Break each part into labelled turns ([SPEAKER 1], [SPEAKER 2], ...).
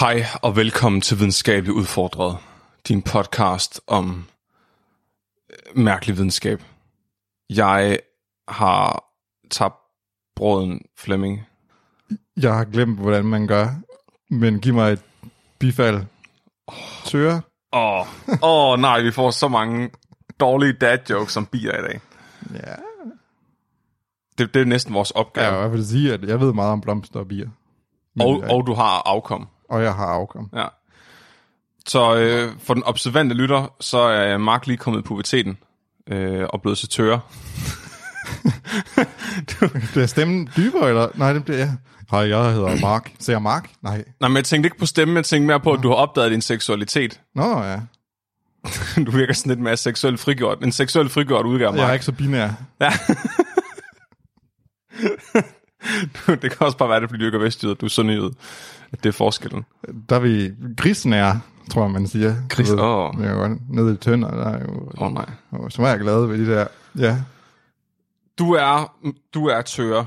[SPEAKER 1] Hej og velkommen til Videnskabeligt Udfordret, din podcast om øh, mærkelig videnskab. Jeg har tabt brøden Flemming.
[SPEAKER 2] Jeg har glemt, hvordan man gør, men giv mig et bifald. Tør.
[SPEAKER 1] Åh, oh, oh, nej, vi får så mange dårlige dad jokes som bier i dag.
[SPEAKER 2] Ja.
[SPEAKER 1] Det, det er næsten vores
[SPEAKER 2] Jeg vil i
[SPEAKER 1] opgave. Ja,
[SPEAKER 2] hvert fald sige, at jeg ved meget om blomster og bier. Men
[SPEAKER 1] og,
[SPEAKER 2] jeg,
[SPEAKER 1] og du har afkom.
[SPEAKER 2] og jeg har afkom.
[SPEAKER 1] Ja. Så øh, for den observante lytter, så er Mark lige kommet i puberteten øh, og blevet så tørre.
[SPEAKER 2] Bliver stemmen dybere, eller? Nej, det bliver jeg. Hej, jeg hedder Mark. Ser jeg Mark? Nej.
[SPEAKER 1] Nej, men jeg tænkte ikke på stemmen, jeg tænkte mere på, at du har opdaget din seksualitet.
[SPEAKER 2] Nå ja.
[SPEAKER 1] Du virker sådan lidt mere seksuelt frigjort. En seksuelt frigjort udgave af
[SPEAKER 2] Jeg er
[SPEAKER 1] mig.
[SPEAKER 2] ikke så binær.
[SPEAKER 1] Det kan også bare være, det er, fordi du ikke er vestjyder, du er sønderjyde. At det er forskellen.
[SPEAKER 2] Der er vi grisnære, tror jeg, man siger.
[SPEAKER 1] Gris-
[SPEAKER 2] Du ved,
[SPEAKER 1] åh.
[SPEAKER 2] Jeg er jo godt nede i tønder, der er jo...
[SPEAKER 1] Åh oh, nej.
[SPEAKER 2] Oh. Så var jeg glad ved de der... Ja.
[SPEAKER 1] Du er, du er tøre.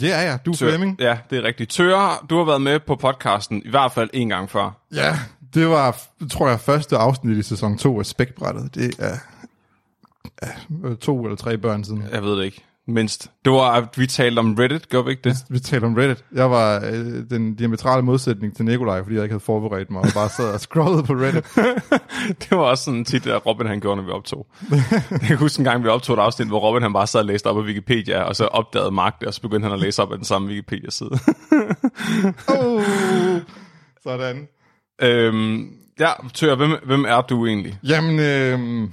[SPEAKER 2] Det er jeg. Du er Flemming.
[SPEAKER 1] Ja, det er rigtigt. Tøre, du har været med på podcasten, i hvert fald en gang før.
[SPEAKER 2] Ja, det var, tror jeg, første afsnit i sæson 2 af Spækbrættet. Det er, er to eller tre børn siden.
[SPEAKER 1] Jeg ved det ikke. Mindst. Det var, at vi talte om Reddit, gør vi ikke det?
[SPEAKER 2] Vi talte om Reddit. Jeg var øh, den diametrale modsætning til Nikolaj, fordi jeg ikke havde forberedt mig og bare sad og scrollede på Reddit.
[SPEAKER 1] Det var også sådan tit, at Robin han gjorde, når vi optog. Jeg kan huske en gang, vi optog et afsnit, hvor Robin han bare sad og læste op af Wikipedia, og så opdagede Mark det, og så begyndte han at læse op af den samme Wikipedia-side.
[SPEAKER 2] Oh, sådan.
[SPEAKER 1] øhm, ja, Tør, hvem, hvem er du egentlig?
[SPEAKER 2] Jamen, øh,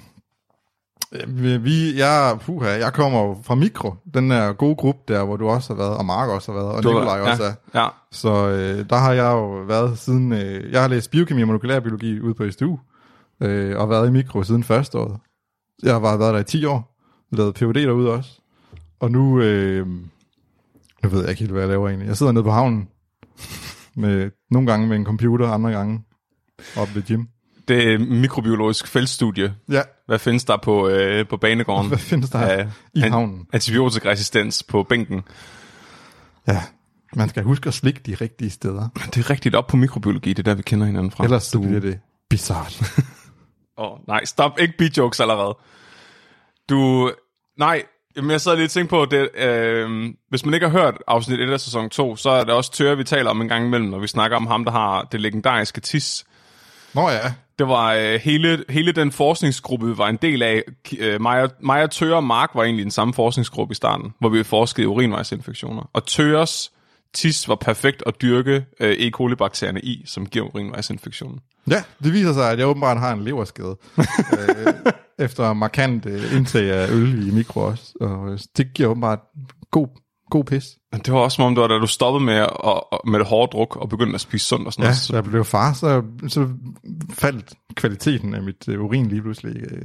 [SPEAKER 2] øh, vi, jeg, puha, jeg kommer jo fra Mikro, den der gode gruppe der, hvor du også har været, og Mark også har været, og Nikolaj
[SPEAKER 1] ja,
[SPEAKER 2] også er.
[SPEAKER 1] Ja,
[SPEAKER 2] Så øh, der har jeg jo været siden... Øh, jeg har læst biokemi og molekylærbiologi ude på SDU, øh, og været i mikro siden første år. Jeg har bare været der i 10 år, lavet PhD derude også. Og nu... Øh, nu ved jeg ikke helt, hvad jeg laver egentlig. Jeg sidder nede på havnen, med, nogle gange med en computer, andre gange op ved gym.
[SPEAKER 1] det er mikrobiologisk feltstudie.
[SPEAKER 2] Ja,
[SPEAKER 1] Hvad findes der på, øh, på banegården?
[SPEAKER 2] hvad findes der her?
[SPEAKER 1] Ja,
[SPEAKER 2] i
[SPEAKER 1] an-
[SPEAKER 2] havnen?
[SPEAKER 1] Antibiotikaresistens på bænken.
[SPEAKER 2] Ja, man skal huske at slikke de rigtige steder,
[SPEAKER 1] Det er rigtigt op på mikrobiologi, det er der, vi kender hinanden fra.
[SPEAKER 2] ellers så bliver det bizart.
[SPEAKER 1] Åh, oh, nej, stop. Ikke B-jokes allerede. Du... Nej, jamen jeg sad lige og tænkte på, det, øh, hvis man ikke har hørt afsnit 1 af sæson 2, så er det også Tøre, vi taler om en gang imellem, når vi snakker om ham, der har det legendariske TIS.
[SPEAKER 2] Nå ja,
[SPEAKER 1] Det var øh, hele, hele den forskningsgruppe, vi var en del af. Ki- Øh, Maja, Maja Tøre og Mark var egentlig den samme forskningsgruppe i starten, hvor vi forskede i urinvejsinfektioner. Og Tøres TIS var perfekt at dyrke øh, E. coli-bakterierne i, som giver urinvejsinfektionen.
[SPEAKER 2] Ja, det viser sig, at jeg åbenbart har en leverskade. øh, efter markant øh, indtag af øl i mikro også. Og øh, det giver åbenbart god, god pis.
[SPEAKER 1] Det var også som om, det var, da du stoppede med, at, og, med det hårde druk og begyndte at spise sundt og sådan
[SPEAKER 2] Ja,
[SPEAKER 1] noget.
[SPEAKER 2] så
[SPEAKER 1] Så,
[SPEAKER 2] jeg blev far, så, så faldt kvaliteten af mit øh, urin lige pludselig. Øh,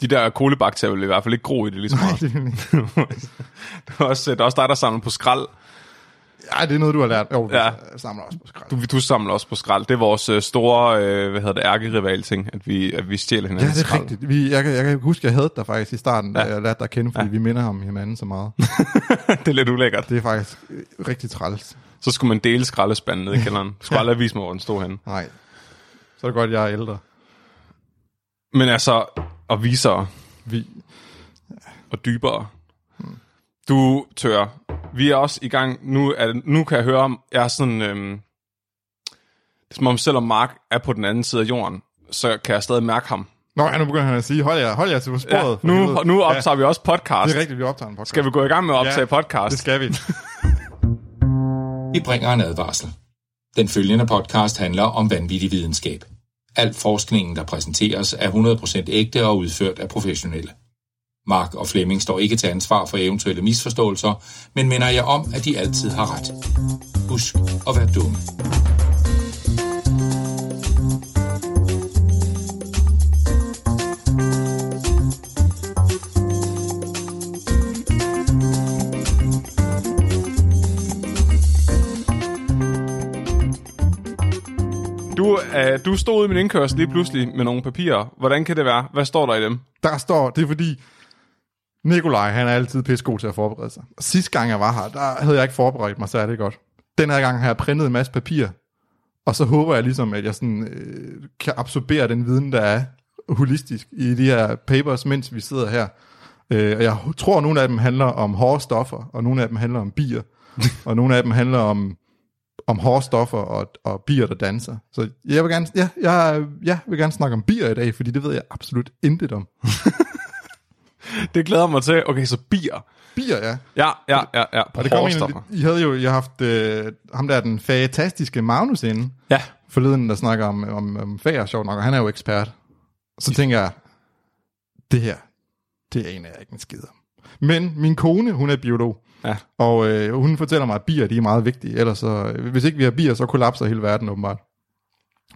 [SPEAKER 1] de der kolibakterier ville i hvert fald ikke gro i det lige så meget. det var også, der er også dig, der samler på skrald.
[SPEAKER 2] Ej, det er noget, du har lært. Jo,
[SPEAKER 1] Ja.
[SPEAKER 2] ja. jeg samler også på skrald.
[SPEAKER 1] Du, du samler også på skrald. Det er vores øh, store, øh, hvad hedder det, ærkerival-ting, at vi, at vi stjæler
[SPEAKER 2] Ja,
[SPEAKER 1] hinanden
[SPEAKER 2] det er
[SPEAKER 1] skrald.
[SPEAKER 2] rigtigt. Vi, jeg, kan- jeg kan huske, jeg havde dig faktisk i starten, da
[SPEAKER 1] Ja.
[SPEAKER 2] jeg lærte dig at kende, fordi ja. vi minder ham hinanden så meget.
[SPEAKER 1] det er lidt ulækkert.
[SPEAKER 2] Det er faktisk øh, rigtig træls.
[SPEAKER 1] Så skulle man dele skraldespanden ned i kælderen. Du skulle aldrig vise mig, hvor den stod henne.
[SPEAKER 2] Nej. Så er det godt, jeg er ældre.
[SPEAKER 1] Men altså, og visere
[SPEAKER 2] Vi,
[SPEAKER 1] og dybere. Du tør. Vi er også i gang. Nu, er, det- nu kan jeg høre, om jeg er sådan... Øhm, det er som om, selvom Mark er på den anden side af jorden, så kan jeg stadig mærke ham.
[SPEAKER 2] Nå, ja, nu begynder han at sige, hold jer, hold jer til
[SPEAKER 1] Ja,
[SPEAKER 2] sporet. for
[SPEAKER 1] nu,
[SPEAKER 2] helvede.
[SPEAKER 1] nu optager ja. vi også
[SPEAKER 2] Ja,
[SPEAKER 1] podcast.
[SPEAKER 2] det er rigtigt, vi optager en podcast.
[SPEAKER 1] Skal vi gå i gang med at optage ja.
[SPEAKER 2] Ja.
[SPEAKER 1] podcast?
[SPEAKER 2] Det skal vi.
[SPEAKER 3] Vi bringer en advarsel. Den følgende podcast handler om vanvittig videnskab. Al forskningen, der præsenteres, er 100% ægte og udført af professionelle. Mark og Flemming står ikke til ansvar for eventuelle misforståelser, men minder jer om, at de altid har ret. Husk at være dumme.
[SPEAKER 1] Du, øh, du stod ude i min indkørsel lige pludselig med nogle papirer. Hvordan kan det være? Hvad står der i dem?
[SPEAKER 2] Der står, det er fordi, Nikolaj, han er altid pissegod til at forberede sig. Og sidste gang, jeg var her, der havde jeg ikke forberedt mig særlig godt. Den her gang har jeg printet en masse papir, Og så håber jeg ligesom, at jeg sådan, øh, kan absorbere den viden, der er holistisk i de her papers, mens vi sidder her. Øh, og jeg tror, at nogle af dem handler om hårde stoffer, og nogle af dem handler om bier, og nogle af dem handler om, om hårde stoffer og, og bier, der danser. Så jeg vil, gerne, ja, jeg, jeg vil gerne snakke om bier i dag, fordi det ved jeg absolut intet om.
[SPEAKER 1] Det glæder mig til. Okay, så bier.
[SPEAKER 2] Bier, ja.
[SPEAKER 1] Ja, ja, ja, ja. På
[SPEAKER 2] Og det kom
[SPEAKER 1] hårstoffer.
[SPEAKER 2] egentlig, I havde jo I har haft øh, ham der, den fantastiske Magnus inde,
[SPEAKER 1] Ja.
[SPEAKER 2] forleden, der snakker om, om, om fager, sjov nok, og han er jo ekspert. Så tænker jeg, det her, det aner jeg ikke en skid om. Men min kone, hun er biolog,
[SPEAKER 1] Ja.
[SPEAKER 2] og øh, hun fortæller mig, at bier, de er meget vigtige. Ellers så, øh, hvis ikke vi har bier, så kollapser hele verden åbenbart.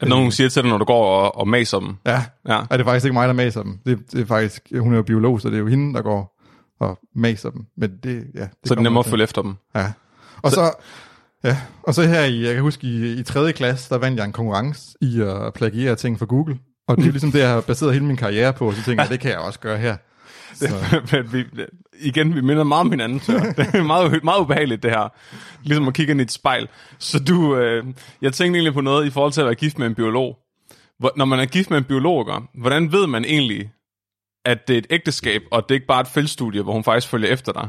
[SPEAKER 1] Når nogen siger til dig, når du går og, og maser dem.
[SPEAKER 2] Ja,
[SPEAKER 1] Ja.
[SPEAKER 2] og det er faktisk ikke mig, der maser dem. Det, det er faktisk, hun er jo biolog, så det er jo hende, der går og maser dem. Men det,
[SPEAKER 1] Så
[SPEAKER 2] ja, det
[SPEAKER 1] er det
[SPEAKER 2] kommer
[SPEAKER 1] nemmere at
[SPEAKER 2] til.
[SPEAKER 1] følge efter dem.
[SPEAKER 2] Ja. Og så, ja, og så her i, jeg kan huske, i, i 3. klasse, der vandt jeg en konkurrence i at plagiere ting fra Google. Og det er ligesom det, jeg har baseret hele min karriere på, og så tænker jeg, det kan jeg også gøre her.
[SPEAKER 1] Men vi, igen, vi minder meget om hinanden, så det er meget, meget ubehageligt det her. Ligesom at kigge ind i et spejl. Så du, øh, jeg tænkte egentlig på noget i forhold til at være gift med en biolog. Hvor, når man er gift med en biolog, ikke, hvordan ved man egentlig, at det er et ægteskab, og det er ikke bare et feltstudie, hvor hun faktisk følger efter dig?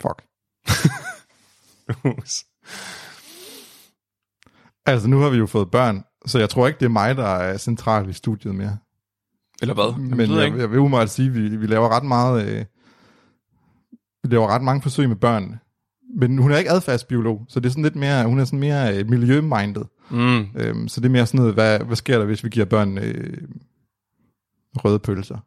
[SPEAKER 2] Fuck. Altså, nu har vi jo fået børn, så jeg tror ikke, det er mig, der er central i studiet mere.
[SPEAKER 1] Eller hvad? Jamen, det
[SPEAKER 2] Men
[SPEAKER 1] ved jeg
[SPEAKER 2] jeg,
[SPEAKER 1] ikke.
[SPEAKER 2] jeg vil umiddelbart sige, at vi, vi laver ret meget... Øh, vi laver ret mange forsøg med børn. Men hun er ikke adfærdsbiolog, så det er sådan lidt mere, hun er sådan mere øh, miljømindet.
[SPEAKER 1] Mm,
[SPEAKER 2] Øhm, så det er mere sådan noget, hvad, hvad sker der, hvis vi giver børn øh, røde pølser?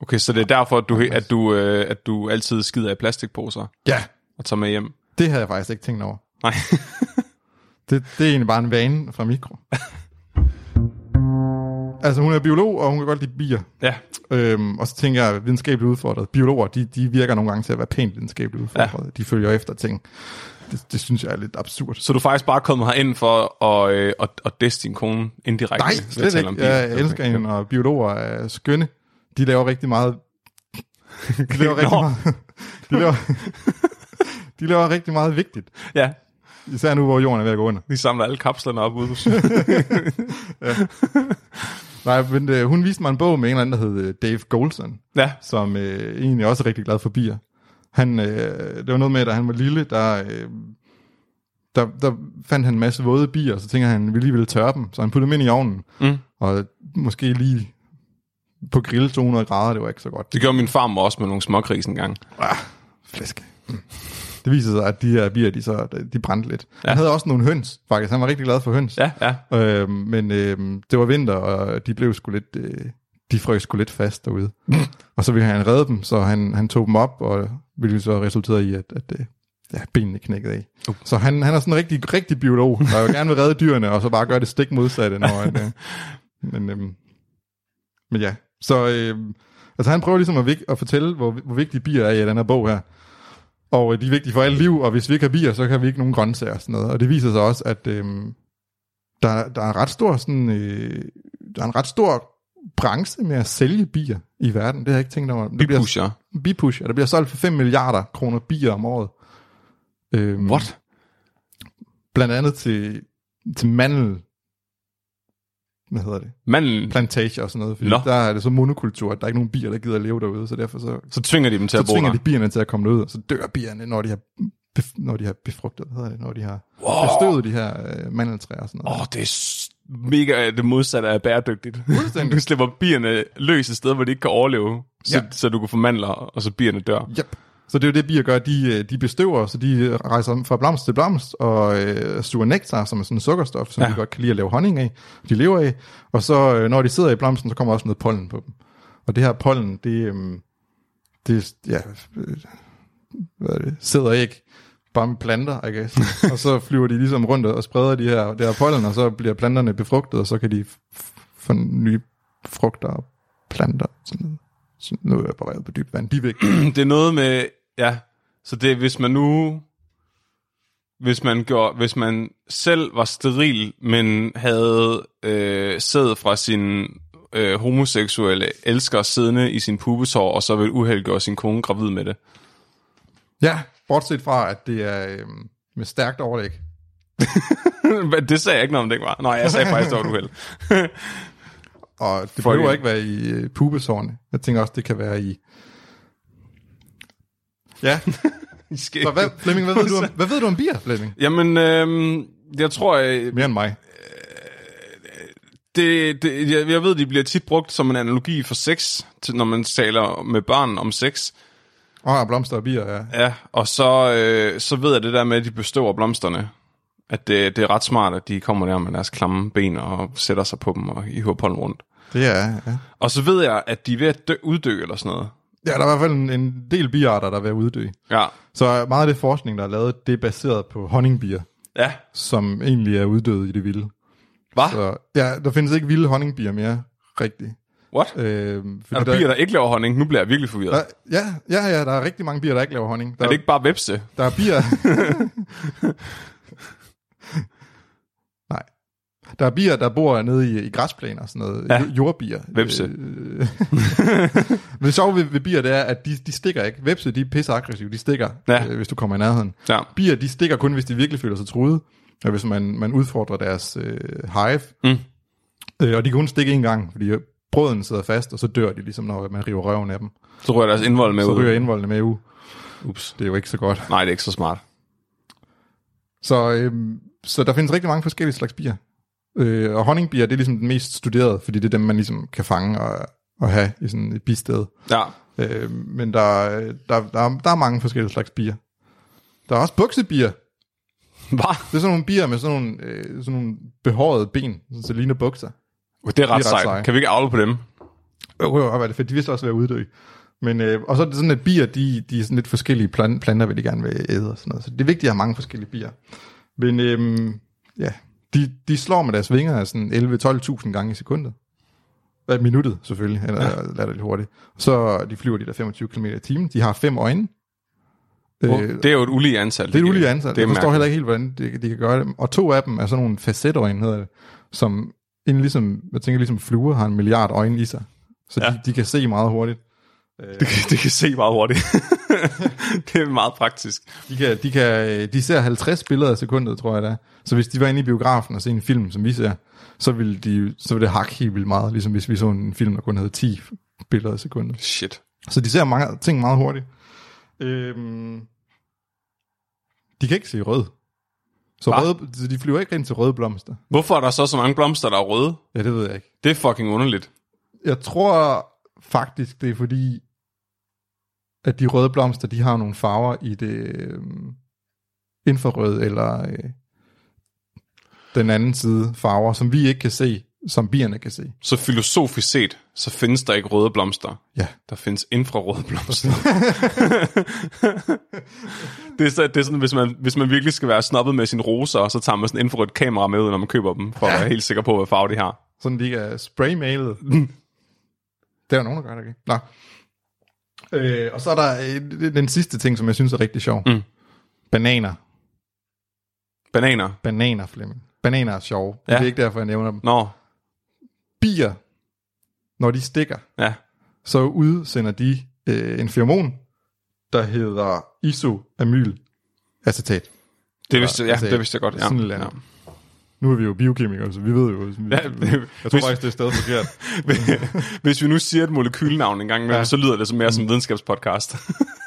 [SPEAKER 1] okay, så det er derfor, at du, he-
[SPEAKER 2] altså-
[SPEAKER 1] at du, øh, at du altid skider i plastikposer
[SPEAKER 2] Ja,
[SPEAKER 1] og tager med hjem.
[SPEAKER 2] det havde jeg faktisk ikke tænkt over.
[SPEAKER 1] Nej.
[SPEAKER 2] Det, det er egentlig bare en vane fra mikro. altså, hun er biolog, og hun kan godt lide bier.
[SPEAKER 1] ja,
[SPEAKER 2] Øhm, og så tænker jeg, videnskabeligt udfordret. Biologer, de, de virker nogle gange til at være pænt videnskabeligt udfordret. Ja. De følger efter ting. Det, det synes jeg er lidt absurd.
[SPEAKER 1] Så du er faktisk bare kommet herind for at, øh, at, at disse din kone indirekte?
[SPEAKER 2] Nej,
[SPEAKER 1] ved at
[SPEAKER 2] slet
[SPEAKER 1] tale om
[SPEAKER 2] ikke.
[SPEAKER 1] bier.
[SPEAKER 2] Jeg elsker hende, og biologer er skønne. De laver rigtig meget... De laver rigtig
[SPEAKER 1] Nå.
[SPEAKER 2] meget... De laver, de laver rigtig meget vigtigt.
[SPEAKER 1] Ja,
[SPEAKER 2] Især nu, hvor jorden er ved at gå under.
[SPEAKER 1] de samler alle kapslerne op ude.
[SPEAKER 2] Nej, men øh, hun viste mig en bog med en eller anden, der hed øh, Dave Goldson,
[SPEAKER 1] ja,
[SPEAKER 2] som øh, egentlig også er rigtig glad for bier. Han, øh, det var noget med, at da han var lille, der, øh, der, der fandt han en masse våde bier, og så tænkte han, at han lige ville tørre dem. Så han puttede dem ind i ovnen,
[SPEAKER 1] Mm.
[SPEAKER 2] og måske lige på grill 200 grader, det var ikke så godt.
[SPEAKER 1] det gjorde min farmor også med nogle småkris engang.
[SPEAKER 2] Ah, flæsk. Mm. Det viser sig, at de her bier, de, så, de brændte lidt. Ja. Han havde også nogle høns, faktisk. Han var rigtig glad for høns.
[SPEAKER 1] Ja, ja.
[SPEAKER 2] Øh, men øh, det var vinter, og de blev sgu lidt... Øh, de frøs sgu lidt fast derude. og så ville han redde dem, så han, han tog dem op, og ville så resultere i, at, at øh, ja, benene knækkede af. Uh. Så han, han er sådan en rigtig, rigtig biolog, der jo gerne vil redde dyrene, og så bare gøre det stik modsatte. Når han, øh, men, øh, men ja, så... Øh, altså han prøver ligesom at, vig- at fortælle, hvor, hvor vigtige bier er i den her bog her. Og øh, de er vigtige for alt liv, og hvis vi ikke har bier, så kan vi ikke nogen grøntsager og sådan noget. Og det viser sig også, at... Øh, der, der er en ret stor sådan, øh, der er en ret stor branche med at sælge bier i verden. Det har jeg ikke tænkt over. Der bliver,
[SPEAKER 1] Bipusher.
[SPEAKER 2] bipusher. Der bliver solgt for 5 milliarder kroner bier om året. Øhm,
[SPEAKER 1] What?
[SPEAKER 2] Blandt andet til, til mandel, hvad hedder det,
[SPEAKER 1] Manden,
[SPEAKER 2] plantager og sådan noget. Fordi
[SPEAKER 1] Nå.
[SPEAKER 2] der er det så monokultur, at der er ikke nogen bier, der gider at leve derude, så derfor så,
[SPEAKER 1] så tvinger de dem til
[SPEAKER 2] så
[SPEAKER 1] at bo
[SPEAKER 2] tvinger
[SPEAKER 1] der.
[SPEAKER 2] de bierne til at komme derud, og så dør bierne, når de har, bef- når de har befrugtet, hvad hedder det, når de har bestøvet de her øh, mandeltræer og sådan noget.
[SPEAKER 1] Åh, oh, det er s- mega øh, det modsatte af bæredygtigt.
[SPEAKER 2] Fuldstændig.
[SPEAKER 1] Du slipper bierne løs et sted, hvor de ikke kan overleve, så,
[SPEAKER 2] Ja.
[SPEAKER 1] ja. så du kan få mandler, og så bierne dør.
[SPEAKER 2] Yep. Så det er jo det, bier gør. De, øh, de bestøver, så de rejser fra blomst til blomst og øh, suger nektar, som er sådan en sukkerstof, som ja.
[SPEAKER 1] Ja.
[SPEAKER 2] de godt kan lide at lave honning af, de lever af. Og så øh, når de sidder i blomsten, så kommer der også noget pollen på dem. Og det her pollen, det, øh, det ja, øh, hvad er det, sidder ikke bare med planter, I guess. og så flyver de ligesom rundt og spreder de her, det her pollen, og så bliver planterne befrugtet, og så kan de f- f- få nye frugter og planter. Sådan noget. Så nu er jeg bare på dybt vand. De er vigtige.
[SPEAKER 1] Det er noget med, ja, så det er, hvis man nu, hvis man, gjorde, hvis man selv var steril, men havde øh, sæd fra sin øh, homoseksuelle elsker siddende i sin pubesår, og så vil uheld gøre sin kone gravid med det.
[SPEAKER 2] Ja, bortset fra, at det er, øhm, med stærkt overlæg.
[SPEAKER 1] Men det sagde jeg ikke noget om, det ikke var. Nej, jeg sagde faktisk, det var et uheld.
[SPEAKER 2] Og det
[SPEAKER 1] Frøken.
[SPEAKER 2] behøver ikke være i øh, pubesårene. Jeg tænker også, det kan være i... Ja,
[SPEAKER 1] I skæg.
[SPEAKER 2] så hvad, Flemming, hvad ved, du om, hvad ved du om bier, Flemming?
[SPEAKER 1] Jamen, øhm, jeg tror, øh,
[SPEAKER 2] Mere end mig.
[SPEAKER 1] det, det, jeg, jeg ved, de bliver tit brugt som en analogi for sex, til, når man taler med børn om sex.
[SPEAKER 2] Åh, oh, blomster og bier, ja.
[SPEAKER 1] Ja, og så, øh, så ved jeg det der med, at de bestøver blomsterne. At det, det er ret smart, at de kommer der med deres klamme ben og sætter sig på dem og hiver pollen rundt.
[SPEAKER 2] Det er, ja.
[SPEAKER 1] Og så ved jeg, at de er ved at dø, uddø eller sådan noget.
[SPEAKER 2] Ja, der er i hvert fald en, en del biarter, der er ved at uddø.
[SPEAKER 1] Ja.
[SPEAKER 2] Så meget af det forskning, der er lavet, det er baseret på honningbier,
[SPEAKER 1] Ja.
[SPEAKER 2] som egentlig er uddøde i det vilde.
[SPEAKER 1] Hvad?
[SPEAKER 2] Så ja, der findes ikke vilde honningbier mere, rigtigt.
[SPEAKER 1] What?
[SPEAKER 2] Øh, fordi
[SPEAKER 1] Er der bier, der ikke laver honning? Nu bliver jeg virkelig forvirret.
[SPEAKER 2] der, ja, ja, ja, der er rigtig mange bier, der ikke laver honning. Der,
[SPEAKER 1] Er det ikke bare vepse?
[SPEAKER 2] Der er bier... Nej. Der er bier, der bor nede i, i græsplæner og sådan noget.
[SPEAKER 1] Ja.
[SPEAKER 2] Ja. Jordbier.
[SPEAKER 1] Hvepse.
[SPEAKER 2] Øh, Men det sjove ved, ved bier, det er, at de, de stikker ikke. Vepse, de er pisse aggressive. De stikker,
[SPEAKER 1] Ja.
[SPEAKER 2] ja. øh, hvis du kommer i nærheden.
[SPEAKER 1] Ja.
[SPEAKER 2] Bier, de stikker kun, hvis de virkelig føler sig truet. Og hvis man, man udfordrer deres øh, hive.
[SPEAKER 1] Mm.
[SPEAKER 2] Øh, og de kan kun stikke en gang, fordi brøden sidder fast, og så dør de, ligesom når man river røven af dem.
[SPEAKER 1] Så rører deres indvold med
[SPEAKER 2] Så
[SPEAKER 1] ud.
[SPEAKER 2] ryger indvoldene med u.
[SPEAKER 1] Ups.
[SPEAKER 2] Det er jo ikke så godt.
[SPEAKER 1] Nej, det er ikke så smart.
[SPEAKER 2] Så, øhm, så der findes rigtig mange forskellige slags bier. Øh, og honningbier, det er ligesom den mest studerede, fordi det er dem, man ligesom kan fange og, og have i sådan et bisted.
[SPEAKER 1] Ja.
[SPEAKER 2] Øh, men der, øh, der, der, er, der er mange forskellige slags bier. Der er også buksebier.
[SPEAKER 1] Hvad?
[SPEAKER 2] Det er sådan nogle bier med sådan nogle, øh, sådan nogle behårede ben, sådan, så ligner bukser.
[SPEAKER 1] Det er ret
[SPEAKER 2] ret
[SPEAKER 1] sejt.
[SPEAKER 2] seje.
[SPEAKER 1] Kan vi ikke avle på dem?
[SPEAKER 2] Øh, øh, hvor er det fedt. De vidste også, hvad uddø. Men, øh, og så er det sådan, at bier, de, de er sådan lidt forskellige plan- planter, vil de gerne vil æde og sådan noget. Så det er vigtigt at have mange forskellige bier. Men øh, ja, de, de slår med deres vinger sådan 11-12.000 gange i sekundet. Hvad minuttet selvfølgelig, eller ja. lader det lidt hurtigt. Så de flyver de der 25 km i timen. De har fem øjne. Øh,
[SPEAKER 1] Det er jo et ulige antal.
[SPEAKER 2] det er et ulige antal.
[SPEAKER 1] Det er
[SPEAKER 2] Jeg forstår
[SPEAKER 1] mærkeligt.
[SPEAKER 2] heller ikke helt, hvordan de, de kan gøre det. Og to af dem er sådan nogle facetøjne, hedder det, som inden ligesom, jeg tænker ligesom fluer har en milliard øjne i sig. Så ja.
[SPEAKER 1] Ja.
[SPEAKER 2] de, de, kan se meget hurtigt. Øh,
[SPEAKER 1] Det kan, det kan se meget hurtigt. det er meget praktisk.
[SPEAKER 2] De, kan, de, kan, øh, de ser 50 billeder i sekundet, tror jeg da. Så hvis de var inde i biografen og se en film, som vi ser, så ville, de, så ville det hakke helt vildt meget, ligesom hvis vi så en film, der kun havde 10 billeder i sekundet.
[SPEAKER 1] Shit.
[SPEAKER 2] Så de ser mange ting meget hurtigt. Øhm, de kan ikke se rød. Så
[SPEAKER 1] Hva?
[SPEAKER 2] røde, så de flyver ikke ind til røde blomster.
[SPEAKER 1] Hvorfor er der så så mange blomster, der er røde?
[SPEAKER 2] Ja, det ved jeg ikke.
[SPEAKER 1] Det er fucking underligt.
[SPEAKER 2] Jeg tror faktisk, det er fordi, at de røde blomster, de har nogle farver i det øh, infrarøde eller øh, den anden side farver, som vi ikke kan se, som bierne kan se.
[SPEAKER 1] Så filosofisk set, så findes der ikke røde blomster.
[SPEAKER 2] Ja.
[SPEAKER 1] Der findes infrarøde blomster. det, er så, det er sådan, hvis man, hvis man virkelig skal være snobbet med sine roser, så tager man sådan en infrarødt kamera med ud, når man køber dem, for at være helt sikker på, hvad farve de har.
[SPEAKER 2] Sådan de er spraymalet. det er der nogen, der gør det, ikke? Nå. Øh, og så er der øh, den sidste ting, som jeg synes er rigtig sjov.
[SPEAKER 1] Mm.
[SPEAKER 2] Bananer.
[SPEAKER 1] Bananer.
[SPEAKER 2] Bananer, Flemming. Bananer er sjove.
[SPEAKER 1] Ja.
[SPEAKER 2] Ja. Det er ikke derfor, jeg nævner dem.
[SPEAKER 1] Nå,
[SPEAKER 2] Bier, når de stikker,
[SPEAKER 1] ja.
[SPEAKER 2] så udsender de øh, en feromon, der hedder isoamylacetat.
[SPEAKER 1] Det vidste, ja,
[SPEAKER 2] altså,
[SPEAKER 1] det vidste jeg godt. Ja.
[SPEAKER 2] sådan et eller
[SPEAKER 1] ja.
[SPEAKER 2] andet. Nu er vi jo biokemikere, så vi ved jo... Ja,
[SPEAKER 1] det-
[SPEAKER 2] jeg tror
[SPEAKER 1] hvis-
[SPEAKER 2] faktisk, det er stadig forkert.
[SPEAKER 1] Hvis vi nu siger et molekylnavn en gang imellem, ja.
[SPEAKER 2] Ja. Mm.
[SPEAKER 1] så lyder det som mere som en videnskabspodcast.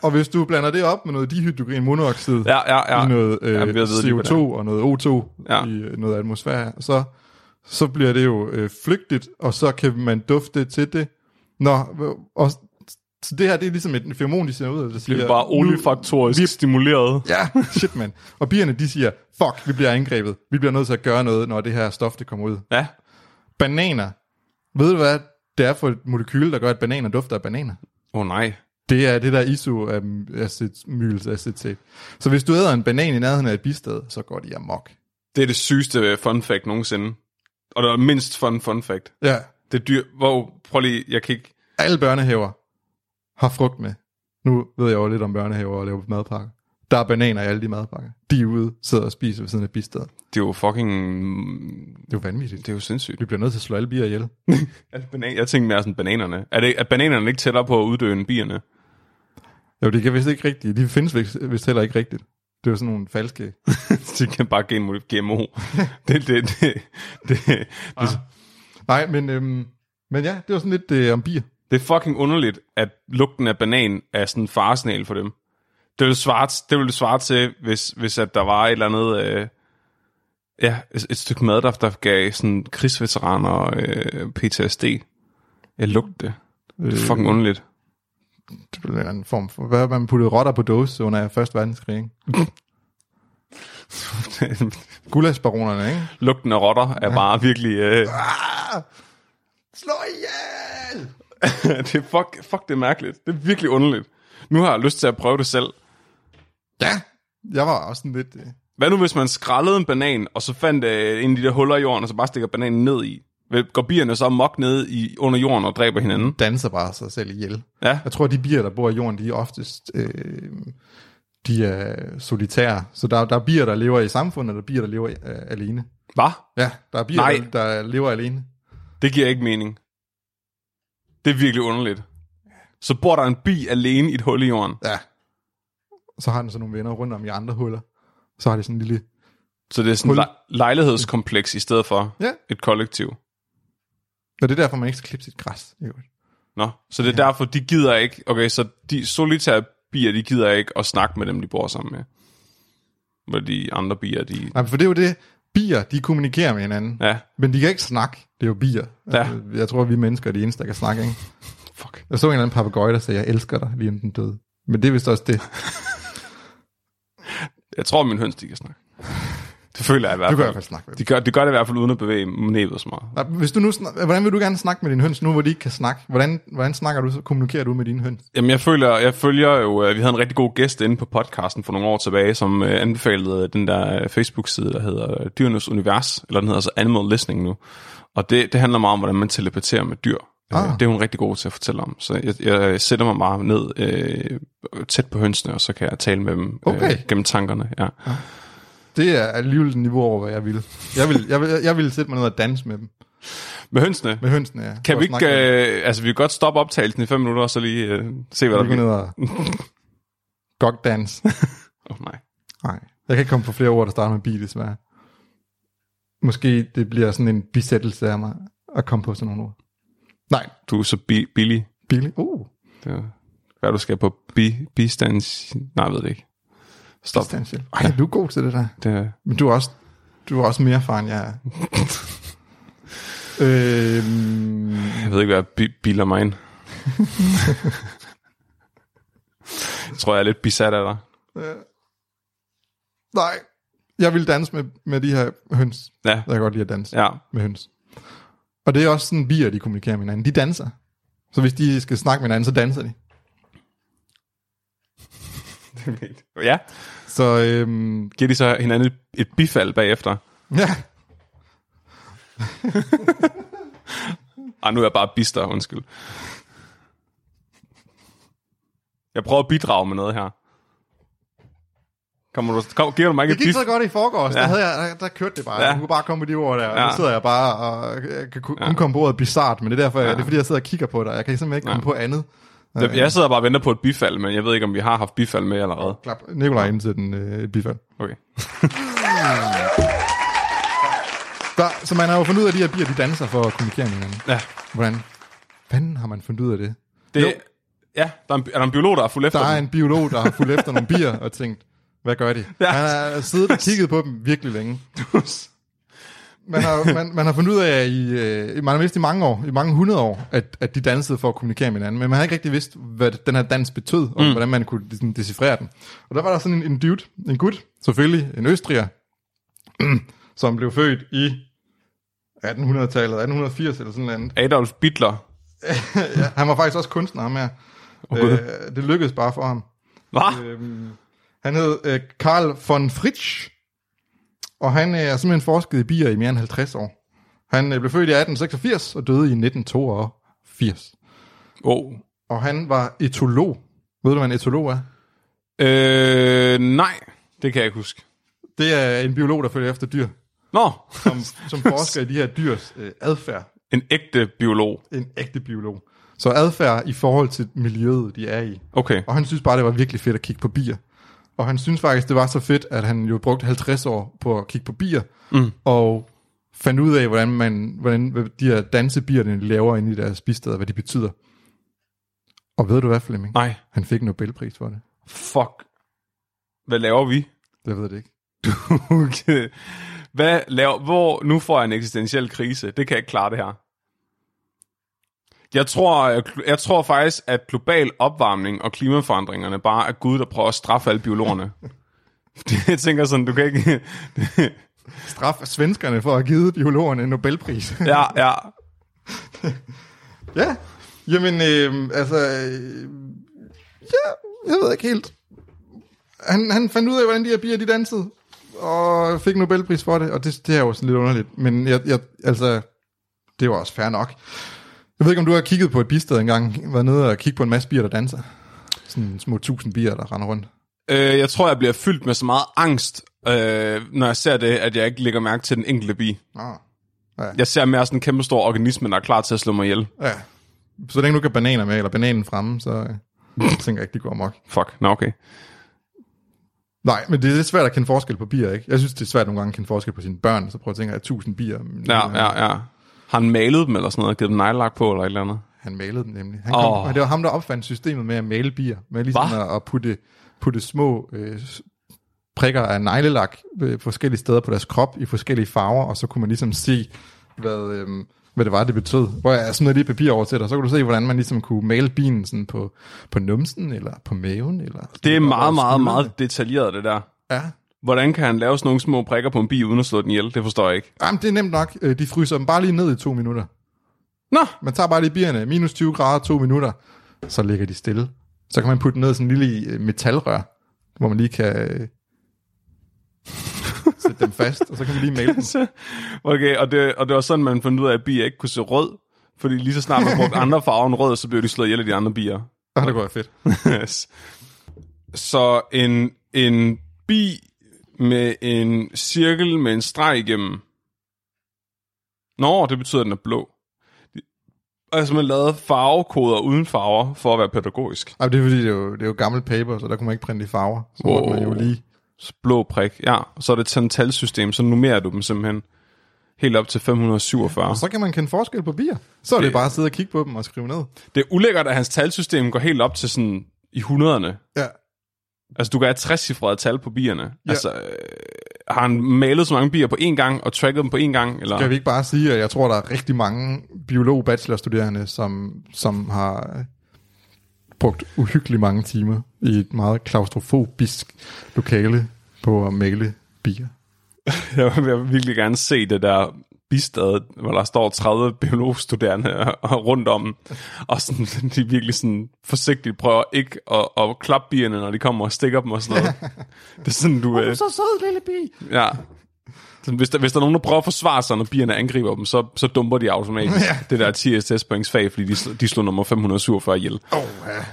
[SPEAKER 2] Og hvis du blander det op med noget dihydrogen monoxid,
[SPEAKER 1] ja, ja,
[SPEAKER 2] i
[SPEAKER 1] ja.
[SPEAKER 2] noget øh,
[SPEAKER 1] Jamen, jeg ved lige, hvad det
[SPEAKER 2] CO2 og noget O2
[SPEAKER 1] Ja.
[SPEAKER 2] ja. i øh, noget atmosfære, så, så bliver det jo øh, flygtigt, og så kan man dufte til det. Nå, og, så det her, det er ligesom et feromon, de sender ud, og det
[SPEAKER 1] Det
[SPEAKER 2] siger,
[SPEAKER 1] er bare olifaktorisk stimuleret.
[SPEAKER 2] Ja, shit mand. Og bierne, de siger, fuck, vi bliver angrebet. Vi bliver nødt til at gøre noget, når det her stof, det kommer ud.
[SPEAKER 1] Ja.
[SPEAKER 2] Bananer. Ved du hvad det er for et molekyle, der gør, at bananer dufter af bananer?
[SPEAKER 1] Åh oh, nej.
[SPEAKER 2] Det er det der øhm, isoamylsacetat. Så hvis du æder en banan i nærheden af et bisted, så går de amok.
[SPEAKER 1] Det er det sygeste øh, fun fact nogensinde. Og der er mindst fun fun fact.
[SPEAKER 2] Ja,
[SPEAKER 1] Det er dyr... Wow, prøv lige, jeg kan ikke...
[SPEAKER 2] alle børnehaver har frugt med. Nu ved jeg jo lidt om børnehaver og laver madpakker. Der er bananer i alle de madpakker. De er ude, sidder og spiser ved siden af bistedet.
[SPEAKER 1] Det er jo fucking...
[SPEAKER 2] Det er jo vanvittigt.
[SPEAKER 1] Det er jo sindssygt.
[SPEAKER 2] Vi bliver nødt til at slå alle bier ihjel.
[SPEAKER 1] Altså, banan... Jeg tænkte mere sådan bananerne. Er, det, er bananerne ikke tættere på at uddø end bierne?
[SPEAKER 2] Jo, det kan vist ikke rigtigt. De findes vist, vist heller ikke rigtigt. Det var sådan nogle falske...
[SPEAKER 1] de kan bare genmodificere GMO. det, det, det, det, det, ah.
[SPEAKER 2] Nej, men, øhm, men ja, det var sådan lidt øh, om bier.
[SPEAKER 1] det er fucking underligt, at lugten af banan er sådan en faresignal for dem. Det ville svare, t- det ville svare til, hvis, hvis at der var et eller andet... Øh, ja, et, et stykke mad, der, der gav sådan krigsveteraner øh, PTSD. Jeg lugte det. Det er fucking underligt.
[SPEAKER 2] Det ville være en form for... Hvad man puttede rotter på dåse under Første verdenskrig, ikke? Gulasbaronerne, ikke?
[SPEAKER 1] Lugten af rotter er bare virkelig... Øh,
[SPEAKER 2] Slå ihjel!
[SPEAKER 1] det er fuck, fuck, det er mærkeligt. Det er virkelig underligt. Nu har jeg lyst til at prøve det selv.
[SPEAKER 2] Ja, jeg var også sådan lidt... Øh,
[SPEAKER 1] Hvad nu, hvis man skrællede en banan, og så fandt øh, en af de der huller i jorden, og så bare stikker bananen ned i? Vil- Går bierne så mok ned i, under jorden og dræber hinanden?
[SPEAKER 2] danser bare sig selv ihjel.
[SPEAKER 1] Ja.
[SPEAKER 2] Jeg tror, de bier, der bor i jorden, de er oftest... Øh, de er solitære. Så der, der er bier, der lever i samfundet, og der er bier, der lever øh, alene.
[SPEAKER 1] Hvad?
[SPEAKER 2] Ja, der er bier,
[SPEAKER 1] Nej.
[SPEAKER 2] der, der lever alene.
[SPEAKER 1] Det giver ikke mening. Det er virkelig underligt. Så bor der en bi alene i et hul i jorden.
[SPEAKER 2] Ja. Så har den sådan nogle venner rundt om i andre huller. Så har de sådan en lille...
[SPEAKER 1] Så det er sådan
[SPEAKER 2] Hul.
[SPEAKER 1] et lej- lejlighedskompleks i stedet for
[SPEAKER 2] Ja.
[SPEAKER 1] et kollektiv.
[SPEAKER 2] Og det er derfor, man ikke skal klippe sit græs. i øvrigt.
[SPEAKER 1] Nå, så det er ja. derfor, de gider ikke... Okay, så de solitære bier, de gider ikke at snakke med dem, de bor sammen med. Hvor de andre bier, de...
[SPEAKER 2] Nej, for det er jo det. Bier, de kommunikerer med hinanden.
[SPEAKER 1] Ja,
[SPEAKER 2] Men de kan ikke snakke. Det er jo bier.
[SPEAKER 1] Ja.
[SPEAKER 2] Altså, Jeg tror, vi mennesker er de eneste, der kan snakke, ikke?
[SPEAKER 1] fuck.
[SPEAKER 2] Jeg så en eller anden papegøje, der sagde, jeg elsker dig, lige inden den døde. Men det er vist også det.
[SPEAKER 1] Jeg tror, min høns, de kan snakke. Det føler jeg i hvert fald.
[SPEAKER 2] Du kan i hvert fald snakke med
[SPEAKER 1] De gør, de gør det i hvert fald uden at bevæge næbet så meget.
[SPEAKER 2] dem. Hvis du nu snak, hvordan vil du gerne snakke med dine høns, nu hvor de ikke kan snakke? Hvordan, hvordan snakker du så? Kommunikerer du med dine høns?
[SPEAKER 1] Jamen, jeg, føler, jeg følger jo... øh, Vi havde en rigtig god gæst inde på podcasten for nogle år tilbage, som øh, anbefalede den der øh, Facebook-side, der hedder øh, Dyrenes Univers, eller den hedder så Animal Listening nu. Og det, det handler meget om, hvordan man telepaterer med dyr. Ah.
[SPEAKER 2] Ah.
[SPEAKER 1] Det er hun rigtig god til at fortælle om. Så jeg, jeg sætter mig meget ned øh, tæt på hønsene, og så kan jeg tale med dem øh,
[SPEAKER 2] Okay.
[SPEAKER 1] gennem tankerne. Ja.
[SPEAKER 2] Det er alligevel et niveau over, hvad jeg ville. Jeg ville, jeg ville, jeg ville sætte mig ned og danse med dem.
[SPEAKER 1] Med hønsene,
[SPEAKER 2] Med hønsene, ja.
[SPEAKER 1] Kan
[SPEAKER 2] Og
[SPEAKER 1] vi
[SPEAKER 2] snakke med dem.
[SPEAKER 1] ikke, øh, altså vi kan godt stoppe optagelsen i fem minutter, og så lige øh, se, hvad der
[SPEAKER 2] Vi går
[SPEAKER 1] bliver.
[SPEAKER 2] ned og... Godt dans.
[SPEAKER 1] Åh, nej.
[SPEAKER 2] Nej. Jeg kan ikke komme på flere ord, der starter med bi, desværre. Måske det bliver sådan en bisættelse af mig at komme på sådan nogle ord. Nej,
[SPEAKER 1] Du er så bi- billig.
[SPEAKER 2] billig. Uh,
[SPEAKER 1] Det er, hvad er du skal på bi- bistands... Nej, jeg ved det ikke. Stop.
[SPEAKER 2] substantial. Ej, du er god til det der.
[SPEAKER 1] Det er,
[SPEAKER 2] Men du er også, du er også mere erfaren, jeg er. øhm,
[SPEAKER 1] jeg ved ikke, hvad bi- biler mig ind. jeg tror, jeg er lidt besat af dig.
[SPEAKER 2] nej, jeg vil danse med, med de her høns.
[SPEAKER 1] Ja,
[SPEAKER 2] Jeg kan godt lide at danse
[SPEAKER 1] ja.
[SPEAKER 2] med høns. Og det er også sådan, bier, de kommunikerer med hinanden. De danser. Så hvis de skal snakke med hinanden, så danser de.
[SPEAKER 1] ja.
[SPEAKER 2] Så øhm,
[SPEAKER 1] Giver de så hinanden et bifald bagefter?
[SPEAKER 2] ja,
[SPEAKER 1] Ej, nu er jeg bare bister, undskyld. Jeg prøver at bidrage med noget her. Kommer du, kom, giver du mig ikke
[SPEAKER 2] det
[SPEAKER 1] et
[SPEAKER 2] gik
[SPEAKER 1] bif?
[SPEAKER 2] så godt i forgårs. Ja.
[SPEAKER 1] Ja.
[SPEAKER 2] Der, havde jeg, der, der kørte det bare.
[SPEAKER 1] Ja.
[SPEAKER 2] Ja. Du kunne bare komme med de ord der. Ja.
[SPEAKER 1] Ja.
[SPEAKER 2] Nu sidder jeg bare og jeg kan kun ja. komme på ordet bizart, men det er derfor, ja. det er fordi, jeg sidder og kigger på dig. Jeg kan simpelthen ikke komme på andet.
[SPEAKER 1] Jeg, jeg sidder bare og venter på et bifald, men jeg ved ikke, om vi har haft bifald med allerede.
[SPEAKER 2] Klap Nikolaj ind til den øh, bifald.
[SPEAKER 1] Okay.
[SPEAKER 2] Der, så man har jo fundet ud af, at de her bier, de danser for at kommunikere med hinanden.
[SPEAKER 1] Ja,
[SPEAKER 2] Hvordan fanden har man fundet ud af det?
[SPEAKER 1] det,
[SPEAKER 2] Jo.
[SPEAKER 1] ja der er, en, er der en biolog, der er fuld efter
[SPEAKER 2] Der er
[SPEAKER 1] dem?
[SPEAKER 2] en biolog, der har fulgt efter nogle bier og tænkt, hvad gør de?
[SPEAKER 1] Ja.
[SPEAKER 2] Ja. Han har siddet og kigget på dem virkelig længe. Man har, man, man har fundet ud af, i, øh, man har vidst i mange år, i mange hundrede år, at, at de dansede for at kommunikere med hinanden, men man har ikke rigtig vidst, hvad den her dans betød, og mm. hvordan man kunne ligesom, decifrere den. Og der var der sådan en, en dude, en gut, selvfølgelig, en østriger, som blev født i 1800-tallet, 1880 eller sådan noget andet.
[SPEAKER 1] Adolf Hitler.
[SPEAKER 2] Ja, han var faktisk også kunstner, ham her.
[SPEAKER 1] Gud.
[SPEAKER 2] øh, det lykkedes bare for ham.
[SPEAKER 1] Hvad?
[SPEAKER 2] Øhm, han hed øh, Karl von Fritsch, og han øh, er simpelthen forsket i bier i mere end 50 år. Han øh, blev født i 1886 og døde i 1982.
[SPEAKER 1] Oh.
[SPEAKER 2] Og han var etolog. Ved du, hvad en etolog er?
[SPEAKER 1] Øh, nej, det kan jeg ikke huske.
[SPEAKER 2] Det er en biolog, der følger efter dyr,
[SPEAKER 1] Nå,
[SPEAKER 2] som, som forsker i de her dyrs øh, adfærd.
[SPEAKER 1] en ægte biolog.
[SPEAKER 2] En ægte biolog. Så adfærd i forhold til miljøet, de er i.
[SPEAKER 1] Okay,
[SPEAKER 2] Og han synes bare, det var virkelig fedt at kigge på bier. Og han synes faktisk, det var så fedt, at han jo brugte 50 år på at kigge på bier, mm. og fandt ud af, hvordan, man, hvordan hvad de her dansebierne laver inde i deres bisteder, hvad de betyder. Og ved du hvad, Flemming?
[SPEAKER 1] Nej,
[SPEAKER 2] Han fik en Nobelpris for det.
[SPEAKER 1] fuck. Hvad laver vi?
[SPEAKER 2] Jeg ved det ikke.
[SPEAKER 1] Okay. Hvad laver, hvor, nu får jeg en eksistentiel krise. Det kan jeg ikke klare det her. Jeg tror, jeg, jeg tror faktisk, at global opvarmning og klimaforandringerne bare er Gud, der prøver at straffe alle biologerne. jeg tænker sådan, du kan ikke...
[SPEAKER 2] Straf af svenskerne for at have givet biologerne en Nobelpris.
[SPEAKER 1] ja, ja.
[SPEAKER 2] ja, jamen øh, altså, øh, ja, jeg ved ikke helt. Han, han fandt ud af, hvordan de her bier, de dansede, og fik en Nobelpris for det, og det, det er jo sådan lidt underligt, men jeg, jeg, altså, det var også fair nok. Jeg ved ikke, om du har kigget på et bistad engang, været nede og kigge på en masse bier, der danser. Sådan små tusind bier, der render rundt.
[SPEAKER 1] Øh, jeg tror, jeg bliver fyldt med så meget angst, øh, når jeg ser det, at jeg ikke lægger mærke til den enkelte bi.
[SPEAKER 2] Ah.
[SPEAKER 1] Jeg ser mere sådan en kæmpe stor organisme, der er klar til at slå mig ihjel.
[SPEAKER 2] Ja. Så længe du ikke har bananer med, eller bananen fremme, så øh, tænker jeg ikke, det går amok.
[SPEAKER 1] Fuck, nå okay.
[SPEAKER 2] Nej, men det er lidt svært at kende forskel på bier, ikke? Jeg synes, det er svært nogle gange at kende forskel på sine børn, så prøv at tænke, at tusind bier, men,
[SPEAKER 1] Ja,
[SPEAKER 2] øh,
[SPEAKER 1] ja, ja. Har han malet dem eller sådan noget? Givet dem neglelak på eller et eller andet?
[SPEAKER 2] han malede dem nemlig. Han kom,
[SPEAKER 1] Åh.
[SPEAKER 2] oh. og det var ham, der opfandt systemet med at male bier, med ligesom at, at putte, putte små øh, s- prikker af neglelak øh, forskellige steder på deres krop i forskellige farver, og så kunne man ligesom se, hvad, øh, hvad det var, det betød. Hvor jeg smed lige et papir over til dig, så kunne du se, hvordan man ligesom kunne male bien sådan på, på numsen, eller på maven, eller...
[SPEAKER 1] Det er
[SPEAKER 2] eller
[SPEAKER 1] meget,
[SPEAKER 2] over
[SPEAKER 1] meget,
[SPEAKER 2] skuldrene.
[SPEAKER 1] meget detaljeret, det der.
[SPEAKER 2] Ja,
[SPEAKER 1] Hvordan kan han lave sådan nogle små prikker på en bi, uden at slå den ihjel? Det forstår jeg ikke.
[SPEAKER 2] Jamen, det er nemt nok. Øh, De fryser dem bare lige ned i to minutter.
[SPEAKER 1] Nå,
[SPEAKER 2] Man tager bare lige bierne, minus 20 grader, to minutter, så ligger de stille. Så kan man putte dem ned i sådan en lille øh, metalrør, hvor man lige kan øh, sætte dem fast, og så kan man lige male dem.
[SPEAKER 1] så- okay, og det, og det var sådan, man fandt ud af, at bier ikke kunne se rød. Fordi lige så snart man brugte andre farver end rød, så blev de slået ihjel af de andre bier.
[SPEAKER 2] Ah, det går fedt.
[SPEAKER 1] Yes. Så en, en bi med en cirkel med en streg igennem. Nå, det betyder, at den er blå. Altså, man lavede farvekoder uden farver for at være pædagogisk.
[SPEAKER 2] Ej, men det er fordi, det er, jo, det er jo gammelt paper, så der kunne man ikke printe i farver. Så wow. måtte man jo
[SPEAKER 1] Wow.
[SPEAKER 2] lige...
[SPEAKER 1] Så blå prik, ja. Og så er det et sådan et talsystem, så nummerer du dem simpelthen helt op til 547.
[SPEAKER 2] Og så kan man kende forskel på bier. Så er det, det bare at sidde og kigge på dem og skrive ned.
[SPEAKER 1] Det er ulækkert, at hans talsystem går helt op til sådan i hundrederne.
[SPEAKER 2] Ja,
[SPEAKER 1] Altså, du kan have 60 cifrede tal på bierne. Ja.
[SPEAKER 2] Ja.
[SPEAKER 1] Altså, øh, har han malet så mange bier på én gang, og tracket dem på én gang? Eller?
[SPEAKER 2] Kan vi ikke bare sige, at jeg tror, der er rigtig mange biolog-bachelorstuderende, som, som har brugt uhyggeligt mange timer i et meget klaustrofobisk lokale på at male bier.
[SPEAKER 1] Jeg vil jeg vil virkelig gerne se det der bistad, hvor der står 30 biologstuderende og rundt om, og sådan, de virkelig sådan forsigtigt prøver ikke at, at klappe bierne, når de kommer og stikker dem og sådan noget. Det er sådan, du... Øh,
[SPEAKER 2] Så sød, lille bi!
[SPEAKER 1] ja. Sådan, hvis, der, hvis der er nogen, der prøver at forsvare sig, når bierne angriber dem, så, så dumper de automatisk ja.
[SPEAKER 2] Ja.
[SPEAKER 1] det der 10 sts points fag, fordi de, sl- de slår nummer 547 ihjel.
[SPEAKER 2] Oh, ja.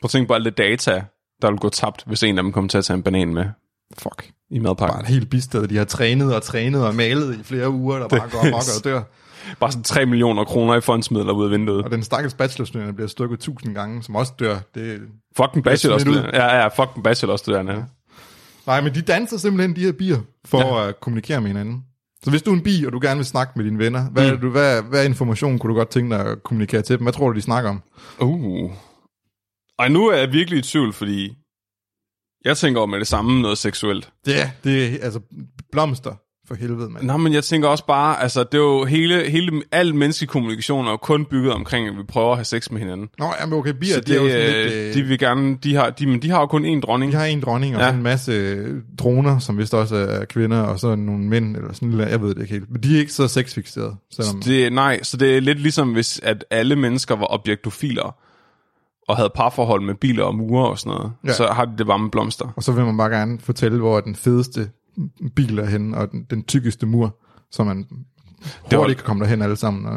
[SPEAKER 1] Prøv at tænke på alt det data, der ville gå tabt, hvis en af dem kom til at tage en banan med
[SPEAKER 2] Fuck.
[SPEAKER 1] i
[SPEAKER 2] Bare
[SPEAKER 1] madpakken.
[SPEAKER 2] et helt bisted, de har trænet og trænet og malet i flere uger, der bare går amok og dør.
[SPEAKER 1] Bare sådan 3 millioner kroner i fondsmidler ud af vinduet.
[SPEAKER 2] Og den stakkels bachelorstuderende bliver stukket tusind gange, som også dør. Det...
[SPEAKER 1] Fucking
[SPEAKER 2] smidt ud.
[SPEAKER 1] bachelorstuderende. Ja, ja, fucking bachelorstuderende.
[SPEAKER 2] Nej, men de danser simpelthen de her bier for ja. at kommunikere med hinanden. Så hvis du er en bi, og du gerne vil snakke med dine venner, hvad, mm. du, hvad, hvad information kunne du godt tænke dig at kommunikere til dem? Hvad tror du, de snakker om?
[SPEAKER 1] Uh. Og nu er jeg virkelig i tvivl, fordi jeg tænker over med det samme noget seksuelt.
[SPEAKER 2] Ja, det er altså blomster for helvede, mand.
[SPEAKER 1] Nå, men jeg tænker også bare, altså det er jo hele, hele al menneskelig kommunikation er jo kun bygget omkring, at vi prøver at have sex med hinanden.
[SPEAKER 2] Nå, ja, men okay, bier,
[SPEAKER 1] Så
[SPEAKER 2] det, det er jo sådan lidt... Øh,
[SPEAKER 1] de vil gerne, de har, de, men de har jo kun én dronning.
[SPEAKER 2] de har en dronning og
[SPEAKER 1] Ja.
[SPEAKER 2] ja. en masse droner, som vist også er kvinder, og så nogle mænd, eller sådan noget. Jeg ved det ikke helt. Men de er ikke så sexfixerede, selvom...
[SPEAKER 1] Det, nej, så det er lidt ligesom, hvis at alle mennesker var objektofiler og havde parforhold med biler og murer og sådan noget. Ja.
[SPEAKER 2] Ja.
[SPEAKER 1] Så har de det bare med blomster.
[SPEAKER 2] Og så vil man bare gerne fortælle, hvor den fedeste bil er henne, og den, den tykkeste mur, så man
[SPEAKER 1] var-
[SPEAKER 2] hurtigt kan komme derhen alle sammen. Og,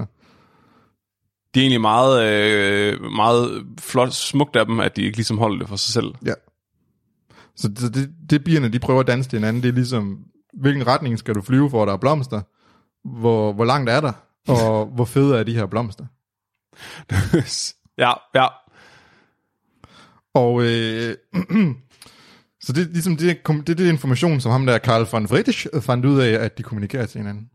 [SPEAKER 1] Det er egentlig meget, øh, meget flot smukt af dem, at de ikke ligesom holder det for sig selv.
[SPEAKER 2] Ja. Så det, det, det bierne, de prøver at danse til hinanden, det er ligesom, hvilken retning skal du flyve for, at der er blomster? Hvor, hvor langt er der? Og hvor fede er de her blomster?
[SPEAKER 1] ja, ja.
[SPEAKER 2] Og øh, så det er ligesom det, kom- det, er det information, som ham der Karl von Friedrich fandt ud af, at de kommunikerer til hinanden.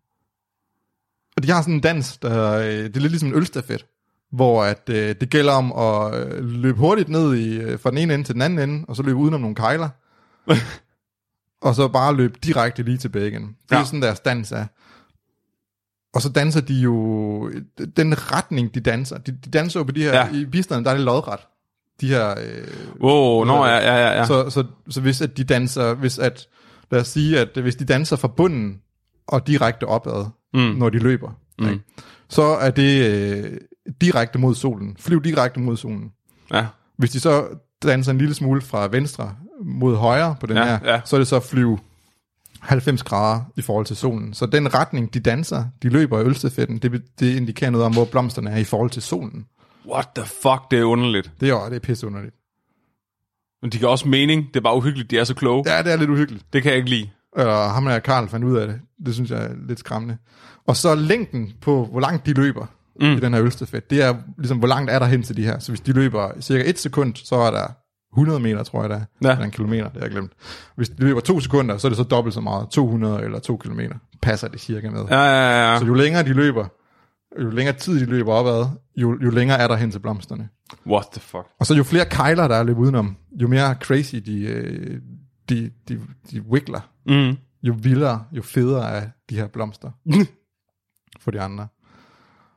[SPEAKER 2] Og de har sådan en dans, der hedder, øh, det er lidt ligesom en ølstafet, hvor at, øh, det gælder om at øh, løbe hurtigt ned i, øh, fra den ene ende til den anden ende, og så løbe udenom nogle kejler. og så bare løbe direkte lige tilbage igen. Det er
[SPEAKER 1] Ja.
[SPEAKER 2] ja. sådan deres dans er. Og så danser de jo, den retning de danser, de, de danser jo på de her,
[SPEAKER 1] Ja.
[SPEAKER 2] ja. i bistanden der er det lodret. De her øh,
[SPEAKER 1] Wow, nå, ja, ja, ja. ja. Så,
[SPEAKER 2] så, så, så hvis at de danser, hvis at, lad os sige, at hvis de danser fra bunden og direkte opad, mm. når de løber, mm. ikke? så er det øh, direkte mod solen. Flyv direkte mod solen.
[SPEAKER 1] ja.
[SPEAKER 2] Hvis de så danser en lille smule fra venstre mod højre på den
[SPEAKER 1] Ja,
[SPEAKER 2] her,
[SPEAKER 1] ja.
[SPEAKER 2] så er det så flyv 90 grader i forhold til solen. Så den retning, de danser, de løber i ølstafetten, det, det indikerer noget om, hvor blomsterne er i forhold til solen.
[SPEAKER 1] What the fuck, det er underligt.
[SPEAKER 2] Det er, det er pisseunderligt.
[SPEAKER 1] Men de kan også mening. Det er bare uhyggeligt, de er så kloge. Ja.
[SPEAKER 2] Ja, det er lidt uhyggeligt.
[SPEAKER 1] Det kan jeg ikke lide.
[SPEAKER 2] Eller Øh, ham der Karl fandt ud af det. Det synes jeg er lidt skræmmende. Og så længden på, hvor langt de løber mm. i den her ølstafet, det er ligesom, hvor langt er der hen til de her. Så hvis de løber cirka et sekund, så er der 100 meter, tror jeg der er.
[SPEAKER 1] Ja.
[SPEAKER 2] Eller en kilometer, det har jeg glemt. Hvis de løber to sekunder, så er det så dobbelt så meget. 200 eller 2 kilometer passer det cirka med.
[SPEAKER 1] Ja, ja, ja, ja.
[SPEAKER 2] Så jo længere de løber, jo længere tid de løber opad, jo, jo længere er der hen til blomsterne.
[SPEAKER 1] What the fuck.
[SPEAKER 2] Og så jo flere kejler, der er løbet udenom, jo mere crazy de, øh, de, de, de wiggler
[SPEAKER 1] Mm.
[SPEAKER 2] jo vildere, jo federe er de her blomster for de andre.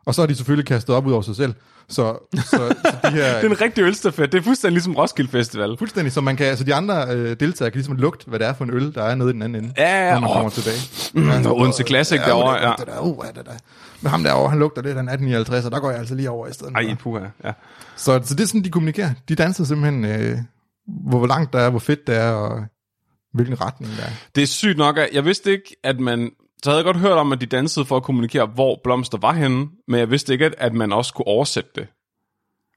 [SPEAKER 2] Og så er de selvfølgelig kastet op ud over sig selv. Så, så, så de her...
[SPEAKER 1] Det er en rigtig ølstafet. Det er fuldstændig ligesom Roskilde Festival.
[SPEAKER 2] Fuldstændig, så man kan, altså de andre øh, deltagere kan ligesom lugte, hvad det er for en øl, der er nede i den anden ende,
[SPEAKER 1] Ja, ja,
[SPEAKER 2] når man
[SPEAKER 1] åh.
[SPEAKER 2] kommer tilbage.
[SPEAKER 1] Mm, og Odense Classic
[SPEAKER 2] Ja,
[SPEAKER 1] derovre,
[SPEAKER 2] det
[SPEAKER 1] ja.
[SPEAKER 2] lugter der, uh, det der. Men ham derovre, han lugter lidt af en 1859, og der går jeg altså lige over i stedet.
[SPEAKER 1] Ej, puha. Ja.
[SPEAKER 2] Så, så det er sådan, de kommunikerer. De danser simpelthen, øh, hvor, hvor langt der er, hvor fedt det er, og hvilken retning der er.
[SPEAKER 1] Det er sygt nok, at jeg vidste ikke, at man... Så havde jeg godt hørt om, at de dansede for at kommunikere, hvor blomster var henne, men jeg vidste ikke, at, at man også kunne oversætte det.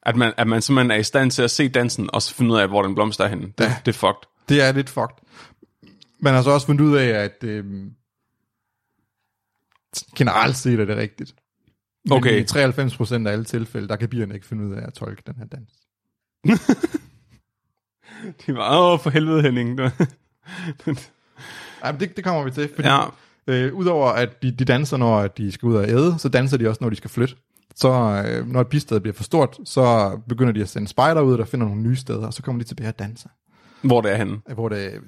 [SPEAKER 1] At man, at man simpelthen er i stand til at se dansen, og så finde ud af, hvor den blomster er henne. Det, ja. det er fucked.
[SPEAKER 2] Det er lidt fucked. Man har så også fundet ud af, at øh, generelt set er det rigtigt. Men
[SPEAKER 1] Okay.
[SPEAKER 2] I 93% af alle tilfælde, der kan bierne ikke finde ud af at tolke den her dans.
[SPEAKER 1] De var, åh, for helvede, Henning.
[SPEAKER 2] Ej, men det, det kommer vi til, fordi
[SPEAKER 1] ja.
[SPEAKER 2] ja. øh, udover at de, de danser, når at de skal ud og æde, så danser de også, når de skal flytte. Så øh, når et bistad bliver for stort, så begynder de at sende spejder ud, der finder nogle nye steder, og så kommer de tilbage og danser.
[SPEAKER 1] Hvor det er henne.
[SPEAKER 2] Hvor det, ja,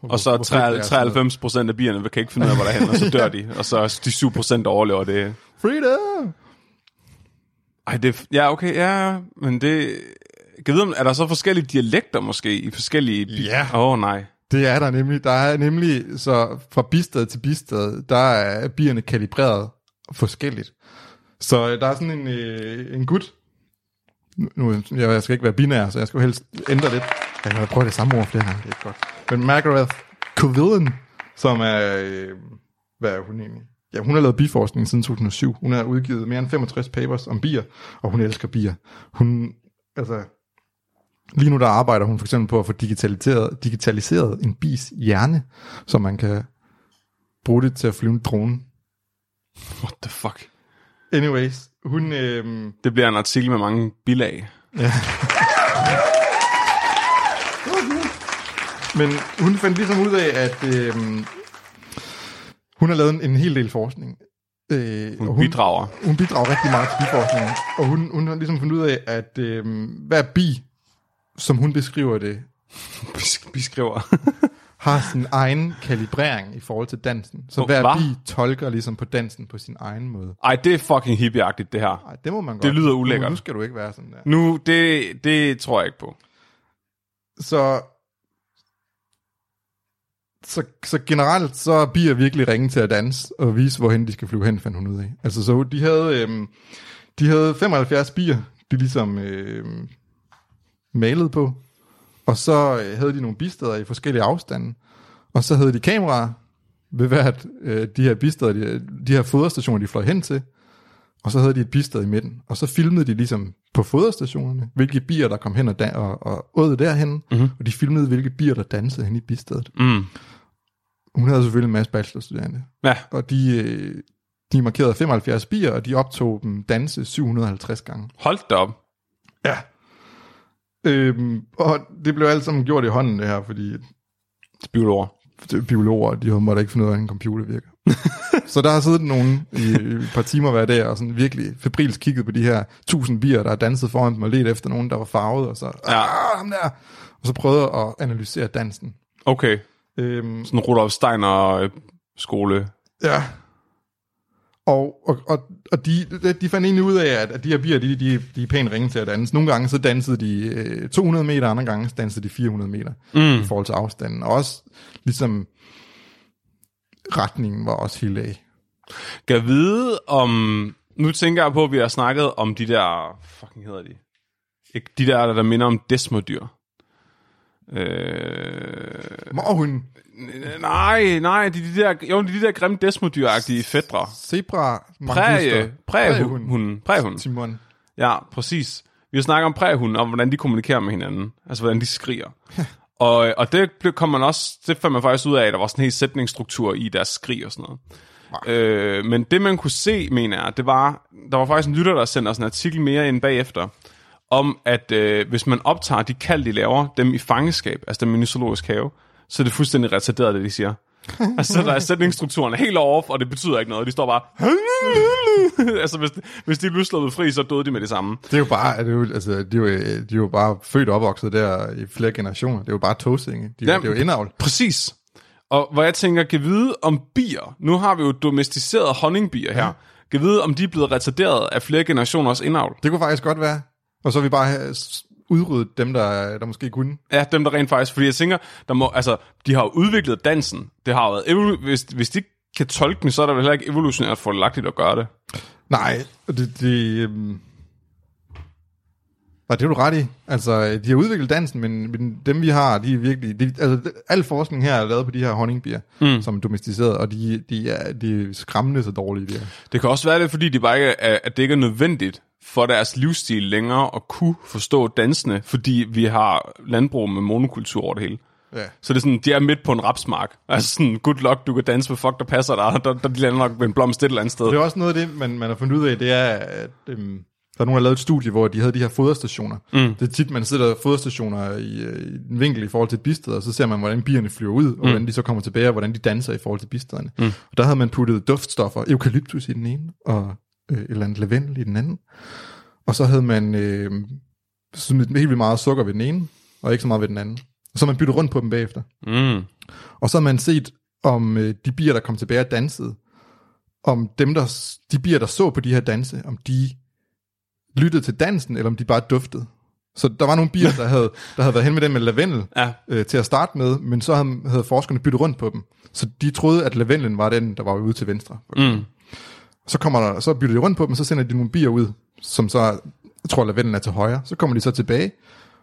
[SPEAKER 2] hvor,
[SPEAKER 1] Og så
[SPEAKER 2] hvor fedt det er og sådan noget.
[SPEAKER 1] 93 procent af bierne kan ikke finde ud af, hvor der er henne, og så dør de. Og så de 7 procent overlever det.
[SPEAKER 2] Freedom!
[SPEAKER 1] Ej, det, ja, okay, ja, men det... Kan vide, om, er der så forskellige dialekter måske i forskellige... bi-
[SPEAKER 2] Ja.
[SPEAKER 1] Åh, oh, nej.
[SPEAKER 2] Det er der nemlig. Der er nemlig, så fra bistad til bistad, der er bierne kalibreret forskelligt. Så øh, der er sådan en, øh, en gut. Nu- Nu, jeg, jeg skal ikke være binær, så jeg skal jo helst ændre lidt. Jeg kan prøve det samme ord flere gange, det er ikke godt. Men Margaret Covillen, som er, øh, hvad er hun egentlig? Ja, hun har lavet biforskning siden 2007. Hun har udgivet mere end 65 papers om bier, og hun elsker bier. Hun, altså, Lige nu der arbejder hun for eksempel på at få digitaliseret, digitaliseret en bis hjerne, så man kan bruge det til at flyve en drone.
[SPEAKER 1] What the fuck?
[SPEAKER 2] Anyways, hun... Øh,
[SPEAKER 1] Det bliver en artikel med mange bilag.
[SPEAKER 2] men hun fandt ligesom ud af, at øh, hun har lavet en, en hel del forskning. Øh,
[SPEAKER 1] Hun,
[SPEAKER 2] og
[SPEAKER 1] hun bidrager.
[SPEAKER 2] hun bidrager rigtig meget til biforskningen. Og hun, hun har ligesom fundet ud af, at øh, hver bi, som hun beskriver det,
[SPEAKER 1] Bes- Beskriver.
[SPEAKER 2] har sin egen kalibrering i forhold til dansen. Så
[SPEAKER 1] Nå,
[SPEAKER 2] hver
[SPEAKER 1] hva?
[SPEAKER 2] bi tolker ligesom på dansen på sin egen måde.
[SPEAKER 1] Ej, det er fucking hippieagtigt, det her.
[SPEAKER 2] Nej, det må man godt.
[SPEAKER 1] Det lyder
[SPEAKER 2] Nu-
[SPEAKER 1] ulækkert.
[SPEAKER 2] Nu skal du ikke være sådan der.
[SPEAKER 1] Nu, det, det tror jeg ikke på.
[SPEAKER 2] Så, så, så generelt, så er bier virkelig ringe til at danse og vise, hvorhen de skal flyve hen, fandt hun ud af. Altså, så de havde, øhm, de havde 75 bier, de ligesom øhm, malede på. Og så øh, havde de nogle bisteder i forskellige afstande. Og så havde de kameraer ved hvert øh, de her bisteder, de, de her foderstationer, de fløj hen til. Og så havde de et bistad i midten. Og så filmede de ligesom på foderstationerne, hvilke bier, der kom hen og, dan- og, og åd derhen. Mm-hmm. Og de filmede, hvilke bier, der dansede hen i bistedet.
[SPEAKER 1] Mm.
[SPEAKER 2] Hun havde selvfølgelig en masse bachelorstuderende.
[SPEAKER 1] Ja,
[SPEAKER 2] Og de, øh, de markerede 75 bier, og de optog dem danse 750 gange.
[SPEAKER 1] hold da op.
[SPEAKER 2] Ja. Øhm, og det blev alt sammen gjort i hånden, det her, fordi
[SPEAKER 1] Biologer.
[SPEAKER 2] biologer, de havde- måtte ikke finde ud af, at en computer virker. så der har siddet nogen i et par timer hver dag, og sådan virkelig febrilsk kigget på de her tusind bier, der har danset foran dem, og let efter nogen, der var farvet, og så,
[SPEAKER 1] Ja.
[SPEAKER 2] "Ah, ham der! Og så prøvede at analysere dansen.
[SPEAKER 1] Okay.
[SPEAKER 2] Øhm,
[SPEAKER 1] Sådan Rudolf Steiner øh, skole.
[SPEAKER 2] Ja. Og, og, og, og de, de fandt egentlig ud af, at, at de her bier, de, de, de er pænt ringe til at danse. Nogle gange så dansede de øh, 200 meter, andre gange så dansede de 400 meter mm. i forhold til afstanden. Og også ligesom retningen var også helt af.
[SPEAKER 1] Kan jeg vide om... Nu tænker jeg på, at vi har snakket om de der... Fucking hedder de? Ikke de der, der minder om desmodyr. Øh,
[SPEAKER 2] Morhund,
[SPEAKER 1] nej, nej, de, de der, jo, de, de der grimme desmodyr-agtige fædre.
[SPEAKER 2] zebra,
[SPEAKER 1] Præge,
[SPEAKER 2] manguster,
[SPEAKER 1] prægehunden, prægehunden.
[SPEAKER 2] Timon.
[SPEAKER 1] Ja, præcis. Vi har snakket om præhunden, og hvordan de kommunikerer med hinanden. Altså, hvordan de skriger. og, og det blev- kom man også, det fandt man faktisk ud af, at der var sådan en hel sætningsstruktur i deres skrig og sådan noget. Øh, men det, man kunne se, mener jeg, det var, der var faktisk en lytter, der sendte os en artikel mere end bagefter, om at øh, hvis man optager de kald, de laver, dem i fangenskab, altså dem i en zoologisk have, så er det fuldstændig retarderet, det de siger. altså, der er sætningsstrukturen helt off, og det betyder ikke noget. De står bare... altså, hvis, hvis de blev sluppet fri, så døde de med det samme.
[SPEAKER 2] Det er jo bare, det er jo, altså, de er jo, øh, de er jo bare født og opvokset der i flere generationer. Det er jo bare tosinge. De,
[SPEAKER 1] Jamen.
[SPEAKER 2] det er jo indavl.
[SPEAKER 1] Præcis. Og hvor jeg tænker, kan vide om bier, nu har vi jo domesticerede honningbier her, kan vide om de er blevet retarderet af flere generationers indavl.
[SPEAKER 2] Det kunne faktisk godt være. Og så har vi bare have s- udryddet dem, der, der måske kunne.
[SPEAKER 1] Ja, dem der rent faktisk, fordi jeg tænker, der må, altså, de har jo udviklet dansen. Det har jo været, evolu- hvis, hvis de ikke kan tolke den, så er der vel heller ikke evolutionært fordelagtigt at gøre det.
[SPEAKER 2] Nej, det... det øhm... Nej, det er du ret i. Altså, de har udviklet dansen, men, men dem vi har, de er virkelig... De, altså, det- al forskning her er lavet på de her honningbier, mm. som er domesticeret, og de, de, er, de er skræmmende så dårlige, de er.
[SPEAKER 1] Det kan også være det, fordi de bare ikke er, at det ikke er nødvendigt for deres livsstil længere at kunne forstå dansene, fordi vi har landbrug med monokultur over det hele.
[SPEAKER 2] Ja.
[SPEAKER 1] Så det er sådan, de er midt på en rapsmark. Altså sådan, good luck, du kan danse med folk, der passer dig, der, der de lander nok med en blomst et eller andet sted.
[SPEAKER 2] Det er også noget af det, man, man har fundet ud af, det er, at øhm, der er nogen, der har lavet et studie, hvor de havde de her foderstationer. Mm. Det er tit, man sidder foderstationer i, øh, i en vinkel i forhold til et bisted, og så ser man, hvordan bierne flyver ud, og mm. hvordan de så kommer tilbage, og hvordan de danser i forhold til bistederne. Mm. Og der havde man puttet duftstoffer, eukalyptus i den ene, og øh, et eller andet lavendel i den anden. Og så havde man øh, smidt helt vildt meget sukker ved den ene, og ikke så meget ved den anden. Og så har man byttet rundt på dem bagefter.
[SPEAKER 1] Mm.
[SPEAKER 2] Og så har man set, om øh, de bier, der kom tilbage og dansede, om dem, der, s- de bier, der så på de her danse, om de lyttede til dansen, eller om de bare duftede. Så der var nogle bier, der havde, der havde været hen med den med lavendel
[SPEAKER 1] Ja.
[SPEAKER 2] øh, til at starte med, men så havde, havde forskerne byttet rundt på dem. Så de troede, at lavendelen var den, der var ude til venstre.
[SPEAKER 1] Mm.
[SPEAKER 2] Så, kommer der, så bytter de rundt på dem, så sender de nogle bier ud, som så jeg tror, lavendelen er til højre. Så kommer de så tilbage,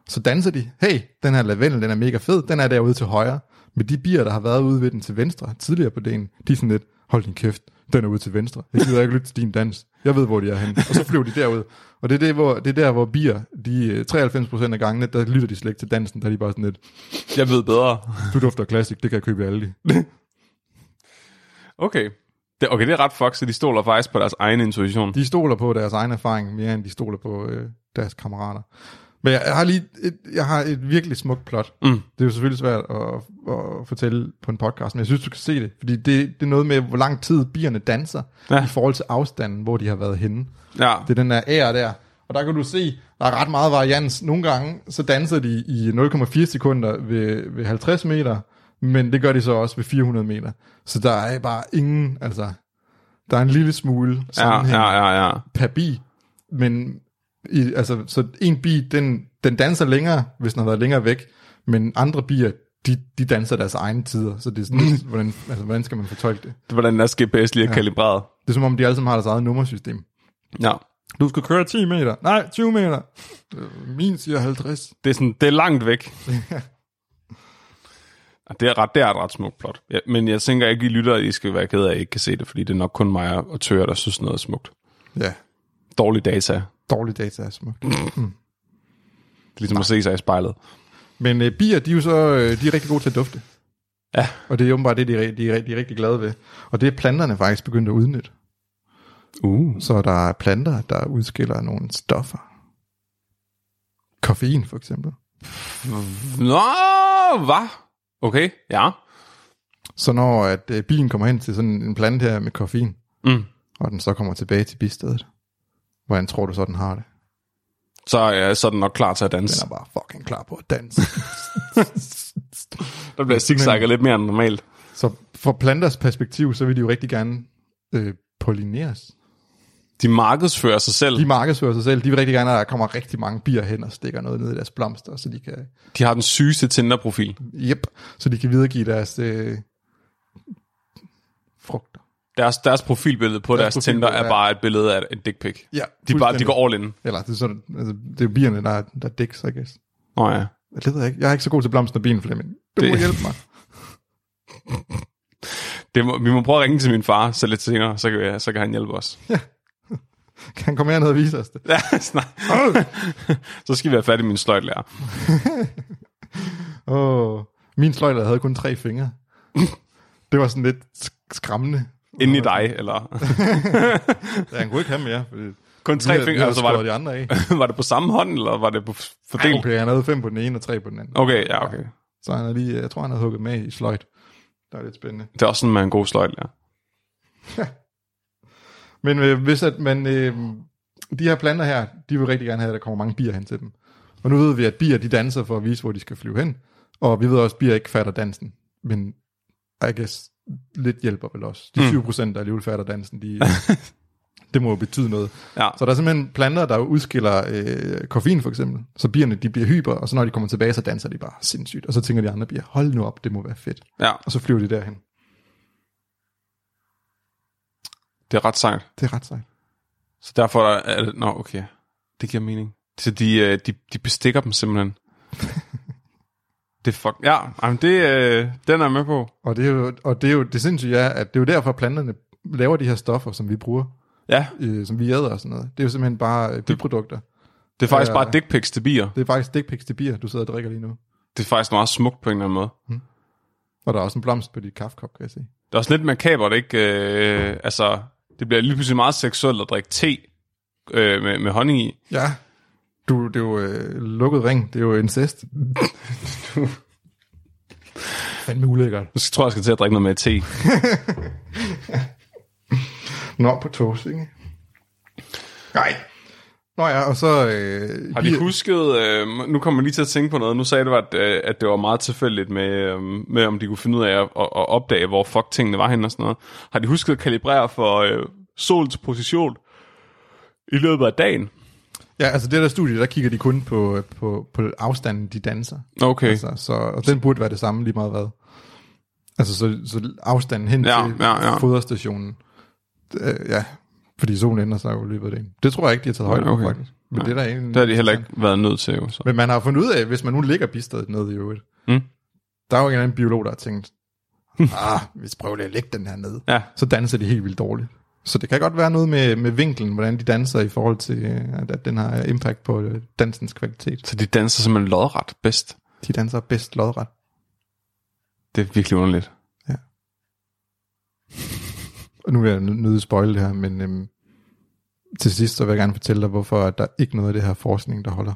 [SPEAKER 2] så danser de. Hey, den her lavendel, den er mega fed, den er derude til højre. Men de bier, der har været ude ved den til venstre tidligere på dagen, de er sådan lidt, hold din kæft, den er ude til venstre. Jeg gider ikke lytte til din dans. Jeg ved, hvor de er henne. Og så flyver de derud. Og det er, det, hvor, det er der, hvor bier, de øh, 93% af gangene, der lytter de slet ikke til dansen. Der er de bare sådan lidt,
[SPEAKER 1] Jeg ved bedre.
[SPEAKER 2] du dufter klassik, det kan jeg købe i Aldi.
[SPEAKER 1] Okay. Det, okay, det er ret fucked, så de stoler faktisk på deres egen intuition.
[SPEAKER 2] De stoler på deres egen erfaring mere end de stoler på øh, deres kammerater. Men jeg, jeg har lige et, jeg har et virkelig smukt plot. Mm. Det er jo selvfølgelig svært at, at fortælle på en podcast, men jeg synes, du kan se det. Fordi det, det er noget med, hvor lang tid bierne danser
[SPEAKER 1] Ja.
[SPEAKER 2] ja. i forhold til afstanden, hvor de har været henne.
[SPEAKER 1] Ja.
[SPEAKER 2] Det er den der ære der. Og der kan du se, der er ret meget varians. Nogle gange, så danser de i 0,4 sekunder ved, ved 50 meter, men det gør de så også ved 400 meter. Så der er bare ingen, altså, der er en lille smule
[SPEAKER 1] Ja,
[SPEAKER 2] sammenhæng
[SPEAKER 1] ja, ja, ja.
[SPEAKER 2] per bi, men i, altså, så en bi, den, den danser længere, hvis den har været længere væk, men andre bier, de, de danser deres egne tider, så det er sådan, hvordan, altså, hvordan skal man fortolke det?
[SPEAKER 1] Det er, hvordan deres GPS lige er ja. kalibreret.
[SPEAKER 2] Det er som om, de alle sammen har deres eget nummersystem.
[SPEAKER 1] Ja.
[SPEAKER 2] Du skal køre 10 meter. Nej, 20 meter. Øh, Min siger 50.
[SPEAKER 1] Det er sådan, det er langt væk. Og det er, ret, det er et ret smukt plot. Ja, men jeg tænker ikke, I lytter, I skal være ked af, at I ikke kan se det, fordi det er nok kun mig og Tøger, der synes noget er smukt.
[SPEAKER 2] Ja,
[SPEAKER 1] Dårlig data. Det er
[SPEAKER 2] dårlig data er smukt.
[SPEAKER 1] ligesom at se sig i spejlet.
[SPEAKER 2] Men øh, bier, de er jo så øh, de er rigtig gode til at dufte.
[SPEAKER 1] Ja.
[SPEAKER 2] Og det er åbenbart det, de, er- de, er- de er rigtig glade ved. Og det er planterne faktisk begyndt at udnytte.
[SPEAKER 1] Uh.
[SPEAKER 2] Så der er planter, der udskiller nogle stoffer. Koffein, for eksempel.
[SPEAKER 1] Nå, hvad? Okay, ja.
[SPEAKER 2] Så når at øh, bilen kommer hen til sådan en plante her med koffein,
[SPEAKER 1] Mm.
[SPEAKER 2] og den så kommer tilbage til bistedet, hvordan tror du så, den har det?
[SPEAKER 1] Så, ja, så er den nok klar til at
[SPEAKER 2] Den
[SPEAKER 1] danse.
[SPEAKER 2] er bare fucking klar på at danse.
[SPEAKER 1] Der bliver zigzagget lidt mere end normalt.
[SPEAKER 2] så fra planters perspektiv, så vil de jo rigtig gerne øh, pollineres.
[SPEAKER 1] De markedsfører sig selv.
[SPEAKER 2] De markedsfører sig selv. De vil rigtig gerne, at der kommer rigtig mange bier hen og stikker noget ned i deres blomster, så de kan,
[SPEAKER 1] De har den sygeste Tinder-profil.
[SPEAKER 2] yep, så de kan videregive deres øh, frugter.
[SPEAKER 1] Deres, deres profilbillede på deres,
[SPEAKER 2] Deres
[SPEAKER 1] deres Tinder
[SPEAKER 2] profilbillede,
[SPEAKER 1] er
[SPEAKER 2] ja.
[SPEAKER 1] bare et billede af en dick pic.
[SPEAKER 2] Ja,
[SPEAKER 1] De, er bare, de går all in.
[SPEAKER 2] Eller det er, sådan, altså, det er jo bierne, der, er- der er dæks, I guess.
[SPEAKER 1] Nå ja.
[SPEAKER 2] Det ved jeg ikke. Jeg er ikke så god til blomster og bien, Flemming. Du det... må
[SPEAKER 1] Det-
[SPEAKER 2] hjælpe mig.
[SPEAKER 1] Det må, vi må prøve at ringe til min far så lidt senere, så kan, vi, så kan han hjælpe os.
[SPEAKER 2] Kan han komme herned og vise os det?
[SPEAKER 1] Ja, snak. så skal vi have fat i min sløjtlærer.
[SPEAKER 2] Åh, min sløjler havde kun tre fingre. det var sådan lidt sk- skræmmende.
[SPEAKER 1] Inden i dig, eller...
[SPEAKER 2] Ja, han kunne ikke have mere, fordi
[SPEAKER 1] Kun
[SPEAKER 2] vi
[SPEAKER 1] tre
[SPEAKER 2] havde- vi
[SPEAKER 1] fingre,
[SPEAKER 2] havde
[SPEAKER 1] altså var det,
[SPEAKER 2] skåret de andre af.
[SPEAKER 1] var det på samme hånd, eller var det på fordelt? Okay.
[SPEAKER 2] Okay, han havde fem på den ene og tre på den anden.
[SPEAKER 1] okay, ja, okay.
[SPEAKER 2] Så han havde lige, jeg tror, han havde hugget med i sløjt. Det var lidt spændende.
[SPEAKER 1] Det er også sådan, man er en god sløjtlærer.
[SPEAKER 2] Men øh, hvis at man, øh, de her planter her, de vil rigtig gerne have, at der kommer mange bier hen til dem. Og nu ved vi, at bier de danser for at vise, hvor de skal flyve hen. Og vi ved også, at bier ikke fatter dansen. Men I guess, lidt hjælper vel også. De 20 procent, der alligevel fatter dansen, de, det må jo betyde noget.
[SPEAKER 1] Ja.
[SPEAKER 2] Så der er simpelthen planter, der udskiller øh, koffein for eksempel. Så bierne de bliver hyper, og så når de kommer tilbage, så danser de bare sindssygt. Og så tænker de andre bier, hold nu op, det må være fedt.
[SPEAKER 1] Ja,
[SPEAKER 2] Og så flyver de derhen.
[SPEAKER 1] det er ret sejt.
[SPEAKER 2] Det er ret sejt.
[SPEAKER 1] Så derfor er det... Nå, okay. Det giver mening. Så de, øh, de, de bestikker dem simpelthen. det er fuck... Ja, jamen det, øh, den er jeg med på.
[SPEAKER 2] Og det er jo, og det, er jo det sindssyge er, at det er jo derfor, planterne laver de her stoffer, som vi bruger,
[SPEAKER 1] Ja,
[SPEAKER 2] øh, som vi æder og sådan noget. Det er jo simpelthen bare øh, biprodukter.
[SPEAKER 1] det er faktisk
[SPEAKER 2] Ja, ja, ja.
[SPEAKER 1] bare dick pics til bier.
[SPEAKER 2] Det er faktisk dick pics til bier, du sidder og drikker lige nu.
[SPEAKER 1] Det er faktisk meget smukt på en eller anden måde.
[SPEAKER 2] Og der er også en blomst på dit kaffekop, kan jeg se.
[SPEAKER 1] Det er også lidt makabert, ikke? Øh, altså, det bliver lige pludselig meget seksuelt at drikke te øh, med, med honning i.
[SPEAKER 2] Ja. Du, det er jo øh, lukket ring, det er jo incest. Fandme ulækkert.
[SPEAKER 1] Nu tror jeg, jeg skal til at drikke noget med te.
[SPEAKER 2] Nå, på toast, ikke? Nej. Nå ja, og så... Øh,
[SPEAKER 1] Har de husket, øh, nu kommer jeg lige til at tænke på noget, nu sagde du, at, øh, at det var meget tilfældigt med, øh, med, om de kunne finde ud af at, at, at opdage, hvor fuck tingene var henne og sådan noget. Har de husket at kalibrere for øh, solens position i løbet af dagen?
[SPEAKER 2] Ja, altså det der studie, der kigger de kun på, øh, på, på afstanden, de danser.
[SPEAKER 1] Okay, altså,
[SPEAKER 2] Altså, så, og den burde være det samme lige meget hvad. Altså, så, så afstanden hen
[SPEAKER 1] Ja,
[SPEAKER 2] til
[SPEAKER 1] ja, ja.
[SPEAKER 2] foderstationen. Øh, ja, fordi solen ændrer sig jo i løbet af dagen. Det tror jeg ikke, de har taget højde for,
[SPEAKER 1] okay.
[SPEAKER 2] faktisk. Men det er der egentlig...
[SPEAKER 1] det har de heller ikke været nødt til. Jo, så.
[SPEAKER 2] Men man har fundet ud af, hvis man nu ligger bistedet ned i øvrigt,
[SPEAKER 1] Mm.
[SPEAKER 2] der er jo en eller anden biolog, der har tænkt, ah, vi skal prøve lige at lægge den her ned.
[SPEAKER 1] Ja.
[SPEAKER 2] Så danser de helt vildt dårligt. Så det kan godt være noget med, med vinklen, hvordan de danser i forhold til, øh, at, at den har impact på øh, dansens kvalitet.
[SPEAKER 1] Så de danser simpelthen lodret bedst.
[SPEAKER 2] De danser bedst lodret.
[SPEAKER 1] Det er virkelig underligt.
[SPEAKER 2] Og nu vil jeg nø- nødt til at spoil det her, men øhm, til sidst så vil jeg gerne fortælle dig, hvorfor at der ikke er noget af det her forskning, der holder.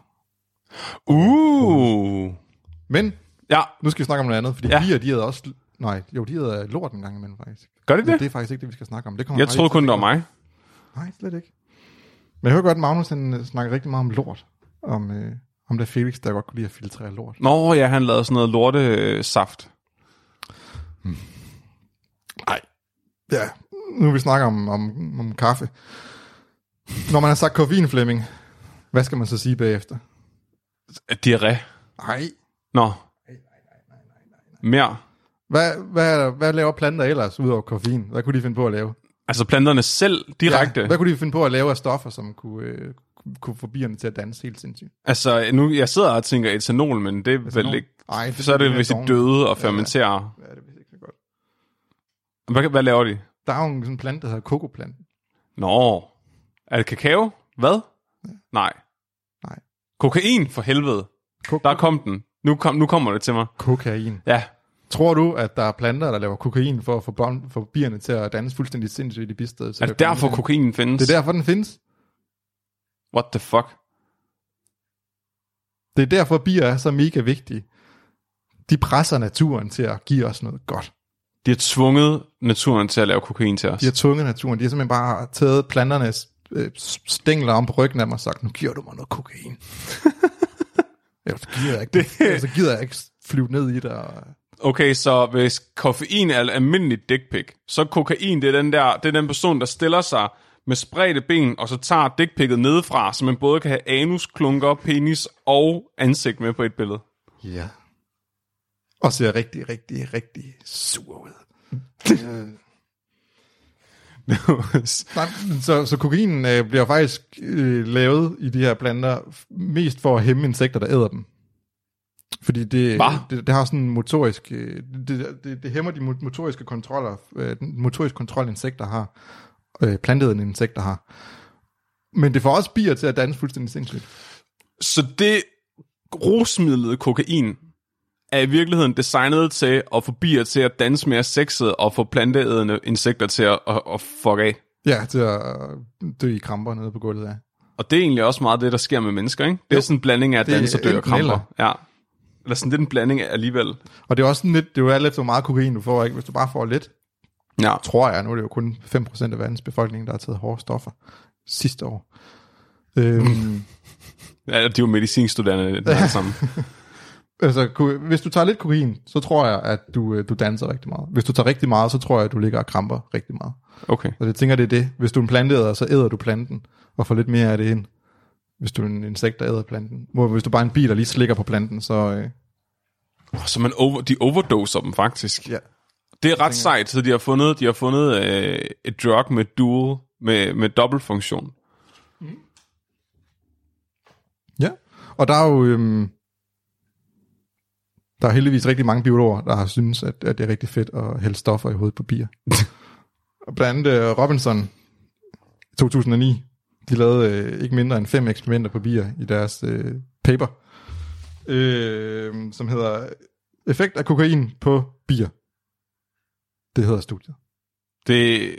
[SPEAKER 1] Uh!
[SPEAKER 2] Men
[SPEAKER 1] Ja,
[SPEAKER 2] nu skal vi snakke om noget andet, fordi
[SPEAKER 1] Ja.
[SPEAKER 2] ja. bier, de havde også... Nej, jo, de havde lort en gang imellem, faktisk.
[SPEAKER 1] gør de
[SPEAKER 2] Men
[SPEAKER 1] det?
[SPEAKER 2] det er faktisk ikke det, vi skal snakke om. Det kommer
[SPEAKER 1] Jeg
[SPEAKER 2] faktisk
[SPEAKER 1] troede
[SPEAKER 2] ikke
[SPEAKER 1] kun,
[SPEAKER 2] til
[SPEAKER 1] det var mig.
[SPEAKER 2] at tænke på. Nej, slet ikke. Men jeg hører godt, at Magnus han, øh, snakker rigtig meget om lort. Om, øh, om der Felix, der godt kunne lide at filtrere lort.
[SPEAKER 1] Nå ja, han lavede sådan noget øh, lortesaft.
[SPEAKER 2] Ja, nu vi snakker om, om, om kaffe. Når man har sagt koffein, Flemming, hvad skal man så sige bagefter?
[SPEAKER 1] Øh, Diarré.
[SPEAKER 2] Nej,
[SPEAKER 1] Nå. Mere.
[SPEAKER 2] Hvad, hvad, hvad laver planter ellers udover koffein? Hvad kunne de finde på at lave?
[SPEAKER 1] Altså planterne selv direkte.
[SPEAKER 2] Ja, hvad kunne de finde på at lave af stoffer, som kunne, øh, kunne få bierne til at danse helt sindssygt?
[SPEAKER 1] Altså, nu, jeg sidder og tænker etanol, men det er vel
[SPEAKER 2] Etanol?
[SPEAKER 1] ikke...
[SPEAKER 2] Ej, det
[SPEAKER 1] så er det,
[SPEAKER 2] bliver
[SPEAKER 1] hvis de
[SPEAKER 2] dårligt.
[SPEAKER 1] døde og fermenterer.
[SPEAKER 2] Ja, det vidste jeg ikke så godt.
[SPEAKER 1] Hvad, hvad laver de?
[SPEAKER 2] Der er jo en sådan plante, der hedder kokoplanten.
[SPEAKER 1] Nå. Er det kakao? Hvad? Nej.
[SPEAKER 2] Nej.
[SPEAKER 1] Kokain, for helvede.
[SPEAKER 2] Kok-
[SPEAKER 1] Der kom den. Nu, kom, nu kommer det til mig.
[SPEAKER 2] kokain.
[SPEAKER 1] Ja.
[SPEAKER 2] Tror du, at der er planter, der laver kokain for at få, børn, for bierne til at danse fuldstændig sindssygt i bistedet? så
[SPEAKER 1] Er
[SPEAKER 2] der
[SPEAKER 1] Altså, det derfor,
[SPEAKER 2] kommer-
[SPEAKER 1] kokainen findes?
[SPEAKER 2] Det er derfor, den findes.
[SPEAKER 1] What the fuck?
[SPEAKER 2] Det er derfor, bier er så mega vigtige. De presser naturen til at give os noget godt.
[SPEAKER 1] De har tvunget naturen til at lave kokain til os.
[SPEAKER 2] De har tvunget naturen. De har simpelthen bare taget planternes øh, stængler om på ryggen af mig og sagt, nu giver du mig noget kokain. Ellers gider jeg ikke, det... ellers så gider jeg ikke flyve ned i det. Og...
[SPEAKER 1] Okay, så hvis koffein er almindelig dick pic, så kokain, det er den der, det er den person, der stiller sig med spredte ben, og så tager dickpicket nedefra, så man både kan have anus, klunker, penis og ansigt med på et billede.
[SPEAKER 2] Ja. Og ser rigtig, rigtig, rigtig sur ud. Nej, så, så kokain øh, bliver faktisk øh, lavet i de her planter f- mest for at hæmme insekter, der æder dem. Fordi det,
[SPEAKER 1] Hva?
[SPEAKER 2] det, det har sådan en motorisk... øh, Det, det, det hæmmer de mo- motoriske kontroller, øh, den motorisk kontrol insekter har, øh, planteædende insekter har. Men det får også bier til at danse fuldstændig sindssygt.
[SPEAKER 1] Så det rusmidlet kokain er i virkeligheden designet til at få bier til at danse mere sexet og få planteædende insekter til at, at, at fuck af.
[SPEAKER 2] Ja, til at øh, dø i kramper nede på gulvet, ja.
[SPEAKER 1] Og det er egentlig også meget det, der sker med mennesker, ikke? Det er
[SPEAKER 2] Jo.
[SPEAKER 1] sådan en blanding af at
[SPEAKER 2] Det er
[SPEAKER 1] danse og dø og
[SPEAKER 2] enten
[SPEAKER 1] kramper.
[SPEAKER 2] eller.
[SPEAKER 1] Ja. Eller sådan, det er en blanding af alligevel.
[SPEAKER 2] Og det er også sådan lidt, det er jo alt efter, hvor meget kokain du får, ikke? Hvis du bare får lidt,
[SPEAKER 1] Ja.
[SPEAKER 2] tror jeg, nu er det jo kun 5% af verdens befolkning, der har taget hårde stoffer sidste år. Øhm,
[SPEAKER 1] ja de er jo medicinstuderende, der er sammen.
[SPEAKER 2] altså, ko- hvis du tager lidt kokain, så tror jeg, at du, øh, du danser rigtig meget. Hvis du tager rigtig meget, så tror jeg, at du ligger og kramper rigtig meget.
[SPEAKER 1] Okay.
[SPEAKER 2] Og det tænker, det er det. Hvis du er en planteæder, så æder du planten og får lidt mere af det ind. Hvis du er en insekt, der æder planten. Hvor hvis du bare er en bil, der lige slikker på planten, så... Øh,
[SPEAKER 1] Så man over, de overdoser dem faktisk.
[SPEAKER 2] ja.
[SPEAKER 1] Det er ret sejt, så de har fundet, de har fundet øh, et drug med dual, med, med dobbeltfunktion.
[SPEAKER 2] Ja, og der er jo... Øhm, der er heldigvis rigtig mange biologer, der har synes, at, at det er rigtig fedt at hælde stoffer i hovedet på bier. og blandt andet øh, Robinson i 2009, de lavede øh, ikke mindre end fem eksperimenter på bier i deres øh, paper, øh, som hedder Effekt af kokain på bier. Det hedder studiet.
[SPEAKER 1] Det,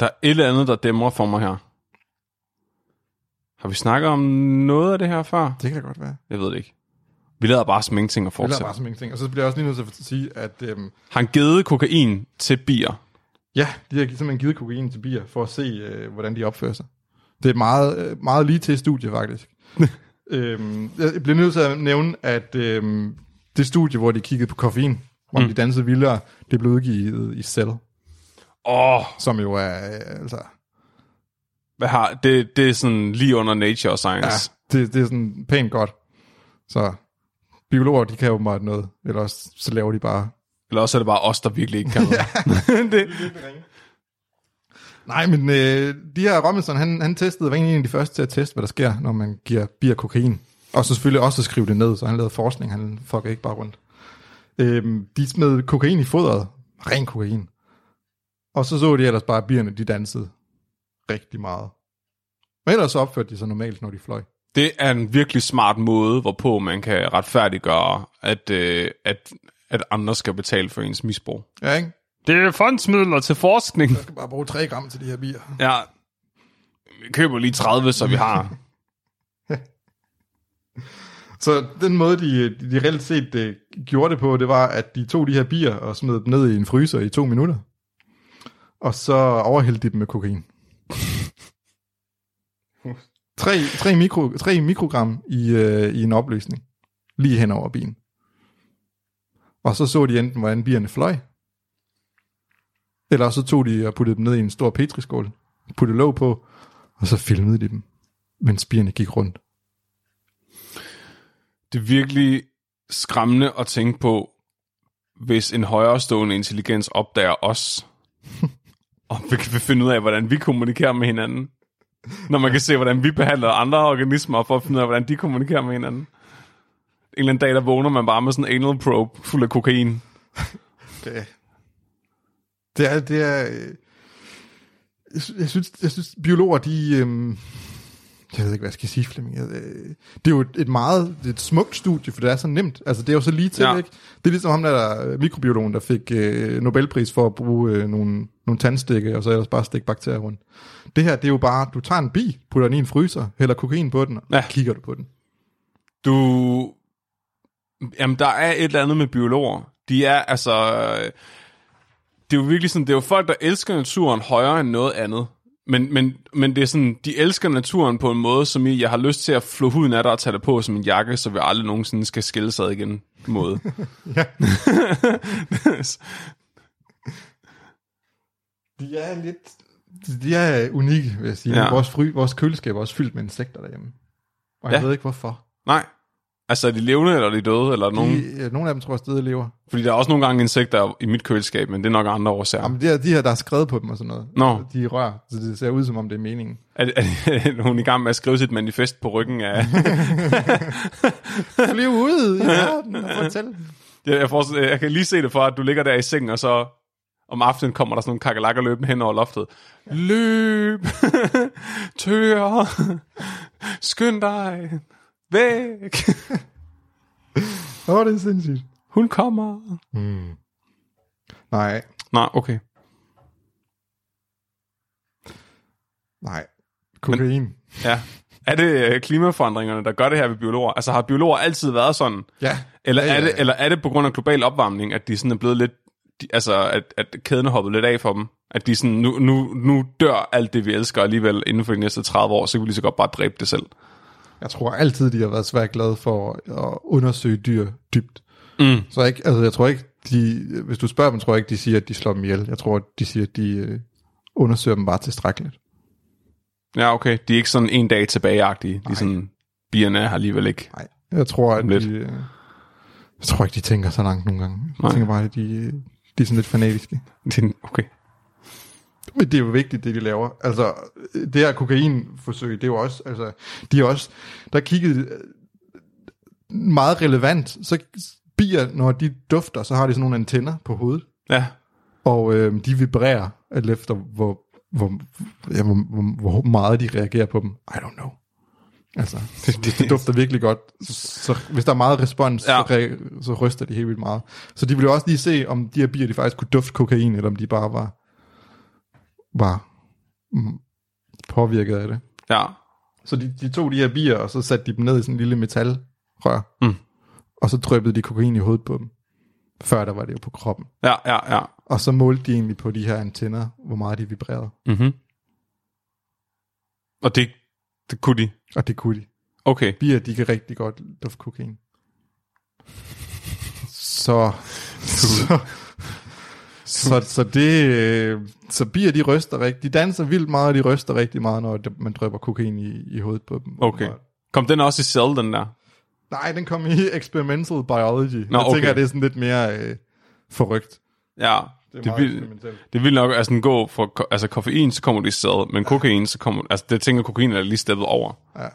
[SPEAKER 1] der er et eller andet, der dæmmer for mig her. Har vi snakket om noget af det her før?
[SPEAKER 2] Det kan da godt være.
[SPEAKER 1] Jeg ved det ikke. Vi lader bare smænge ting og
[SPEAKER 2] Det er
[SPEAKER 1] fortsætte.
[SPEAKER 2] bare sådan en ting. Og så bliver jeg også lige nødt til at sige, at øhm,
[SPEAKER 1] Har han givet kokain til bier?
[SPEAKER 2] Ja, de har simpelthen givet kokain til bier, for at se, øh, hvordan de opfører sig. Det er et meget, øh, meget lige til studie, faktisk. øhm, jeg bliver nødt til at nævne, at øhm, det studie, hvor de kiggede på koffein, hvor mm. de dansede vildere, det blev udgivet i Cell,
[SPEAKER 1] Åh, oh,
[SPEAKER 2] som jo er, øh, altså,
[SPEAKER 1] hvad har, det, det er sådan lige under nature og
[SPEAKER 2] ja,
[SPEAKER 1] science.
[SPEAKER 2] det, det er sådan pænt godt. Så biologer, de kan jo meget noget, ellers så laver de bare
[SPEAKER 1] Eller også er det bare os, der virkelig ikke kan noget. det,
[SPEAKER 2] Nej, men øh, de her Robinson, han, han testede, var en af de første til at teste, hvad der sker, når man giver bier kokain. Og så selvfølgelig også at skrive det ned, så han lavede forskning, han fucker ikke bare rundt. Øhm, de smed kokain i fodret, ren kokain. Og så så de ellers bare, at bierne de dansede rigtig meget. Men ellers så opførte de sig normalt, når de fløj.
[SPEAKER 1] det er en virkelig smart måde, hvorpå man kan retfærdiggøre, at, øh, at, at andre skal betale for ens misbrug.
[SPEAKER 2] Ja, ikke?
[SPEAKER 1] Det er fondsmidler til forskning.
[SPEAKER 2] Jeg skal bare bruge 3 gram til de her bier.
[SPEAKER 1] Ja, vi køber lige 30, så vi har.
[SPEAKER 2] Så den måde, de, de reelt set øh, gjorde det på, det var, at de tog de her bier og smed dem ned i en fryser i to minutter. Og så overhældte de dem med kokain. 3, 3, mikro, 3 mikrogram i, øh, i en opløsning, lige hen over bien. Og så så de enten, hvordan bierne fløj, eller så tog de og puttede dem ned i en stor petriskål, puttede låg på, og så filmede de dem, mens bierne gik rundt.
[SPEAKER 1] Det er virkelig skræmmende at tænke på, hvis en højrestående intelligens opdager os, og vi kan finde ud af, hvordan vi kommunikerer med hinanden. Når man kan se, hvordan vi behandler andre organismer, for at finde ud af, hvordan de kommunikerer med hinanden. En eller anden dag, der vågner man bare med sådan en anal probe fuld af kokain.
[SPEAKER 2] Det er, det er, det er øh, jeg, sy- jeg, synes, jeg synes, biologer, de, øh, jeg ved ikke, hvad jeg skal sige, Flemming. Jeg, øh, det er jo et, et meget, det er et smukt studie, for det er så nemt. Altså, det er jo så lige til,
[SPEAKER 1] Ja.
[SPEAKER 2] ja. ikke? Det er ligesom ham der, der øh, mikrobiologen, der fik øh, Nobelpris for at bruge øh, nogle, nogle tandstikke, og så ellers bare stikke bakterier rundt. Det her, det er jo bare, du tager en bi, putter den i en fryser, hælder kokain på den,
[SPEAKER 1] Ja.
[SPEAKER 2] ja. og kigger du på den.
[SPEAKER 1] Du Jamen, der er et eller andet med biologer. De er altså... Det er jo virkelig sådan, det er jo folk, der elsker naturen højere end noget andet. Men, men, men det er sådan, de elsker naturen på en måde, som i, jeg har lyst til at flå huden af dig og tage det på som en jakke, så vi aldrig nogensinde skal skille sig ad igen måde.
[SPEAKER 2] Ja. De er lidt... De er unikke, vil jeg sige.
[SPEAKER 1] Ja.
[SPEAKER 2] Ja. Vores, fry, vores køleskab er også fyldt med insekter derhjemme. Og jeg
[SPEAKER 1] Ja.
[SPEAKER 2] ved ikke hvorfor.
[SPEAKER 1] Nej. Altså, er de levende, eller er de døde, eller er der nogen?
[SPEAKER 2] De, øh, nogle af dem tror jeg stadig lever.
[SPEAKER 1] Fordi der er også nogle gange insekter i mit køleskab, men det er nok andre årsager.
[SPEAKER 2] Jamen, det er de her, der er skrevet på dem og sådan noget. Altså,
[SPEAKER 1] Nå.
[SPEAKER 2] De er rør, så det ser ud, som om det er meningen.
[SPEAKER 1] Er, det- er, er hun i gang med at skrive sit manifest på ryggen af...
[SPEAKER 2] Flyv ud i verden og fortæl.
[SPEAKER 1] jeg, jeg, får, jeg kan lige se det for, at du ligger der i sengen, og så om aftenen kommer der sådan nogle kakalakker løbende hen over loftet. Løb! Tør! Skynd dig! Væk!
[SPEAKER 2] Åh, det er sindssygt.
[SPEAKER 1] Hun kommer!
[SPEAKER 2] Nej,
[SPEAKER 1] Nej, okay.
[SPEAKER 2] nej. Kokain.
[SPEAKER 1] Ja. Er det øh, klimaforandringerne, der gør det her ved biologer? Altså har biologer altid været sådan?
[SPEAKER 2] Ja.
[SPEAKER 1] Eller,
[SPEAKER 2] ja, ja,
[SPEAKER 1] er det,
[SPEAKER 2] ja.
[SPEAKER 1] eller er det på grund af global opvarmning, at de sådan er blevet lidt... De, altså, at, at kæden er hoppet lidt af for dem? At de sådan, nu, nu, nu dør alt det, vi elsker alligevel inden for de næste 30 år, så kan vi lige så godt bare dræbe det selv.
[SPEAKER 2] Jeg tror altid, de har været svært glade for at undersøge dyr dybt.
[SPEAKER 1] Mm.
[SPEAKER 2] Så ikke, altså, jeg tror ikke, de, hvis du spørger dem, tror jeg ikke, de siger, at de slår dem ihjel. Jeg tror, de siger, at de øh, undersøger dem bare tilstrækkeligt.
[SPEAKER 1] Ja, okay. De er ikke sådan en dag tilbageagtige. De er sådan, bierne er her alligevel ikke.
[SPEAKER 2] Nej, jeg tror, at
[SPEAKER 1] Om lidt.
[SPEAKER 2] de... Øh, jeg tror ikke, de tænker så langt nogle gange. Jeg
[SPEAKER 1] Nej.
[SPEAKER 2] tænker bare, at de, øh, de er sådan lidt fanatiske.
[SPEAKER 1] De- Okay.
[SPEAKER 2] Men det er jo vigtigt, det de laver. Altså, det her kokainforsøg, det er jo også, altså, de er også, der kiggede øh, meget relevant, så bier, når de dufter, så har de sådan nogle antenner på hovedet,
[SPEAKER 1] Ja.
[SPEAKER 2] og øh, de vibrerer, alt efter hvor, hvor, ja, hvor, hvor, hvor meget de reagerer på dem. I don't know. Altså, hvis det dufter virkelig godt, så hvis der er meget respons,
[SPEAKER 1] Ja.
[SPEAKER 2] ja. så, re- så ryster de helt vildt meget. Så de ville jo også lige se, om de her bier, de faktisk kunne dufte kokain, eller om de bare var, var mm, påvirket af det.
[SPEAKER 1] Ja.
[SPEAKER 2] Så de, de tog de her bier, og så satte de dem ned i sådan en lille metalrør,
[SPEAKER 1] Mm.
[SPEAKER 2] og så drøbbede de kokain i hovedet på dem. Før der var det jo på kroppen.
[SPEAKER 1] Ja, ja, ja.
[SPEAKER 2] Og så målte de egentlig på de her antenner, hvor meget de vibrerede.
[SPEAKER 1] Mm-hmm. Og det, det kunne de.
[SPEAKER 2] Og det kunne de.
[SPEAKER 1] Okay.
[SPEAKER 2] Bier, de kan rigtig godt dufte kokain. Så, så, så, så det, øh, så bier, de ryster rigtig, de danser vildt meget, og de ryster rigtig meget, når det- man drøber kokain i, i hovedet på dem.
[SPEAKER 1] Okay. Kom den også i cell, den der?
[SPEAKER 2] Nej, den kom i experimental biology.
[SPEAKER 1] Nå,
[SPEAKER 2] Nå, jeg
[SPEAKER 1] okay.
[SPEAKER 2] tænker, at det er sådan lidt mere øh, forrygt.
[SPEAKER 1] Ja.
[SPEAKER 2] Det er
[SPEAKER 1] det,
[SPEAKER 2] meget
[SPEAKER 1] vil,
[SPEAKER 2] eksperimentelt.
[SPEAKER 1] det vil nok altså, gå for ko- altså, koffein, så kommer det i cell, men kokain, så kommer... Altså, det tænker kokain er lige steppet over.
[SPEAKER 2] Ja.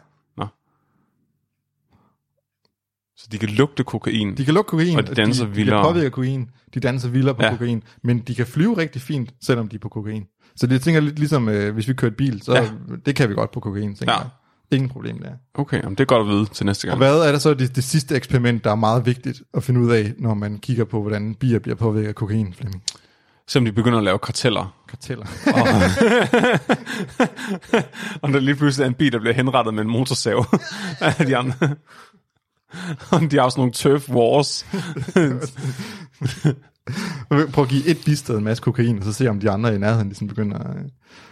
[SPEAKER 1] Så de kan lugte kokain.
[SPEAKER 2] De kan lukke kokain, altså,
[SPEAKER 1] Og de danser
[SPEAKER 2] de, de
[SPEAKER 1] vildere.
[SPEAKER 2] kan påvirke kokain, de danser vildere på
[SPEAKER 1] Ja.
[SPEAKER 2] ja. kokain, men de kan flyve rigtig fint, selvom de er på kokain. Så det jeg tænker lidt ligesom, øh, hvis vi kører et bil, så
[SPEAKER 1] Ja.
[SPEAKER 2] ja. det kan vi godt på kokain, tænker
[SPEAKER 1] Ja.
[SPEAKER 2] ja. jeg. Ingen problem der.
[SPEAKER 1] Okay, jamen, det er godt at vide til næste
[SPEAKER 2] Og
[SPEAKER 1] gang.
[SPEAKER 2] hvad er der så det, det sidste eksperiment, der er meget vigtigt at finde ud af, når man kigger på, hvordan bier bliver påvirket af kokain, Flemming?
[SPEAKER 1] Se om de begynder at lave karteller.
[SPEAKER 2] Karteller.
[SPEAKER 1] Og der lige pludselig er en bil, der bliver henrettet med en motorsav af de andre. Og de har også nogle turf wars.
[SPEAKER 2] Prøv at give et bisted en masse kokain, og så se, om de andre i nærheden ligesom begynder... Øh,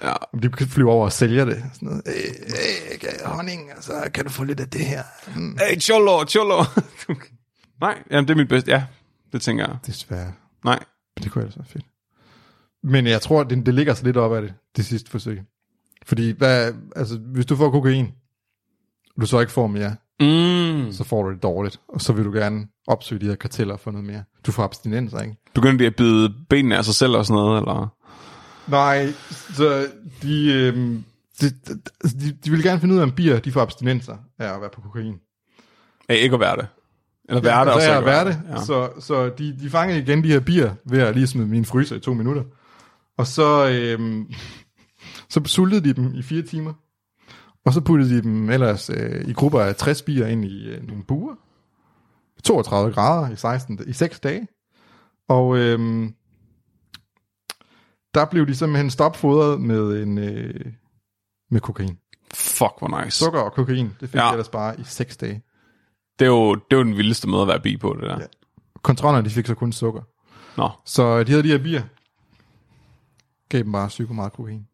[SPEAKER 1] Ja.
[SPEAKER 2] om de kan flyve over og sælge det. Sådan noget. Øh, øh, kan- honning, altså, kan du få lidt af det her? Mm.
[SPEAKER 1] Hey, cholo, cholo. Okay. Nej, jamen det er mit bedste. Ja, det tænker jeg.
[SPEAKER 2] Desværre.
[SPEAKER 1] Nej.
[SPEAKER 2] Men Det kunne ellers være fedt. Men jeg tror, det, det ligger sig lidt op af det, det sidste forsøg. Fordi, hvad, altså, hvis du får kokain, og du så ikke får mere,
[SPEAKER 1] Mm.
[SPEAKER 2] så får du det dårligt, og så vil du gerne opsøge de her karteller for noget mere. Du får abstinenser, ikke?
[SPEAKER 1] Begynder de at bide benene af sig selv og sådan noget, eller?
[SPEAKER 2] Nej, så de, øhm, de, altså, de, de, de vil gerne finde ud af, om bier de får abstinenser af at være på kokain.
[SPEAKER 1] Ja, ikke at være det. Eller være det, og
[SPEAKER 2] så
[SPEAKER 1] så ikke
[SPEAKER 2] er jeg
[SPEAKER 1] at
[SPEAKER 2] være det.
[SPEAKER 1] altså, Ja.
[SPEAKER 2] altså, Ja. Så, så de, de fangede igen de her bier ved at lige smide min fryser i to minutter. Og så, øhm, så sultede de dem i fire timer. Og så puttede de dem ellers øh, i grupper af 60 bier ind i øh, nogle buer. 32 grader i, 16, da- i 6 dage. Og øhm, der blev de simpelthen stopfodret med, en, øh, med kokain.
[SPEAKER 1] Fuck, hvor nice.
[SPEAKER 2] Sukker og kokain, det fik
[SPEAKER 1] Ja.
[SPEAKER 2] ja. de ellers bare i 6 dage.
[SPEAKER 1] Det er jo, det er jo den vildeste måde at være bi på, det der. Ja.
[SPEAKER 2] Kontrollerne, de fik så kun sukker.
[SPEAKER 1] Nå,
[SPEAKER 2] Så øh, de havde de her bier. Gav dem bare sygt meget kokain.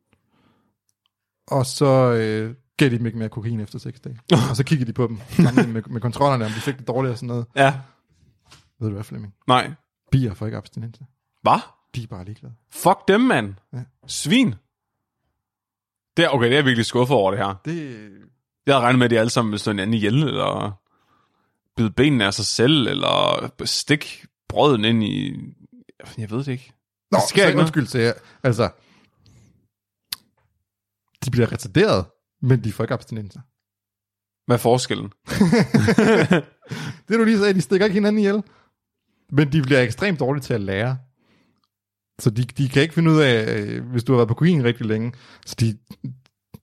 [SPEAKER 2] Og så øh, gav de dem ikke mere kokain efter 6 dage. og så kiggede de på dem. sammenlignede Med, med kontrollerne, om de fik det dårligt og sådan noget.
[SPEAKER 1] ja.
[SPEAKER 2] Ved du hvad, Flemming?
[SPEAKER 1] Nej.
[SPEAKER 2] Bier får ikke abstinenser.
[SPEAKER 1] Hvad?
[SPEAKER 2] De er bare ligeglade.
[SPEAKER 1] Fuck dem, mand.
[SPEAKER 2] Ja.
[SPEAKER 1] Svin. Det er, okay, det er jeg virkelig skuffet over det her.
[SPEAKER 2] Det, øh,
[SPEAKER 1] Jeg havde regnet med, at de alle sammen ville slå hinanden ihjel, eller bide benene af sig selv, eller stik brøden ind i... Jeg ved det ikke.
[SPEAKER 2] Nå,
[SPEAKER 1] sker
[SPEAKER 2] så
[SPEAKER 1] ikke noget.
[SPEAKER 2] undskyld til jer. Altså, de bliver retarderet, men de får ikke abstinenser.
[SPEAKER 1] Hvad er forskellen?
[SPEAKER 2] Det du lige sagde, de stikker ikke hinanden ihjel. Men de bliver ekstremt dårlige til at lære. Så de, de kan ikke finde ud af, øh, hvis du har været på kokain rigtig længe, så de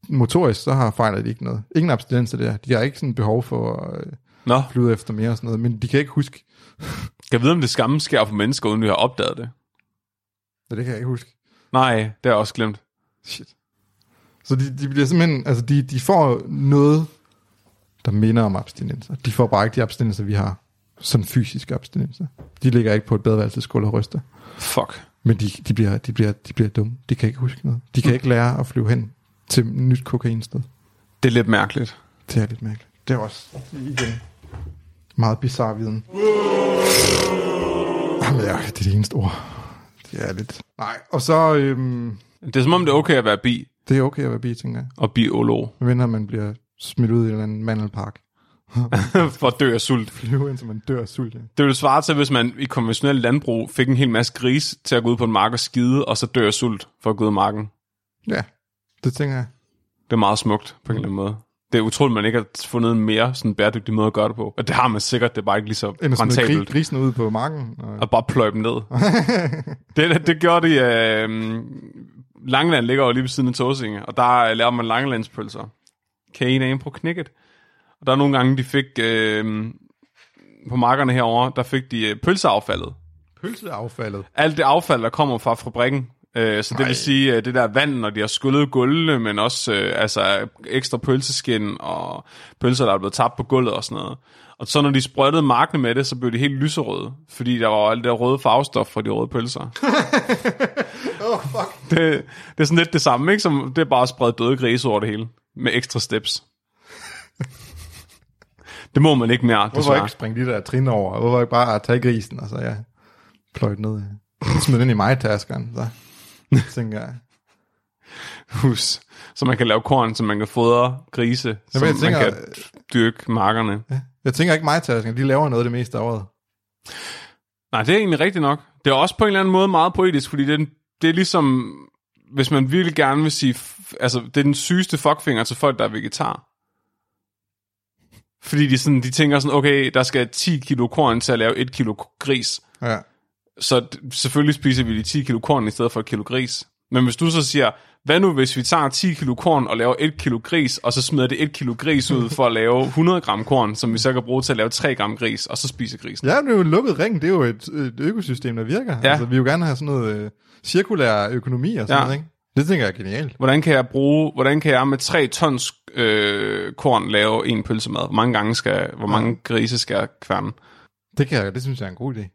[SPEAKER 2] motorisk, så har fejler de ikke noget. Ingen abstinenser der. De har ikke sådan behov for at øh,
[SPEAKER 1] Nå,
[SPEAKER 2] flyde efter mere og sådan noget, men de kan ikke huske.
[SPEAKER 1] kan jeg vide, om det skamme sker for mennesker, uden vi har opdaget det?
[SPEAKER 2] Ja, det kan jeg ikke huske.
[SPEAKER 1] Nej, det har jeg også glemt.
[SPEAKER 2] Shit. Så de, de bliver simpelthen, altså de, de får noget, der minder om abstinenser. De får bare ikke de abstinenser, vi har. Sådan fysiske abstinenser. De ligger ikke på et badeværelsesgulv og ryster.
[SPEAKER 1] Fuck.
[SPEAKER 2] Men de, de, bliver, de, bliver, de bliver dumme. De kan ikke huske noget. De kan ikke lære at flyve hen til nyt kokainsted.
[SPEAKER 1] Det er lidt mærkeligt.
[SPEAKER 2] Det er lidt mærkeligt. Det er også igen meget bizarre viden. Jamen ja, det er det eneste ord. Det er lidt... Nej, og så... Øhm,
[SPEAKER 1] Det er som om, det er okay at være bi
[SPEAKER 2] det er okay at være bi, tænker jeg.
[SPEAKER 1] og biolog.
[SPEAKER 2] Medmindre man bliver smidt ud i en eller anden mandelpark.
[SPEAKER 1] for at dø af sult.
[SPEAKER 2] Flyve indtil man dør af sult. ja.
[SPEAKER 1] Det ville svare til, hvis man i konventionel landbrug fik en hel masse gris til at gå ud på en mark og skide, og så dør af sult for at gå ud af marken.
[SPEAKER 2] Ja, det tænker jeg.
[SPEAKER 1] Det er meget smukt på en eller anden måde. Det er utroligt, man ikke har fundet en mere sådan bæredygtig måde at gøre det på. Og det har man sikkert, det er bare ikke lige så
[SPEAKER 2] Ender sådan noget
[SPEAKER 1] rentabelt.
[SPEAKER 2] grisen ud på marken. Og,
[SPEAKER 1] Og bare pløje dem ned. det, det gjorde de... Øh, Langeland ligger jo lige ved siden af Tåsinge, og der øh, laver man langelandspølser. Kagen er inde på knækket. Og der er nogle gange, de fik... Øh, på markerne herover, der fik de øh, pølseaffaldet.
[SPEAKER 2] pølseaffaldet.
[SPEAKER 1] alt det affald, der kommer fra fabrikken. Øh, så det vil sige, øh, det der vand, når de har skyllet gulvene, men også øh, altså, ekstra pølseskin og pølser, der er blevet tabt på gulvet og sådan noget. Og så når de sprøjtede markene med det, så blev de helt lyserøde, fordi der var alt det der røde farvestof fra de røde pølser. oh,
[SPEAKER 2] Oh,
[SPEAKER 1] fuck. Det, det er sådan lidt det samme, ikke? Som, det er bare at sprede døde grise over det hele, med ekstra steps. det må man ikke mere,
[SPEAKER 2] Hvorfor
[SPEAKER 1] desværre.
[SPEAKER 2] ikke springe de der trin over? Hvorfor ikke bare tage grisen, og så ja, pløjte ned? ja. Smid den i mig, taskeren, så tænker jeg.
[SPEAKER 1] hus, så man kan lave korn, så man kan fodre grise, så man
[SPEAKER 2] jeg tænker-
[SPEAKER 1] kan dyrke markerne. Ja.
[SPEAKER 2] Jeg tænker ikke mig, taskeren, de laver noget det meste af året.
[SPEAKER 1] Nej, det er egentlig rigtigt nok. Det er også på en eller anden måde meget poetisk, fordi det er, den, det er ligesom, hvis man virkelig gerne vil sige, f- altså det er den sygeste fuckfinger til folk, der er vegetar. Fordi de, sådan, de tænker sådan, okay, der skal 10 kilo korn til at lave 1 kilo k- gris.
[SPEAKER 2] Ja.
[SPEAKER 1] Så d- selvfølgelig spiser vi de 10 kilo korn i stedet for et kilo gris. Men hvis du så siger, hvad nu hvis vi tager 10 kilo korn og laver 1 kilo gris, og så smider det 1 kilo gris ud for at lave 100 gram korn, som vi så kan bruge til at lave 3 gram gris, og så spiser grisen.
[SPEAKER 2] Ja, men det er jo en lukket ring, det er jo et, et økosystem, der virker. Ja. Altså, vi vil jo gerne have sådan noget øh, cirkulær økonomi og sådan
[SPEAKER 1] Ja.
[SPEAKER 2] ja. noget, ikke? Det tænker jeg er genialt.
[SPEAKER 1] Hvordan kan jeg bruge, hvordan kan jeg med 3 tons øh, korn lave en pølsemad? Hvor mange gange skal, hvor mange grise skal jeg kværne?
[SPEAKER 2] Det, kan jeg, det synes jeg er en god idé.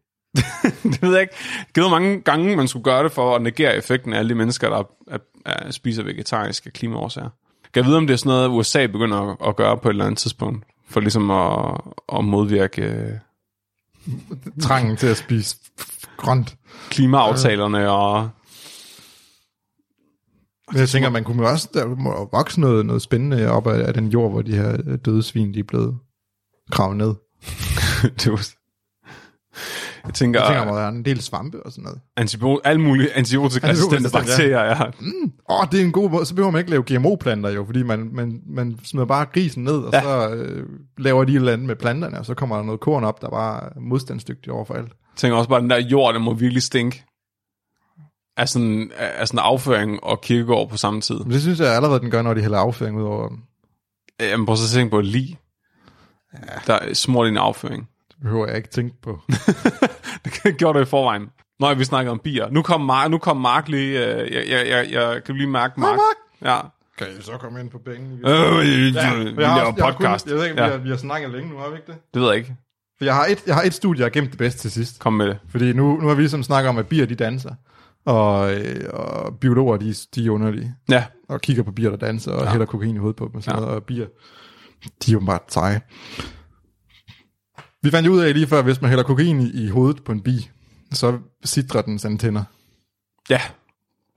[SPEAKER 1] det ved jeg ikke. Givet hvor mange gange man skulle gøre det for at negere effekten af alle de mennesker, der er, er, spiser vegetarisk af klimaårsager. Kan jeg vide, om det er sådan noget, USA begynder at, at gøre på et eller andet tidspunkt, for ligesom at, at modvirke øh,
[SPEAKER 2] Trangen til at spise grønt.
[SPEAKER 1] klimaaftalerne og...
[SPEAKER 2] Men jeg tænker, man kunne jo også der må jo vokse noget, noget spændende op af, af den jord, hvor de her øh, døde svin, de er blevet gravet ned.
[SPEAKER 1] det er jo- jeg tænker,
[SPEAKER 2] Jeg tænker,
[SPEAKER 1] tænker
[SPEAKER 2] hvor der er en del svampe og sådan noget.
[SPEAKER 1] antibio- alle mulige antibiotikaresistente
[SPEAKER 2] Antibiotikaresistente,
[SPEAKER 1] bakterier. Ja.
[SPEAKER 2] Åh, det er en god måde. Så behøver man ikke lave GMO-planter jo, fordi man, man, man smider bare grisen ned, og
[SPEAKER 1] Ja.
[SPEAKER 2] ja. så øh, laver de et eller andet med planterne, og så kommer der noget korn op, der bare er modstandsdygtigt over for alt.
[SPEAKER 1] Jeg tænker også bare, at den der jord, den må virkelig stinke af sådan, af sådan afføring og kirkegård på samme tid.
[SPEAKER 2] Men det synes jeg allerede, den gør, når de hælder afføring ud over dem.
[SPEAKER 1] Øh, Jamen prøv så at tænke på et lig. Ja. Der smurt i en afføring.
[SPEAKER 2] Det behøver jeg ikke tænke på.
[SPEAKER 1] det gjorde det i forvejen. Nå, vi snakker om bier. Nu kom Mark, nu kom Mark lige... Øh, jeg, jeg, jeg, jeg kan lige mærke Mark.
[SPEAKER 2] Mark!
[SPEAKER 1] Ja.
[SPEAKER 2] Kan jeg så komme ind på penge?
[SPEAKER 1] Øh, vi laver
[SPEAKER 2] jeg, har
[SPEAKER 1] podcast.
[SPEAKER 2] kun, jeg ved ikke, om vi,
[SPEAKER 1] ja,
[SPEAKER 2] har, vi har snakket længe nu, har vi ikke det?
[SPEAKER 1] det ved jeg ikke.
[SPEAKER 2] For jeg har et, jeg har et studie, jeg har gemt det bedste til sidst.
[SPEAKER 1] Kom med det.
[SPEAKER 2] Fordi nu, nu har vi ligesom snakket om, at bier de danser, og, øh, og biologer de, de er underlige,
[SPEAKER 1] Ja,
[SPEAKER 2] og kigger på bier, der danser, og
[SPEAKER 1] Ja.
[SPEAKER 2] ja. hælder kokain i hovedet på dem, og, sådan
[SPEAKER 1] Ja.
[SPEAKER 2] ja. noget, og bier, de er jo bare seje. Vi fandt jo ud af lige før, at hvis man hælder kokain i, i hovedet på en bi, så sidrer dens antenner,
[SPEAKER 1] ja.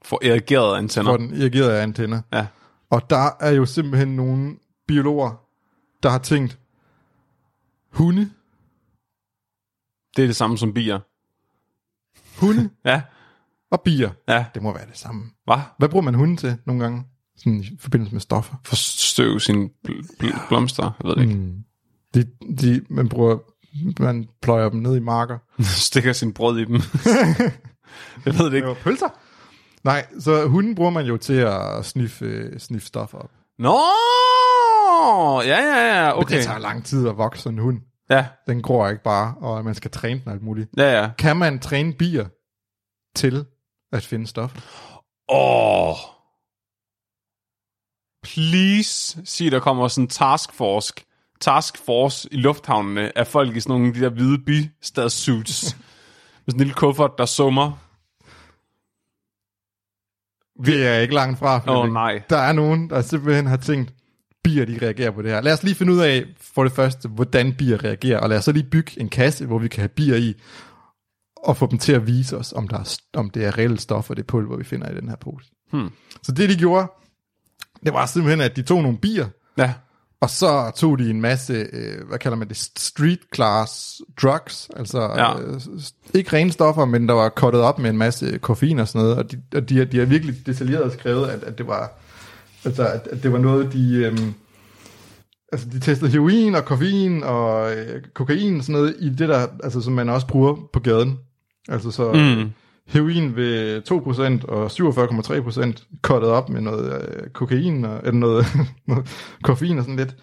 [SPEAKER 1] For erigerede
[SPEAKER 2] Nå.
[SPEAKER 1] antenner.
[SPEAKER 2] for den irrigeret af antenner.
[SPEAKER 1] Ja.
[SPEAKER 2] Og der er jo simpelthen nogle biologer, der har tænkt, hunde,
[SPEAKER 1] Det er det samme som bier.
[SPEAKER 2] hunde
[SPEAKER 1] Ja,
[SPEAKER 2] og bier,
[SPEAKER 1] ja.
[SPEAKER 2] det må være det samme.
[SPEAKER 1] Hvad?
[SPEAKER 2] Hvad bruger man hunde til nogle gange? Sådan i forbindelse med stoffer.
[SPEAKER 1] Forstøve sine bl- bl- blomster. Jeg ved det ikke.
[SPEAKER 2] Mm. De, de, man, bruger, man pløjer dem ned i marker.
[SPEAKER 1] Stikker sin brød i dem. jeg ved det ikke.
[SPEAKER 2] var pølser. Nej, så hunden bruger man jo til at sniffe, øh, sniffe stoffer op.
[SPEAKER 1] Nå! Ja, ja, ja.
[SPEAKER 2] Okay.
[SPEAKER 1] Okay.
[SPEAKER 2] Det tager lang tid at vokse sådan en hund.
[SPEAKER 1] Ja,
[SPEAKER 2] Den gror ikke bare, og man skal træne den og alt muligt.
[SPEAKER 1] ja, ja.
[SPEAKER 2] Kan man træne bier til at finde stoffer?
[SPEAKER 1] Åh. Please sig, der kommer sådan en taskforce, taskforce i lufthavnene af folk i sådan nogle af de der hvide bistadssuits. med sådan en lille kuffert, der summer.
[SPEAKER 2] Vi er ikke langt fra.
[SPEAKER 1] Åh
[SPEAKER 2] Flemming.
[SPEAKER 1] oh, nej.
[SPEAKER 2] Der er nogen, der simpelthen har tænkt, bier de reagerer på det her. Lad os lige finde ud af, for det første, hvordan bier reagerer, og lad os så lige bygge en kasse, hvor vi kan have bier i, og få dem til at vise os, om, der er, om det er reelle stoffer, det pulver, vi finder i den her pose.
[SPEAKER 1] Hmm.
[SPEAKER 2] Så det, de gjorde, det var simpelthen, at de tog nogle bier,
[SPEAKER 1] Ja.
[SPEAKER 2] og så tog de en masse, øh, hvad kalder man det, street class drugs, altså
[SPEAKER 1] Ja.
[SPEAKER 2] ja. øh, s- ikke rene stoffer, men der var kottet op med en masse koffein og sådan noget, og de, og de, har- de har virkelig detaljeret skrevet, at, at det var altså, at, at det var noget, de... Øh, altså, de testede heroin og koffein og øh, kokain og sådan noget i det der, altså, som man også bruger på gaden. Altså, så
[SPEAKER 1] Mm.
[SPEAKER 2] mm. heroin ved 2% og 47,3% kottet op med noget øh, kokain og, eller noget, noget koffein og sådan lidt.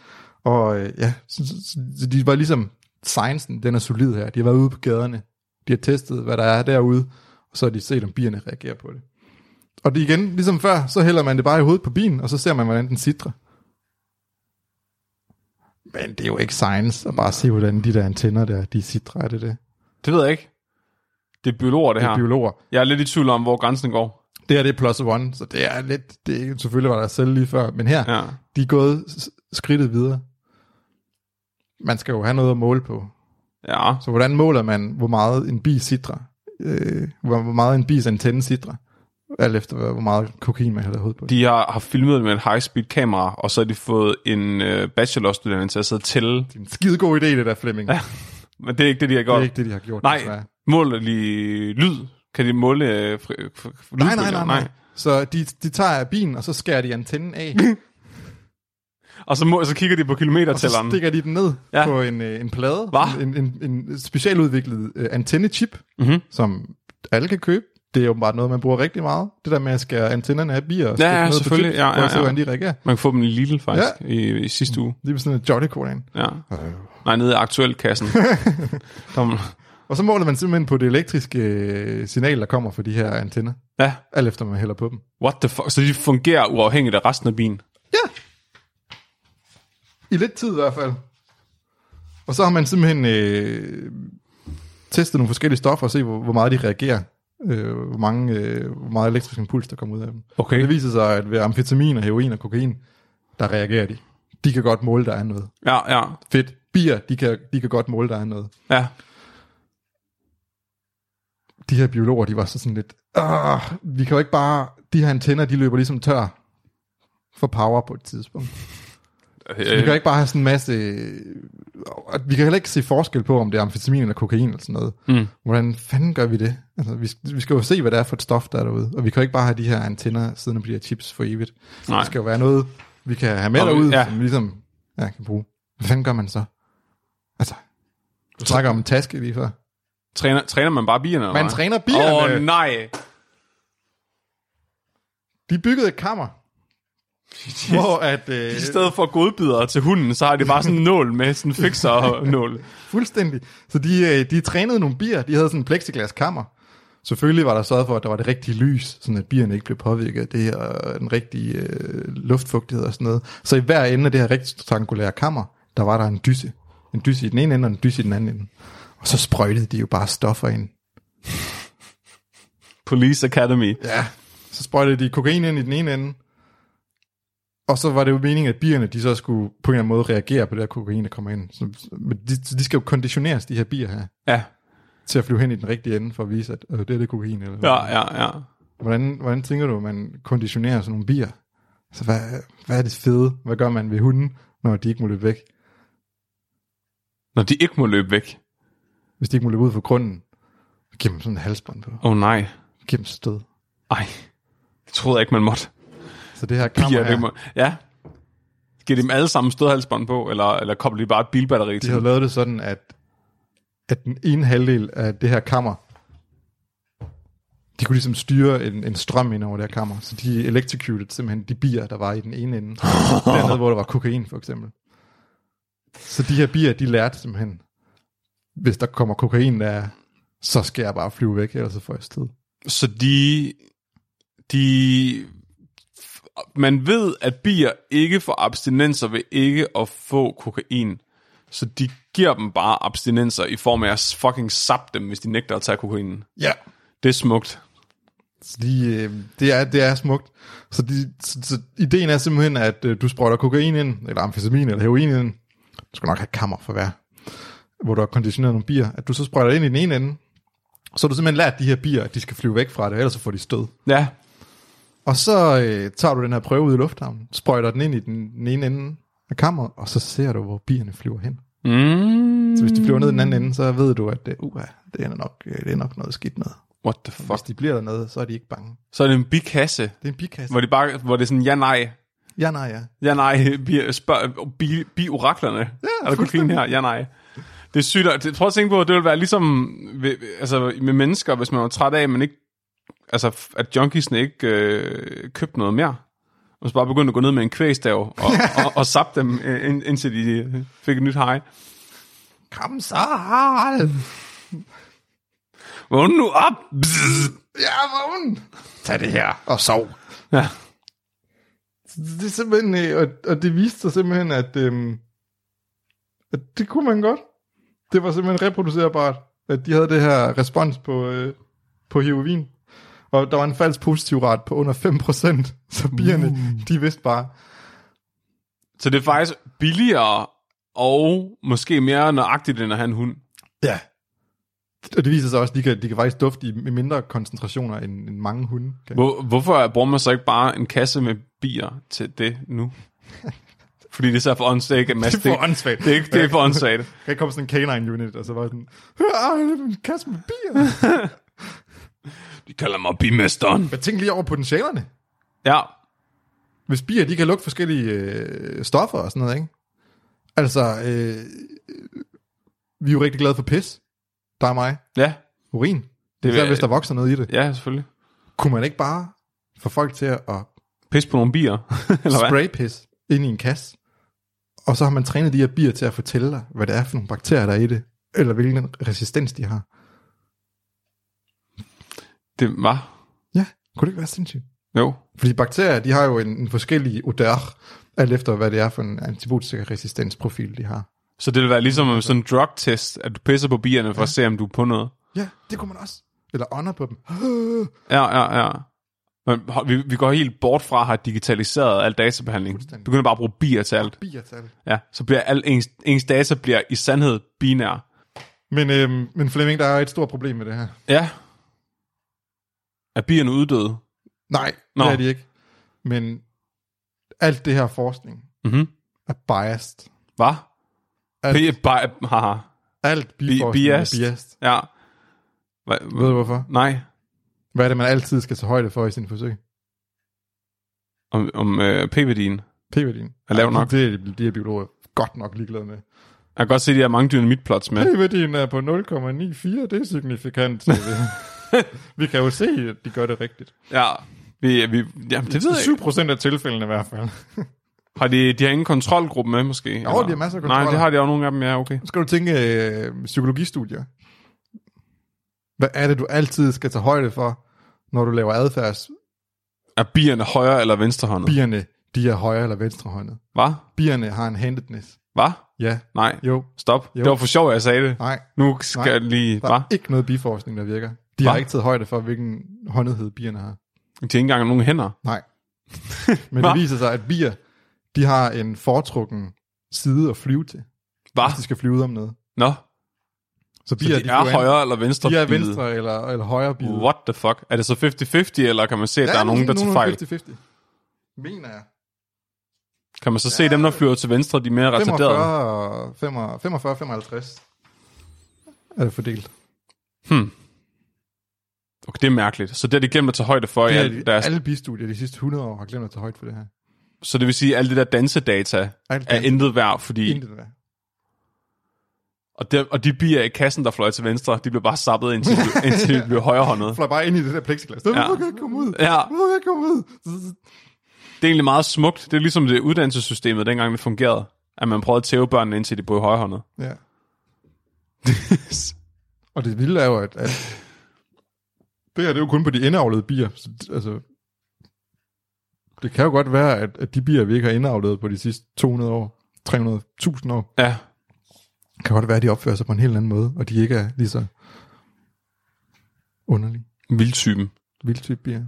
[SPEAKER 2] Og øh, ja, så, så, så de var ligesom, sciencen, den er solid her. De har været ude på gaderne. De har testet, hvad der er derude, og så har de set, om bierne reagerer på det. Og det igen, ligesom før, så hælder man det bare i hovedet på bilen, og så ser man, hvordan den sidder. Men det er jo ikke science at bare se, hvordan de der antenner der, de sidder, er det det?
[SPEAKER 1] Det ved jeg ikke. Det er biologer, det
[SPEAKER 2] Det
[SPEAKER 1] her.
[SPEAKER 2] er biologer.
[SPEAKER 1] Jeg er lidt i tvivl om, hvor grænsen går.
[SPEAKER 2] Det her, det er plus one, så det er lidt, det er, selvfølgelig var der selv lige før, men her, ja.
[SPEAKER 1] Ja.
[SPEAKER 2] de er gået s- skridtet videre. Man skal jo have noget at måle på.
[SPEAKER 1] Ja.
[SPEAKER 2] Så hvordan måler man, hvor meget en bi sidder? Øh, hvor hvor meget en bis antenne sidder? Alt efter, hvor hvor meget kokain man hælder i hovedet på.
[SPEAKER 1] De har, har filmet det med en high-speed kamera, og så har de fået en øh, bachelorstuderende til at sidde og tælle.
[SPEAKER 2] Det er en skide god idé, det der, Flemming. Ja,
[SPEAKER 1] Men det er ikke det, de har
[SPEAKER 2] det
[SPEAKER 1] gjort.
[SPEAKER 2] er ikke det, de har gjort.
[SPEAKER 1] Nej,
[SPEAKER 2] desværre.
[SPEAKER 1] måler de lyd? Kan de måle øh, fri, fri, fri,
[SPEAKER 2] nej, nej,
[SPEAKER 1] lydbølger?
[SPEAKER 2] nej, nej. Så de, de tager bilen, og så skærer de antennen af,
[SPEAKER 1] Og så, må, så kigger de på
[SPEAKER 2] og så
[SPEAKER 1] kilometertælleren.
[SPEAKER 2] stikker de den ned
[SPEAKER 1] Ja.
[SPEAKER 2] ja. på en, øh, en plade.
[SPEAKER 1] Hva?
[SPEAKER 2] En, en, en specialudviklet øh, antennechip,
[SPEAKER 1] Mhm.
[SPEAKER 2] som alle kan købe. Det er jo bare noget, man bruger rigtig meget. Det der med at skære antennerne af bier og stikke
[SPEAKER 1] ja,
[SPEAKER 2] dem ned på
[SPEAKER 1] selvfølgelig.
[SPEAKER 2] chips,
[SPEAKER 1] Ja, ja,
[SPEAKER 2] for at se,
[SPEAKER 1] ja.
[SPEAKER 2] hvordan de reagerer.
[SPEAKER 1] Man kan få dem i Lidl faktisk, ja. i, i sidste uge.
[SPEAKER 2] Det er sådan en jolly
[SPEAKER 1] Ja.
[SPEAKER 2] Øh.
[SPEAKER 1] Nej, nede i aktuelkassen. Kom.
[SPEAKER 2] Og så måler man simpelthen på det elektriske øh, signal, der kommer fra de her antenner.
[SPEAKER 1] Ja,
[SPEAKER 2] Alt efter, man hælder på dem.
[SPEAKER 1] what the fuck? Så de fungerer uafhængigt af resten af bilen.
[SPEAKER 2] Ja. I lidt tid i hvert fald. Og så har man simpelthen øh, testet nogle forskellige stoffer og se, hvor, hvor meget de reagerer. Øh, hvor, mange, øh, hvor meget elektrisk impuls, der kommer ud af dem.
[SPEAKER 1] Okay.
[SPEAKER 2] Det viser sig, at ved amfetamin og heroin og kokain, der reagerer de. De kan godt måle, der er noget.
[SPEAKER 1] Ja, ja,
[SPEAKER 2] Fedt. Bier, de kan, de kan godt måle, der er noget.
[SPEAKER 1] ja.
[SPEAKER 2] de her biologer, de var så sådan lidt, "Åh, vi kan jo ikke bare, de her antenner, de løber ligesom tør for power på et tidspunkt. Øh. Vi kan
[SPEAKER 1] Øh,
[SPEAKER 2] ikke bare have sådan en masse, og vi kan heller ikke se forskel på, om det er amfetamin eller kokain eller sådan noget.
[SPEAKER 1] Mm.
[SPEAKER 2] Hvordan fanden gør vi det? Altså, vi, skal- vi skal jo se, hvad det er for et stof, der er derude, og vi kan jo ikke bare have de her antenner siddende på de her chips for evigt.
[SPEAKER 1] Nej.
[SPEAKER 2] Der skal jo være noget, vi kan have med
[SPEAKER 1] Og vi-
[SPEAKER 2] derude,
[SPEAKER 1] ja.
[SPEAKER 2] ja. som vi ligesom ja, kan bruge. Hvad fanden gør man så? Altså, du snakker om en taske lige før.
[SPEAKER 1] træner, træner man bare bierne?
[SPEAKER 2] Man træner bierne.
[SPEAKER 1] Åh oh, nej.
[SPEAKER 2] De byggede et kammer, hvor at øh,
[SPEAKER 1] I stedet for godbidder til hunden, så har de bare sådan en nål med, sådan en fixer-nål.
[SPEAKER 2] fuldstændig, så de, øh, de trænede nogle bier, de havde sådan en plexiglaskammer, Selvfølgelig var der sørget for, at der var det rigtige lys, sådan at bierne ikke blev påvirket af det her, og den rigtige øh, luftfugtighed og sådan noget. Så i hver ende af det her rektangulære kammer, der var der en dyse. En dyse i den ene ende, og en dyse i den anden ende. Og så sprøjtede de jo bare stoffer ind.
[SPEAKER 1] Police Academy.
[SPEAKER 2] Ja, så sprøjtede de kokain ind i den ene ende. Og så var det jo meningen, at bierne, de så skulle på en eller anden måde reagere på det her kokain, der kommer ind. Så, men de, så de skal jo konditioneres, de her bier her,
[SPEAKER 1] Ja, til
[SPEAKER 2] til at flyve hen i den rigtige ende, for at vise, at øh, det er det kokain. Eller
[SPEAKER 1] ja, ja, ja.
[SPEAKER 2] Hvordan, hvordan tænker du, at man konditionerer sådan nogle bier? Altså, hvad, hvad er det fede? Hvad gør man ved hunden, når de ikke må løbe væk?
[SPEAKER 1] Når de ikke må løbe væk.
[SPEAKER 2] Hvis de ikke må løbe ud fra grunden, så giver man sådan en halsbånd på.
[SPEAKER 1] Åh oh, nej.
[SPEAKER 2] Giver dem stød.
[SPEAKER 1] Ej, det troede jeg ikke, man måtte.
[SPEAKER 2] Så det her kammer
[SPEAKER 1] Bier, det
[SPEAKER 2] her,
[SPEAKER 1] må... Ja. Giv dem alle sammen stødhalsbånd på, eller, eller kobler de bare et bilbatteri
[SPEAKER 2] de
[SPEAKER 1] til?
[SPEAKER 2] har lavet det sådan, at, at den ene halvdel af det her kammer, de kunne ligesom styre en, en strøm ind over det her kammer. Så de electrocuted simpelthen de bier, der var i den ene ende. Dernede, hvor der var kokain, for eksempel. Så de her bier, de lærte simpelthen, hvis der kommer kokain, der er, så skal jeg bare flyve væk, ellers så får jeg sted.
[SPEAKER 1] Så de, de, man ved, at bier ikke får abstinenser ved ikke at få kokain. Så de giver dem bare abstinenser i form af at fucking sap dem, hvis de nægter at tage kokainen.
[SPEAKER 2] Ja.
[SPEAKER 1] Det er smukt.
[SPEAKER 2] Så de, øh, det, er, det er smukt. Så, de, så, så ideen er simpelthen, at øh, du sprøjter kokain ind, eller amfetamin, eller heroin ind. Du skal nok have et kammer for hver, hvor du har konditioneret nogle bier. At du så sprøjter ind i den ene ende, så har du simpelthen lært de her bier, at de skal flyve væk fra det, ellers så får de stød.
[SPEAKER 1] Ja,
[SPEAKER 2] Og så øh, tager du den her prøve ud i lufthavnen, sprøjter den ind i den, den ene ende af kammeret, og så ser du, hvor bierne flyver hen. Mm. Så hvis de flyver ned i den anden ende, så ved du, at øh, uha, det, er nok, øh, det er nok noget skidt noget.
[SPEAKER 1] what the
[SPEAKER 2] Hvis
[SPEAKER 1] fuck.
[SPEAKER 2] de bliver dernede, så er de ikke bange.
[SPEAKER 1] Så er det en bikasse,
[SPEAKER 2] Det er en bikasse.
[SPEAKER 1] hvor det, bare, hvor det er sådan, ja nej,
[SPEAKER 2] Ja, nej, ja.
[SPEAKER 1] ja nej, bier, spørg, bi, bi oraklerne. Ja, er der kokain her? Ja nej. Det er sygt. og det- Prøv at tænke på, at det ville være ligesom ved, altså med mennesker, hvis man var træt af, at man ikke altså, f- at junkiesne ikke øh, købte noget mere. Og så bare begyndte at gå ned med en kvægstav og, og, og sap dem, øh, ind, indtil de øh, fik et nyt hej.
[SPEAKER 2] Kom så, Harald.
[SPEAKER 1] Vågn nu op! Bzzz.
[SPEAKER 2] Ja, vågen. Tag det her og sov.
[SPEAKER 1] Ja.
[SPEAKER 2] Det er simpelthen, øh, og, og det viste sig simpelthen, at, øhm, at det kunne man godt. Det var simpelthen reproducerbart, at de havde det her respons på, øh, på heroin. Og der var en falsk positiv ret på under 5%, så bierne, uh. de vidste bare,
[SPEAKER 1] Så det er faktisk billigere og måske mere nøjagtigt, end at have en hund.
[SPEAKER 2] ja. Og det viser sig også, at de kan, de kan faktisk dufte i i mindre koncentrationer end, end mange hunde. Kan.
[SPEAKER 1] Hvor, hvorfor bruger man så ikke bare en kasse med bier til det nu? Fordi det er så for åndssvagt. Det
[SPEAKER 2] for åndssvagt.
[SPEAKER 1] Det, er ikke- det er for åndssvagt.
[SPEAKER 2] Der kom sådan en canine unit, og så var sådan, ah, det er en kasse med bier.
[SPEAKER 1] De kalder mig bimesteren.
[SPEAKER 2] Jeg tænker lige over potentialerne.
[SPEAKER 1] Ja,
[SPEAKER 2] Hvis bier, de kan lugte forskellige øh, stoffer og sådan noget, ikke? Altså, øh, vi er jo rigtig glade for pis. Der er mig.
[SPEAKER 1] ja,
[SPEAKER 2] Urin.
[SPEAKER 1] Det
[SPEAKER 2] Det
[SPEAKER 1] er-
[SPEAKER 2] er hvis der vokser noget i det.
[SPEAKER 1] ja selvfølgelig.
[SPEAKER 2] Kunne man ikke bare få folk til at
[SPEAKER 1] Pis på nogle bier, eller hvad?
[SPEAKER 2] spray pis ind i en kasse? Og så har man trænet de her bier til at fortælle dig, hvad det er for nogle bakterier, der er i det. Eller hvilken resistens de har.
[SPEAKER 1] Det var.
[SPEAKER 2] Ja, kunne det ikke være sindssygt?
[SPEAKER 1] Jo.
[SPEAKER 2] Fordi bakterier, de har jo en, en forskellig odør, alt efter hvad det er for en antibiotikaresistensprofil, de har.
[SPEAKER 1] Så det vil være ligesom en sådan drug-test, at du pisser på bierne for at se, om du er på noget.
[SPEAKER 2] Ja, det kunne man også. Eller ånder på dem.
[SPEAKER 1] Ja, ja, ja. Men hold- vi, vi går helt bort fra at have digitaliseret al databehandling.
[SPEAKER 2] Fuldstændig.
[SPEAKER 1] Begynder bare at bruge bier til alt.
[SPEAKER 2] Biatal.
[SPEAKER 1] Ja, så bliver al ens, ens data bliver i sandhed binær.
[SPEAKER 2] Men, øhm, men Flemming, der er et stort problem med det her.
[SPEAKER 1] Ja. Er bierne uddøde?
[SPEAKER 2] Nej,
[SPEAKER 1] Nå.
[SPEAKER 2] Nå. det er de ikke. Men alt det her forskning
[SPEAKER 1] Mhm.
[SPEAKER 2] er biased.
[SPEAKER 1] Hvad?
[SPEAKER 2] Alt.
[SPEAKER 1] Bi- bi- haha.
[SPEAKER 2] Alt biforskning
[SPEAKER 1] biased.
[SPEAKER 2] er biased.
[SPEAKER 1] Ja. Hva,
[SPEAKER 2] Ved du hvorfor?
[SPEAKER 1] nej.
[SPEAKER 2] Hvad er det, man altid skal tage højde for i sin forsøg?
[SPEAKER 1] Om, om øh, p-værdien.
[SPEAKER 2] P-værdien.
[SPEAKER 1] Er lav
[SPEAKER 2] Ej,
[SPEAKER 1] nok.
[SPEAKER 2] Det er de her biologer godt nok ligeglade med.
[SPEAKER 1] Jeg kan godt se, at de har mange dynamitplots med.
[SPEAKER 2] P-værdien er på 0,94, det er signifikant. siger vi. vi kan jo se, at de gør det rigtigt.
[SPEAKER 1] Ja. Vi, vi, jamen, det ved jeg ikke.
[SPEAKER 2] 7% af tilfældene i hvert fald.
[SPEAKER 1] Har de, de har ingen kontrolgruppe med, måske? Jo,
[SPEAKER 2] de har masser af
[SPEAKER 1] Nej,
[SPEAKER 2] kontroller.
[SPEAKER 1] det har de også nogle af dem, ja, okay.
[SPEAKER 2] Skal du tænke øh, psykologistudier? Hvad er det, du altid skal tage højde for, når du laver adfærdsbierne?
[SPEAKER 1] Er bierne højre eller venstrehåndet?
[SPEAKER 2] De er højre eller venstrehåndet.
[SPEAKER 1] Hvad?
[SPEAKER 2] Bierne har en handedness.
[SPEAKER 1] Hvad?
[SPEAKER 2] Ja,
[SPEAKER 1] Nej.
[SPEAKER 2] jo,
[SPEAKER 1] Stop.
[SPEAKER 2] Jo.
[SPEAKER 1] Det var for sjov, at jeg sagde det.
[SPEAKER 2] nej.
[SPEAKER 1] Nu skal
[SPEAKER 2] Nej.
[SPEAKER 1] jeg lige...
[SPEAKER 2] Der
[SPEAKER 1] Hvad?
[SPEAKER 2] er ikke noget biforskning, der virker. De
[SPEAKER 1] Hva?
[SPEAKER 2] har ikke taget højde for, hvilken håndedhed bierne har.
[SPEAKER 1] De har ikke engang nogen hænder.
[SPEAKER 2] Nej. Men
[SPEAKER 1] Hva?
[SPEAKER 2] det viser sig, at bier, de har en foretrukken side at flyve til,
[SPEAKER 1] Hvad?
[SPEAKER 2] hvis de skal flyve ud om noget.
[SPEAKER 1] Nå.
[SPEAKER 2] Så
[SPEAKER 1] Ah. Så
[SPEAKER 2] bier,
[SPEAKER 1] de er
[SPEAKER 2] flyver an-
[SPEAKER 1] højre eller venstre
[SPEAKER 2] De er
[SPEAKER 1] bide?
[SPEAKER 2] venstre eller, eller højre bide.
[SPEAKER 1] What the fuck? Er det så 50-50, eller kan man se, at ja, der er nogen, der tager fejl?
[SPEAKER 2] 50-50. Mener jeg.
[SPEAKER 1] Kan man så se dem, der flyver til venstre, de er mere retarderede?
[SPEAKER 2] 45 og 45, 55 er det fordelt.
[SPEAKER 1] Okay, det er mærkeligt. Så det har de glemt at tage højde for. i
[SPEAKER 2] Det er,
[SPEAKER 1] alt
[SPEAKER 2] de,
[SPEAKER 1] deres,
[SPEAKER 2] alle bistudier de sidste 100 år har glemt at tage højt for det her.
[SPEAKER 1] så det vil sige, at alle det der dansedata
[SPEAKER 2] Alt
[SPEAKER 1] er
[SPEAKER 2] danse-
[SPEAKER 1] intet værd, fordi...
[SPEAKER 2] Intet der.
[SPEAKER 1] Og, der, og de bier i kassen, der fløj til venstre, de blev bare sappet, indtil, de blev- indtil de blev højrehåndet.
[SPEAKER 2] Fløj bare ind i det der plexiglas. Det
[SPEAKER 1] Ja.
[SPEAKER 2] ja. kan jeg ikke komme ud.
[SPEAKER 1] Ja,
[SPEAKER 2] Nu kan jeg ikke komme ud.
[SPEAKER 1] det er egentlig meget smukt. Det er ligesom det uddannelsessystemet, dengang det fungerede. At man prøvede at tæve børnene, indtil de blev højrehåndet.
[SPEAKER 2] Ja. Og det vilde er jo, at, at det her det er jo kun på de indavlede bier. Så, d- altså, det kan jo godt være, at, at de bier, vi ikke har indavlet på de sidste 200 år, 300.000 år,
[SPEAKER 1] ja,
[SPEAKER 2] kan godt være, at de opfører sig på en helt anden måde, og de ikke er lige så underlige.
[SPEAKER 1] vildtypen.
[SPEAKER 2] Vildt type bier.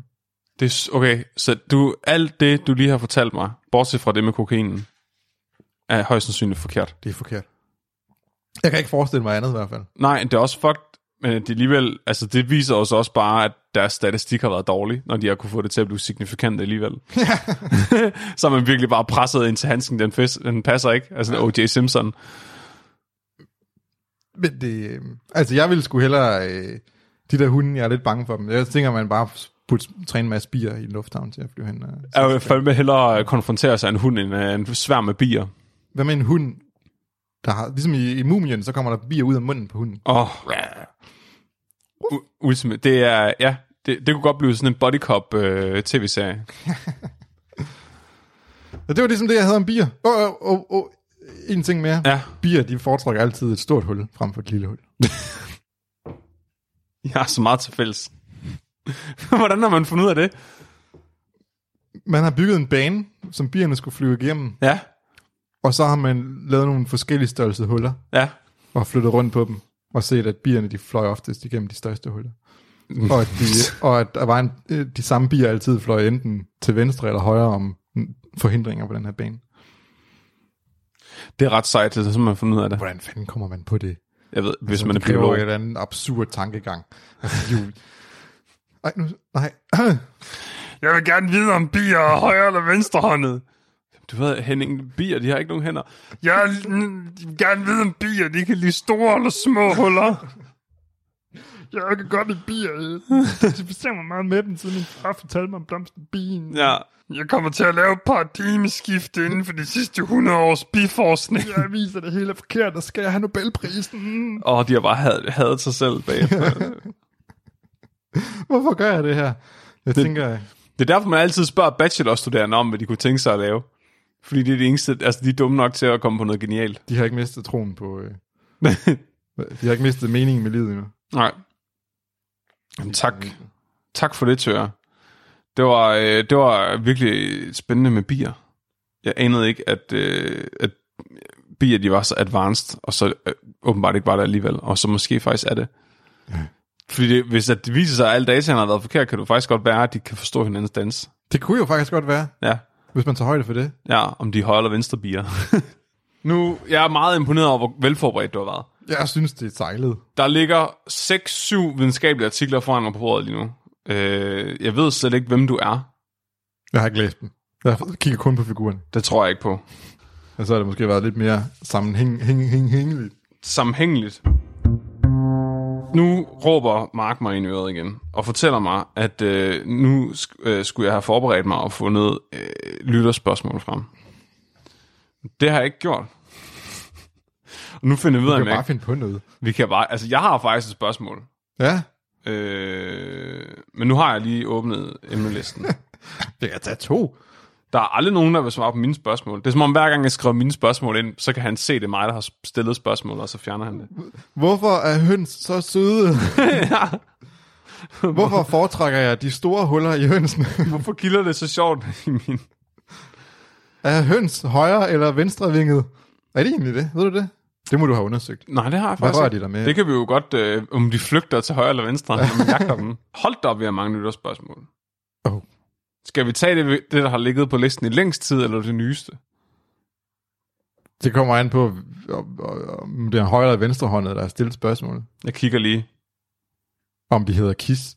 [SPEAKER 1] Det er, s- okay, så du, alt det, du lige har fortalt mig, bortset fra det med kokainen, er højst sandsynligt forkert.
[SPEAKER 2] Det er forkert. Jeg kan ikke forestille mig andet i hvert fald.
[SPEAKER 1] Nej, det er også fucked, men det, er alligevel, altså det viser os også bare, at deres statistik har været dårlig, når de har kunne få det til at blive signifikant alligevel. så er man virkelig bare presset ind til handsken, den, fest, den passer ikke. Altså O.J. Simpson.
[SPEAKER 2] Men det, øh, altså jeg ville sgu hellere, øh, de der hunde, jeg er lidt bange for dem. Jeg tænker, man bare putte, træne en masse bier i en lufthavn til at flyve hen. øh. Og,
[SPEAKER 1] Jeg vil fandme hellere konfrontere sig af en hund, end af en svær med bier.
[SPEAKER 2] Hvad med en hund, der har, ligesom i, i mumien, så kommer der bier ud af munden på hunden.
[SPEAKER 1] Åh, oh, ultimate. Det er, ja, det, det kunne godt blive sådan en body cop øh, tv-serie.
[SPEAKER 2] Og det var ligesom det, jeg havde om bier. Åh, oh, oh, oh, oh. En ting mere.
[SPEAKER 1] Ja,
[SPEAKER 2] Bier, de foretrækker altid et stort hul frem for et lille hul.
[SPEAKER 1] jeg har så meget til fælles. Hvordan har man fundet ud af det?
[SPEAKER 2] Man har bygget en bane, som bierne skulle flyve igennem,
[SPEAKER 1] Ja,
[SPEAKER 2] og så har man lavet nogle forskellige størrelse huller,
[SPEAKER 1] ja.
[SPEAKER 2] og flyttet rundt på dem, og set, at bierne de fløj oftest igennem de største huller. og, at de, og at der var en, øh, de samme bier altid fløj enten til venstre eller højre om mm, forhindringer på den her bane.
[SPEAKER 1] Det er ret sejt, at man har fundet ud af det.
[SPEAKER 2] Hvordan fanden kommer man på det? Altså,
[SPEAKER 1] Jeg ved, hvis man er
[SPEAKER 2] det kræver
[SPEAKER 1] biolog.
[SPEAKER 2] en eller anden absurd tankegang. Altså, jo. Ej, nu, nej.
[SPEAKER 1] Jeg vil gerne vide, om bier er højre eller venstrehåndet. Du ved, Henning, bier, de har ikke nogen hænder. Jeg vil gerne vide, om bier, de kan lide store eller små huller.
[SPEAKER 2] Jeg kan godt lide bier. Jeg bestemmer meget med dem, siden min far fortalte mig om blomsten bien.
[SPEAKER 1] Ja. Jeg kommer til at lave et paradigmeskift inden for de sidste 100 års biforskning.
[SPEAKER 2] Jeg viser det hele forkert, og skal jeg have Nobelprisen.
[SPEAKER 1] Åh, oh, de har bare had, hadet sig selv bag.
[SPEAKER 2] Hvorfor gør jeg det her? Jeg det, tænker,
[SPEAKER 1] Det er derfor, man altid spørger bachelorstuderende om, hvad de kunne tænke sig at lave. Fordi det er det eneste, altså de er dumme nok til at komme på noget genialt.
[SPEAKER 2] de har ikke mistet troen på... Øh, de har ikke mistet meningen med livet endnu.
[SPEAKER 1] Nej. Jamen, tak. Tak for det, Tør. Det var, øh, det var virkelig spændende med bier. Jeg anede ikke, at, øh, at bier de var så advanced, og så øh, åbenbart ikke var det alligevel, og så måske faktisk er det. Fordi det, hvis at det viser sig, at alle dataen har været forkert, kan det faktisk godt være, at de kan forstå hinandens dans.
[SPEAKER 2] Det kunne jo faktisk godt være,
[SPEAKER 1] Ja,
[SPEAKER 2] hvis man tager højde for det.
[SPEAKER 1] ja om de er højre eller venstre bier. nu, jeg er meget imponeret over, hvor velforberedt du har været.
[SPEAKER 2] Jeg synes, det er sejlet.
[SPEAKER 1] Der ligger 6-7 videnskabelige artikler foran mig på bordet lige nu. Øh, jeg ved slet ikke, hvem du er.
[SPEAKER 2] Jeg har ikke læst dem. Jeg kigger kun på figuren.
[SPEAKER 1] Det tror jeg ikke på.
[SPEAKER 2] Og så har det måske været lidt mere sammenhæng, hæng, hæng, hængeligt.
[SPEAKER 1] Sammenhængeligt. Nu råber Mark mig ind i øret igen, og fortæller mig, at øh, nu sk- øh, skulle jeg have forberedt mig og fundet øh, lytterspørgsmål frem. Det har jeg ikke gjort. Og nu finder jeg ud af,
[SPEAKER 2] Jeg
[SPEAKER 1] at
[SPEAKER 2] kan bare
[SPEAKER 1] jeg-
[SPEAKER 2] finde på noget.
[SPEAKER 1] vi kan bare... Altså, jeg har faktisk et spørgsmål.
[SPEAKER 2] Ja,
[SPEAKER 1] Øh, men nu har jeg lige åbnet emnelisten.
[SPEAKER 2] jeg kan tage to.
[SPEAKER 1] Der er aldrig nogen, der vil svare på mine spørgsmål. Det er som om, hver gang jeg skriver mine spørgsmål ind, så kan han se, det er mig, der har stillet spørgsmålet, og så fjerner han det.
[SPEAKER 2] Hvorfor er høns så søde?
[SPEAKER 1] ja.
[SPEAKER 2] Hvorfor foretrækker jeg de store huller i hønsen?
[SPEAKER 1] Hvorfor kilder det så sjovt i min...
[SPEAKER 2] er høns højre eller venstrevinget? Er det egentlig det? Ved du det? Det må du have undersøgt.
[SPEAKER 1] Nej, det har jeg
[SPEAKER 2] Hvad
[SPEAKER 1] faktisk
[SPEAKER 2] rører
[SPEAKER 1] ikke.
[SPEAKER 2] de dig med?
[SPEAKER 1] Det kan vi jo godt, øh, om de flygter til højre eller venstre, når man jagter dem. Hold da op, vi har mange lytterspørgsmål.
[SPEAKER 2] Oh.
[SPEAKER 1] Skal vi tage det, vi- det, der har ligget på listen i længst tid, eller det nyeste?
[SPEAKER 2] Det kommer an på, om- om det er højre eller venstre håndet, der er stillet spørgsmål.
[SPEAKER 1] Jeg kigger lige.
[SPEAKER 2] Om vi hedder KISS.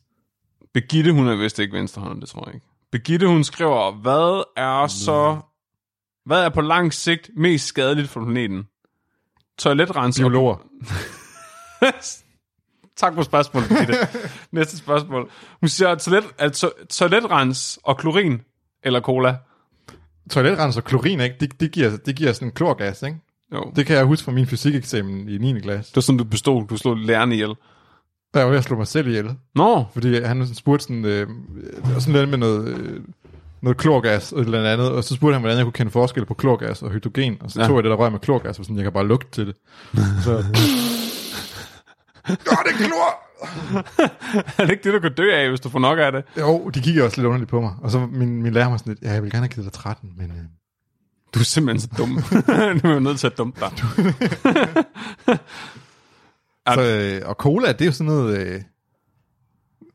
[SPEAKER 1] Begitte, hun er vist ikke venstrehåndet, det tror jeg ikke. Begitte, hun skriver, hvad er
[SPEAKER 2] Mm.
[SPEAKER 1] så... Hvad er på lang sigt mest skadeligt for planeten? Toiletrens...
[SPEAKER 2] Biologer.
[SPEAKER 1] tak for spørgsmålet, Gitte. Næste spørgsmål. Hun siger, toilet, altså, toiletrens og klorin eller cola?
[SPEAKER 2] Toiletrens og klorin, ikke? Det, det, giver, det giver sådan en klorgas, ikke?
[SPEAKER 1] Jo.
[SPEAKER 2] Det kan jeg huske fra min fysikeksamen i 9. klasse.
[SPEAKER 1] Det var sådan, du bestod. Du slog læreren ihjel.
[SPEAKER 2] Der var jeg slog mig selv ihjel.
[SPEAKER 1] Nå,
[SPEAKER 2] Fordi han spurgte sådan, øh, det var sådan noget med noget, øh, noget klorgas og et eller andet, og så spurgte han, hvordan jeg kunne kende forskel på klorgas og hydrogen, og så
[SPEAKER 1] Ja.
[SPEAKER 2] ja. tog jeg det, der røg med klorgas, og sådan, jeg kan bare lugte til det. Så, Åh, det er klor!
[SPEAKER 1] er det ikke det, du kan dø af, hvis du får nok af det?
[SPEAKER 2] Jo, de kiggede også lidt underligt på mig, og så min, min lærer mig sådan lidt, ja, jeg ville gerne have givet dig 13, men øh,
[SPEAKER 1] Du er simpelthen så dum. nu er jeg nødt til at dumpe dig.
[SPEAKER 2] så, øh, og cola, det er jo sådan noget, øh,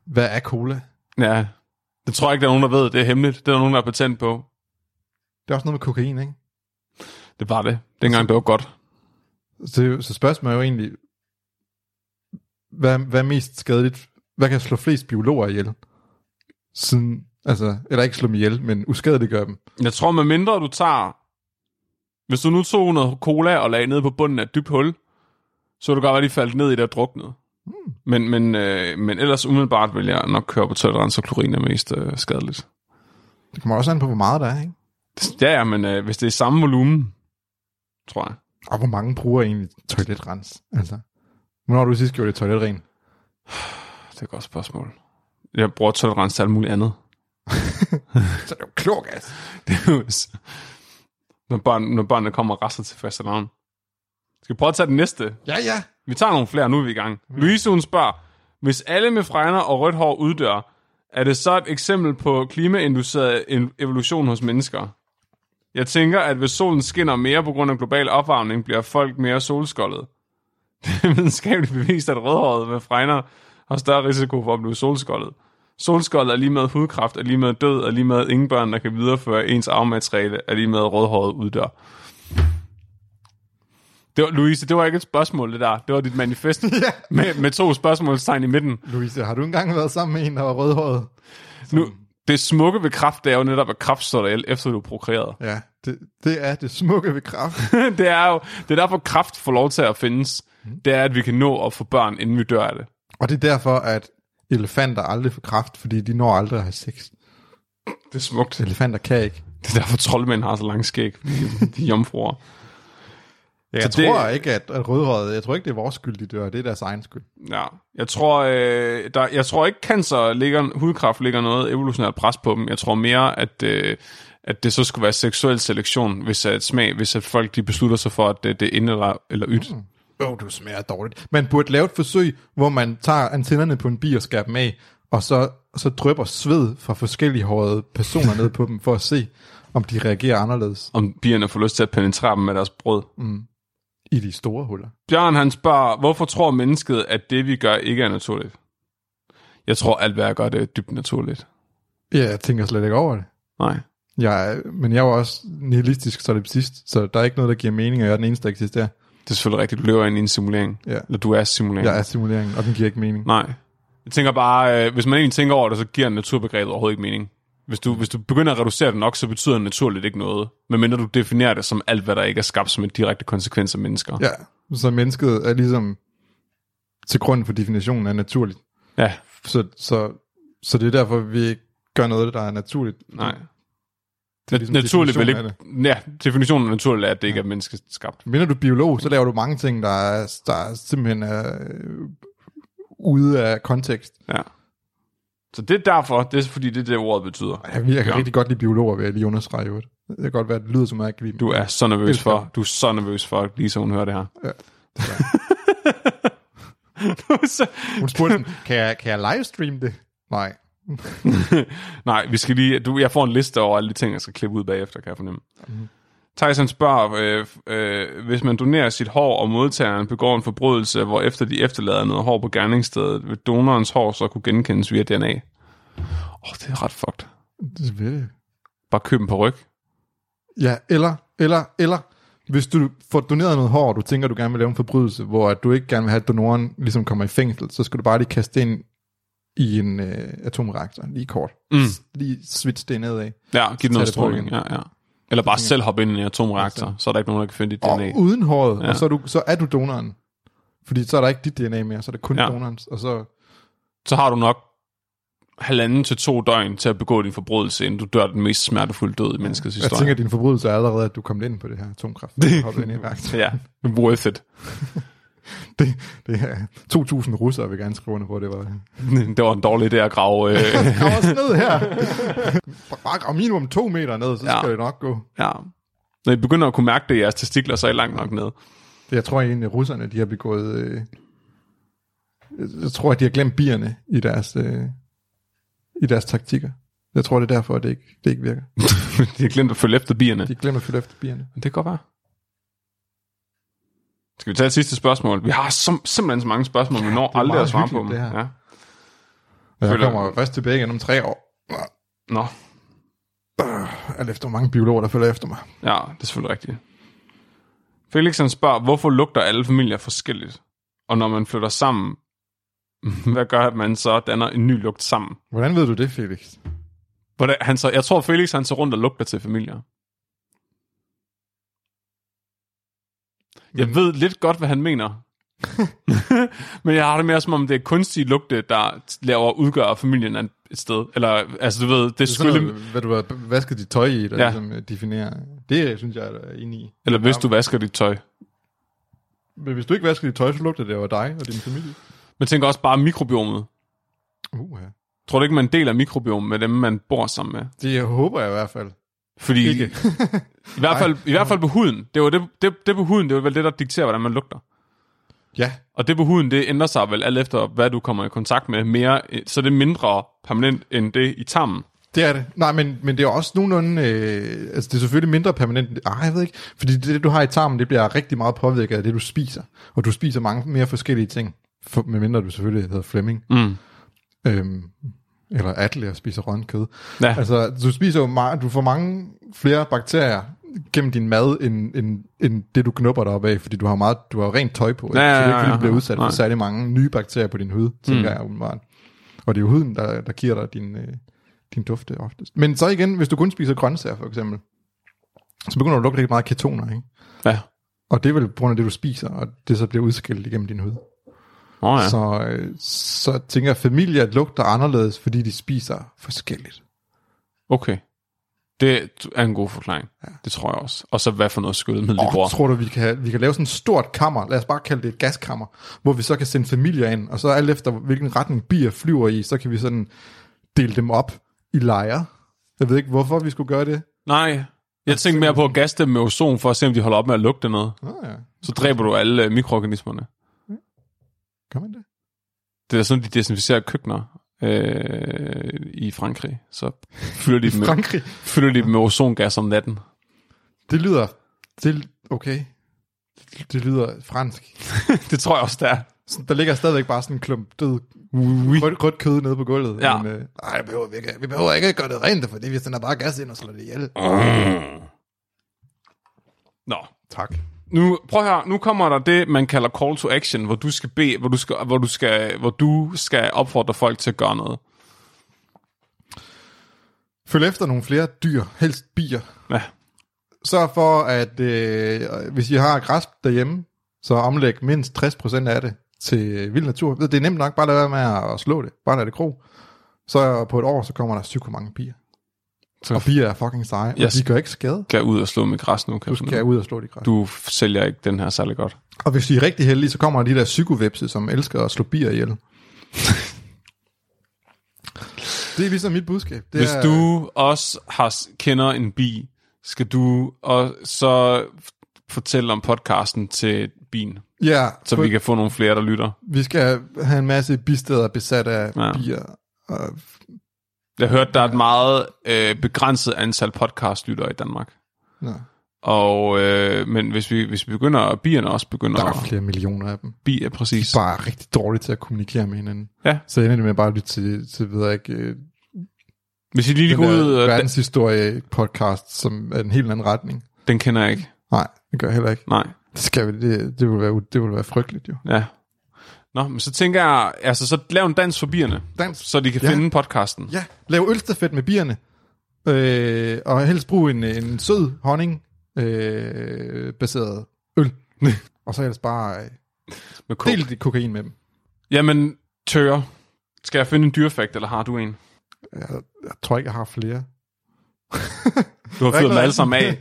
[SPEAKER 2] hvad er cola?
[SPEAKER 1] Ja, det tror jeg ikke, der er nogen, der ved. Det er hemmeligt. Det er der nogen, der har patent på.
[SPEAKER 2] Det er også noget med kokain, ikke?
[SPEAKER 1] Det var det. Dengang det var godt.
[SPEAKER 2] Så, det er jo- så spørgsmålet er jo egentlig, hvad, hvad er mest skadeligt? Hvad kan slå flest biologer ihjel? Siden, altså, eller ikke slå dem ihjel, men uskadeliggøre dem.
[SPEAKER 1] Jeg tror, med mindre du tager... Hvis du nu tog noget cola og lagde ned på bunden af et dybt hul, så ville du godt være lige faldet ned i det og druknet. Men, men, øh, men ellers umiddelbart vil jeg nok køre på tolerance, og klorin er mest øh, skadeligt.
[SPEAKER 2] Det kommer også an på, hvor meget der er, ikke?
[SPEAKER 1] Ja, ja, men øh, hvis det er samme volumen, tror jeg.
[SPEAKER 2] Og hvor mange bruger egentlig toiletrens? Altså, hvornår har du sidst gjort det toiletren?
[SPEAKER 1] Det er et godt spørgsmål. Jeg bruger tolerance til alt muligt andet.
[SPEAKER 2] Så det er jo klorgas.
[SPEAKER 1] Det er jo s- når, børn, når børnene kommer og rasser til første navn. Skal vi prøve at tage den næste?
[SPEAKER 2] Ja, ja.
[SPEAKER 1] Vi tager nogle flere, nu er vi i gang. Louise, hun spørger, hvis alle med fregner og rødt hår uddør, er det så et eksempel på klimainduceret en- evolution hos mennesker? Jeg tænker, at hvis solen skinner mere på grund af global opvarmning, bliver folk mere solskoldet. Det er videnskabeligt bevist, at rødhåret med fregner har større risiko for at blive solskoldet. Solskoldet er lige med hudkræft, er lige med død, er lige med ingen børn, der kan videreføre ens arvemateriale, er lige med at rødhåret uddør. Det var, Louise, det var ikke et spørgsmål, det der. Det var dit manifest med, med to spørgsmålstegn i midten.
[SPEAKER 2] Louise, har du engang været sammen med en, der var rødhåret?
[SPEAKER 1] Nu, det smukke ved kraft, det er jo netop, at kraft står der efter du er prokreeret.
[SPEAKER 2] Ja, det, det er det smukke ved kraft.
[SPEAKER 1] det er jo det er derfor, kraft får lov til at findes. Det er, at vi kan nå at få børn, inden vi dør af det.
[SPEAKER 2] og det er derfor, at elefanter aldrig får kraft, fordi de når aldrig at have sex.
[SPEAKER 1] Det er smukt.
[SPEAKER 2] Elefanter kan ikke.
[SPEAKER 1] Det er derfor, troldmænd har så lang skæg. De, de er jomfruer.
[SPEAKER 2] Jeg
[SPEAKER 1] Så det-
[SPEAKER 2] tror ikke, at, at rødhåret, jeg tror ikke, det er vores skyld, de dør. Det er deres egen skyld.
[SPEAKER 1] Ja. Jeg tror, øh, der, jeg tror ikke, cancer ligger, hudkræft ligger noget evolutionært pres på dem. Jeg tror mere, at, øh, at det så skulle være seksuel selektion, hvis at smag, hvis at folk de beslutter sig for, at det, det er ind eller, eller ydt. Mm.
[SPEAKER 2] Åh, oh, du smager dårligt. Man burde lave et forsøg, hvor man tager antennerne på en bi og skærer dem af, og så, så drypper sved fra forskellige hårede personer ned på dem, for at se, om de reagerer anderledes
[SPEAKER 1] Om bierne får lyst til at penetrere dem med deres brød. Mm.
[SPEAKER 2] i de store huller.
[SPEAKER 1] Bjørn han spørger, hvorfor tror mennesket, at det vi gør ikke er naturligt? Jeg tror, alt hvad jeg gør, det er dybt naturligt.
[SPEAKER 2] Ja, jeg tænker slet ikke over det.
[SPEAKER 1] Nej.
[SPEAKER 2] Jeg, er- men jeg var også nihilistisk, så det sidst, så der er ikke noget, der giver mening, og jeg er den eneste, der eksisterer.
[SPEAKER 1] Det er selvfølgelig rigtigt, du lever ind i en simulering.
[SPEAKER 2] Ja.
[SPEAKER 1] Eller du er simulering.
[SPEAKER 2] Jeg er simuleringen, og den giver ikke mening.
[SPEAKER 1] Nej. Jeg tænker bare, øh, hvis man egentlig tænker over det, så giver naturbegrebet overhovedet ikke mening. Hvis du, hvis du begynder at reducere det nok, så betyder det naturligt ikke noget. Medmindre du definerer det som alt, hvad der ikke er skabt som en direkte konsekvens af mennesker.
[SPEAKER 2] Ja, så mennesket er ligesom til grund for definitionen af naturligt.
[SPEAKER 1] ja.
[SPEAKER 2] Så, så, så det er derfor, vi ikke gør noget, der er naturligt.
[SPEAKER 1] nej.
[SPEAKER 2] Det er
[SPEAKER 1] Ligesom naturligt vil
[SPEAKER 2] definitionen
[SPEAKER 1] ikke... Ja, definitionen af naturligt er, at det ikke ja. er menneskeskabt.
[SPEAKER 2] af det. Minder du biolog, så laver du mange ting, der, er, der er simpelthen er øh, ude af kontekst.
[SPEAKER 1] Ja. Så det er derfor, det er fordi, det er det, ordet betyder.
[SPEAKER 2] Jeg, vil- jeg kan
[SPEAKER 1] Ja.
[SPEAKER 2] ja. rigtig godt lide biologer, vil jeg lige understrege. i øvrigt. Det kan godt være, at det lyder så meget, jeg kan lide.
[SPEAKER 1] Du er så nervøs
[SPEAKER 2] Elsker.
[SPEAKER 1] for, du er så nervøs for, at Lisa hun hører det her. så,
[SPEAKER 2] Hun spurgte sådan, kan jeg, kan jeg livestream det? Nej.
[SPEAKER 1] nej, vi skal lige... Du, jeg får en liste over alle de ting, jeg skal klippe ud bagefter, kan jeg fornemme.
[SPEAKER 2] Mhm.
[SPEAKER 1] Tyson spørger, øh, øh, hvis man donerer sit hår, og modtageren begår en forbrydelse, hvor efter de efterlader noget hår på gerningsstedet, vil donorens hår så kunne genkendes via DNA? Åh, oh, det er ret fucked.
[SPEAKER 2] Selvfølgelig.
[SPEAKER 1] Bare køb dem på ryg.
[SPEAKER 2] Ja, eller, eller, eller, hvis du får doneret noget hår, og du tænker, du gerne vil lave en forbrydelse, hvor at du ikke gerne vil have, at donoren ligesom kommer i fængsel, så skal du bare lige kaste det ind i en øh, atomreaktor, lige kort. Mm. Lige switch det nedad.
[SPEAKER 1] Ja, giv den
[SPEAKER 2] tag
[SPEAKER 1] noget
[SPEAKER 2] det på
[SPEAKER 1] stråling.
[SPEAKER 2] igen.
[SPEAKER 1] Ja, ja. Eller bare selv hoppe ind i en atomreaktor, så er der ikke nogen, der kan finde dit
[SPEAKER 2] Og
[SPEAKER 1] DNA.
[SPEAKER 2] uden håret,
[SPEAKER 1] Ja.
[SPEAKER 2] ja. og så er, du, så er du donoren. Fordi så er der ikke dit DNA mere, så er det kun
[SPEAKER 1] Ja.
[SPEAKER 2] ja. donorens. Og så,
[SPEAKER 1] Så har du nok halvanden til to døgn til at begå din forbrydelse, inden du dør den mest smertefulde død i menneskets
[SPEAKER 2] jeg
[SPEAKER 1] historie.
[SPEAKER 2] tænker, at din forbrydelse er allerede, at du kom ind på det her atomkraft. Det, hoppede ind i en reaktor.
[SPEAKER 1] Ja, worth it.
[SPEAKER 2] det, det er 2.000 russere, vil gerne skrive under på, det var
[SPEAKER 1] Det var en dårlig idé at grave. Øh,
[SPEAKER 2] Grav også ned her. Bare grav minimum to meter ned, så
[SPEAKER 1] Ja.
[SPEAKER 2] ja. skal det nok gå.
[SPEAKER 1] ja. Når I begynder at kunne mærke det i jeres testikler, så er I langt nok ned.
[SPEAKER 2] Jeg tror egentlig, at russerne de har begået... Øh, jeg tror, at de har glemt bierne i deres, øh, i deres taktikker. Jeg tror, det er derfor, at det ikke, det ikke virker.
[SPEAKER 1] De har glemt at følge efter bierne.
[SPEAKER 2] De glemmer at følge efter bierne.
[SPEAKER 1] Det kan godt være. Skal vi tage et sidste spørgsmål? Vi har som, simpelthen så mange spørgsmål, vi når aldrig
[SPEAKER 2] meget
[SPEAKER 1] at svare på dem.
[SPEAKER 2] hyggeligt, det her.
[SPEAKER 1] Ja.
[SPEAKER 2] Jeg
[SPEAKER 1] Føler-
[SPEAKER 2] kommer først tilbage igen om tre år.
[SPEAKER 1] Nå,
[SPEAKER 2] Alt efter, hvor mange biologer, der følger efter mig.
[SPEAKER 1] ja, det er selvfølgelig rigtigt. Felix han spørger, hvorfor lugter alle familier forskelligt? Og når man flytter sammen, hvad gør at man så danner en ny lugt sammen?
[SPEAKER 2] Hvordan ved du det, Felix?
[SPEAKER 1] Hvordan, han så, jeg tror, Felix han så rundt og lugter til familier. Jeg ved lidt godt, hvad han mener. Men jeg har det mere som om, det er kunstige lugte, der laver udgør familien af et sted. Eller, altså du ved, det, det
[SPEAKER 2] Det er sådan
[SPEAKER 1] skulle...
[SPEAKER 2] noget, hvad du har vasket dit tøj i, der
[SPEAKER 1] Ja.
[SPEAKER 2] ja. ligesom øh, definerer. Det synes jeg, jeg er enig i.
[SPEAKER 1] Eller hvis du vasker dit tøj.
[SPEAKER 2] Men hvis du ikke vasker dit tøj, så lugter det jo af dig og din familie.
[SPEAKER 1] Men tænk også bare mikrobiomet.
[SPEAKER 2] Uh, ja.
[SPEAKER 1] Tror du ikke, man deler mikrobiom med dem, man bor sammen med?
[SPEAKER 2] Det håber jeg i hvert fald.
[SPEAKER 1] Fordi
[SPEAKER 2] Ikke.
[SPEAKER 1] i, hvert fald, i hvert fald på huden. Det var det, det, det på huden, det var vel det, der dikterer, hvordan man lugter.
[SPEAKER 2] Ja,
[SPEAKER 1] Og det på huden, det ændrer sig vel alt efter, hvad du kommer i kontakt med mere, øh, så det er mindre permanent end det i tarmen.
[SPEAKER 2] det er det. Nej, men, men det er også nogenlunde... Øh, altså, det er selvfølgelig mindre permanent. Ah, jeg ved ikke. Fordi det, du har i tarmen, det bliver rigtig meget påvirket af det, du spiser. Og du spiser mange mere forskellige ting. For, medmindre du selvfølgelig hedder Flemming.
[SPEAKER 1] Mm.
[SPEAKER 2] Øhm, eller Atle og spiser rønkød.
[SPEAKER 1] Ja.
[SPEAKER 2] Altså, du spiser jo meget, du får mange flere bakterier gennem din mad, end, end, end det du knupper dig op af, fordi du har meget, du har rent tøj på, ikke?
[SPEAKER 1] Ja, ja,
[SPEAKER 2] så det er ikke,
[SPEAKER 1] ja,
[SPEAKER 2] fordi du bliver
[SPEAKER 1] ja.
[SPEAKER 2] udsat for
[SPEAKER 1] Nej.
[SPEAKER 2] særlig mange nye bakterier på din hud, tænker mm. jeg umiddelbart. Og det er jo huden, der, der giver dig din, øh, din dufte oftest. Men så igen, hvis du kun spiser grøntsager for eksempel, så begynder du at lugte rigtig meget af ketoner, ikke?
[SPEAKER 1] Ja.
[SPEAKER 2] Og det er vel på grund af det, du spiser, og det så bliver udskilt igennem din hud.
[SPEAKER 1] Oh, ja.
[SPEAKER 2] Ja. Så, øh, så tænker jeg, at familier lugter anderledes, fordi de spiser forskelligt.
[SPEAKER 1] Okay. Det er en god forklaring. Ja. Det tror jeg også. Og så hvad for noget skyldemiddel de
[SPEAKER 2] Oh,
[SPEAKER 1] bruger.
[SPEAKER 2] tror du, vi kan, vi kan lave sådan et stort kammer, lad os bare kalde det et gaskammer, hvor vi så kan sende familier ind, og så alt efter, hvilken retning bier flyver i, så kan vi sådan dele dem op i lejre. Jeg ved ikke, hvorfor vi skulle gøre det.
[SPEAKER 1] Nej, jeg tænkte mere på at gasse dem med ozon, for at se, om de holder op med at lugte noget.
[SPEAKER 2] Nå ja,
[SPEAKER 1] Så dræber du alle øh, mikroorganismerne.
[SPEAKER 2] kan man det?
[SPEAKER 1] Det er sådan, de desinficerer køkkener øh, i Frankrig. Så fylder de, dem med,
[SPEAKER 2] Frankrig.
[SPEAKER 1] fylder de dem med ozongas om natten.
[SPEAKER 2] Det lyder... Det, okay. Det lyder fransk.
[SPEAKER 1] det tror jeg også, der er.
[SPEAKER 2] Så Der ligger stadigvæk bare sådan en klump død
[SPEAKER 1] Ui.
[SPEAKER 2] rødt, rødt kød nede på gulvet.
[SPEAKER 1] Ja.
[SPEAKER 2] Men, øh, ej, behøver vi, ikke, vi behøver ikke at gøre det rent, fordi vi sender bare gas ind og slår det ihjel.
[SPEAKER 1] Mm. Nå,
[SPEAKER 2] Tak.
[SPEAKER 1] Nu, prøv her, nu kommer der det, man kalder call to action, hvor du skal bede, hvor du skal, hvor du skal, hvor du skal opfordre folk til at gøre noget.
[SPEAKER 2] Følg efter nogle flere dyr, helst bier.
[SPEAKER 1] Ja.
[SPEAKER 2] Sørg for, at øh, hvis I har græs derhjemme, så omlæg mindst 60% af det til vild natur. Ved, Det er nemt nok, bare lad være med at slå det. Bare lad det gro. Så på et år, så kommer der sygt mange bier.
[SPEAKER 1] Så-
[SPEAKER 2] Så. Og bier er fucking seje,
[SPEAKER 1] Yes.
[SPEAKER 2] yes. og de gør ikke skade.
[SPEAKER 1] Kan jeg ud og slå med græs nu? Kan
[SPEAKER 2] Du
[SPEAKER 1] jeg finde
[SPEAKER 2] skal
[SPEAKER 1] ud
[SPEAKER 2] ud og slå de græs.
[SPEAKER 1] af? du sælger ikke den her særlig godt.
[SPEAKER 2] Og hvis I er rigtig heldige, så kommer de der psykovepse, som elsker at slå bier ihjel. det er ligesom mit budskab. Det
[SPEAKER 1] Hvis
[SPEAKER 2] er,
[SPEAKER 1] du også har, kender en bi, skal du og så f- fortælle om podcasten til bin,
[SPEAKER 2] Ja,
[SPEAKER 1] så vi kan få nogle flere, der lytter.
[SPEAKER 2] vi skal have en masse bisteder besat af
[SPEAKER 1] Ja.
[SPEAKER 2] ja. bier. Og,
[SPEAKER 1] Jeg hørte, der er et meget øh, begrænset antal podcast-lyttere i Danmark.
[SPEAKER 2] ja.
[SPEAKER 1] Og, øh, men hvis vi, hvis vi begynder, og bierne også begynder
[SPEAKER 2] Der er
[SPEAKER 1] at
[SPEAKER 2] flere millioner af dem.
[SPEAKER 1] bi, er
[SPEAKER 2] De
[SPEAKER 1] præcis.
[SPEAKER 2] er bare rigtig dårlige til at kommunikere med hinanden.
[SPEAKER 1] Ja.
[SPEAKER 2] Så ender det med bare at lytte til, til ved jeg ikke, øh,
[SPEAKER 1] Hvis I lige
[SPEAKER 2] den
[SPEAKER 1] går ud, øh,
[SPEAKER 2] der
[SPEAKER 1] og den,
[SPEAKER 2] verdenshistorie-podcast, som er en helt anden retning.
[SPEAKER 1] den kender jeg ikke.
[SPEAKER 2] Nej, det gør jeg heller ikke.
[SPEAKER 1] Nej,
[SPEAKER 2] Det, skal vi, det, det, vil være, u- det vil være frygteligt jo.
[SPEAKER 1] ja. Nå, men så tænker jeg, altså så lav en dans for bierne,
[SPEAKER 2] Dans.
[SPEAKER 1] så de kan
[SPEAKER 2] Ja.
[SPEAKER 1] finde podcasten.
[SPEAKER 2] Ja, lav ølstafet med bierne. Øh, og helst brug en, en sød honning øh, baseret øl. og så ellers bare øh,
[SPEAKER 1] Med coke.
[SPEAKER 2] del det kokain med dem.
[SPEAKER 1] Jamen, tørre. Skal jeg finde en dyrefakt, eller har du en?
[SPEAKER 2] Jeg, jeg tror ikke, jeg har flere.
[SPEAKER 1] Du har
[SPEAKER 2] er
[SPEAKER 1] fyret dem
[SPEAKER 2] glad.
[SPEAKER 1] alle sammen af.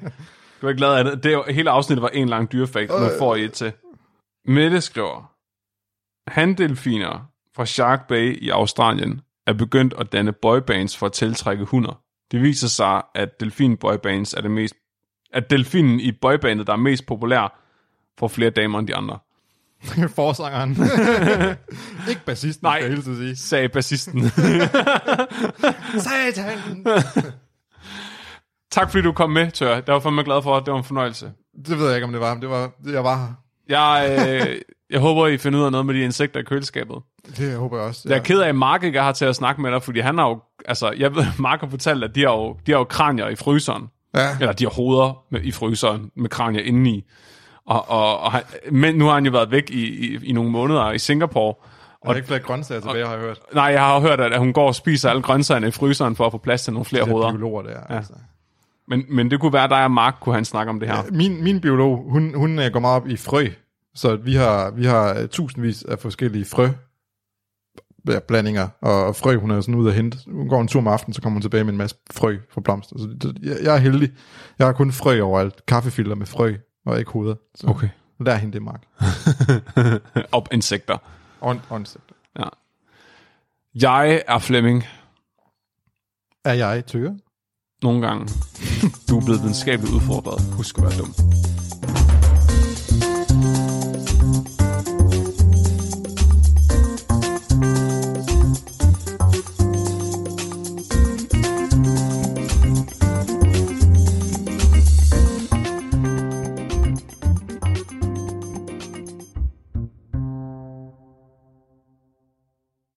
[SPEAKER 1] Du er ikke glad af det. det er- hele afsnittet var en lang dyrefakt, og nu får I et til. Mette skriver, Handelfiner fra Shark Bay i Australien er begyndt at danne boybands for at tiltrække hunder. Det viser sig, at delfinboybands er det mest at delfinen i boybandet, der er mest populær, får flere damer end de andre.
[SPEAKER 2] Forsangeren. ikke bassisten,
[SPEAKER 1] Nej.
[SPEAKER 2] skal jeg hilse at sige.
[SPEAKER 1] Sagde bassisten.
[SPEAKER 2] Satan!
[SPEAKER 1] tak fordi du kom med, Tør. Jeg var fandme glad for, at det var en fornøjelse.
[SPEAKER 2] Det ved jeg ikke, om det var, men det var, det, jeg var her.
[SPEAKER 1] Jeg, øh, jeg håber, I finder ud af noget med de insekter i køleskabet.
[SPEAKER 2] Det håber jeg også.
[SPEAKER 1] Jeg er ked af, at Mark ikke er her til at snakke med dig, fordi han har jo... Altså, jeg ved, Mark har fortalt, at de har jo, de har jo kranier i fryseren.
[SPEAKER 2] Ja.
[SPEAKER 1] Eller de har hoveder med, i fryseren med kranier indeni. Og, og, og han, men nu har han jo været væk i, i, i nogle måneder i Singapore.
[SPEAKER 2] Der er ikke flere grøntsager tilbage, har jeg hørt.
[SPEAKER 1] Nej, jeg har jo hørt, at hun går og spiser alle grøntsagerne i fryseren for at få plads til nogle flere
[SPEAKER 2] Det er
[SPEAKER 1] hoveder.
[SPEAKER 2] biologer, der. Ja. Altså.
[SPEAKER 1] Men, men det kunne være, at dig og Mark kunne han snakke om det her.
[SPEAKER 2] Min, min biolog, hun, hun øh, går meget op i frø, så vi har, vi har øh, tusindvis af forskellige frø ja, blandinger, og, og frø, hun er sådan ude at hente. Hun går en tur om aftenen, så kommer hun tilbage med en masse frø fra blomster. Så det, jeg, jeg er heldig. Jeg har kun frø overalt. Kaffefilter med frø, og ikke hoveder. Så
[SPEAKER 1] Okay.
[SPEAKER 2] der er hende det, Mark.
[SPEAKER 1] Op insekter.
[SPEAKER 2] Og, en- og en sæt.
[SPEAKER 1] Jeg er Flemming.
[SPEAKER 2] er jeg tøger?
[SPEAKER 1] Nogle gange. Du er blevet videnskabeligt udfordret. Husk at være dum.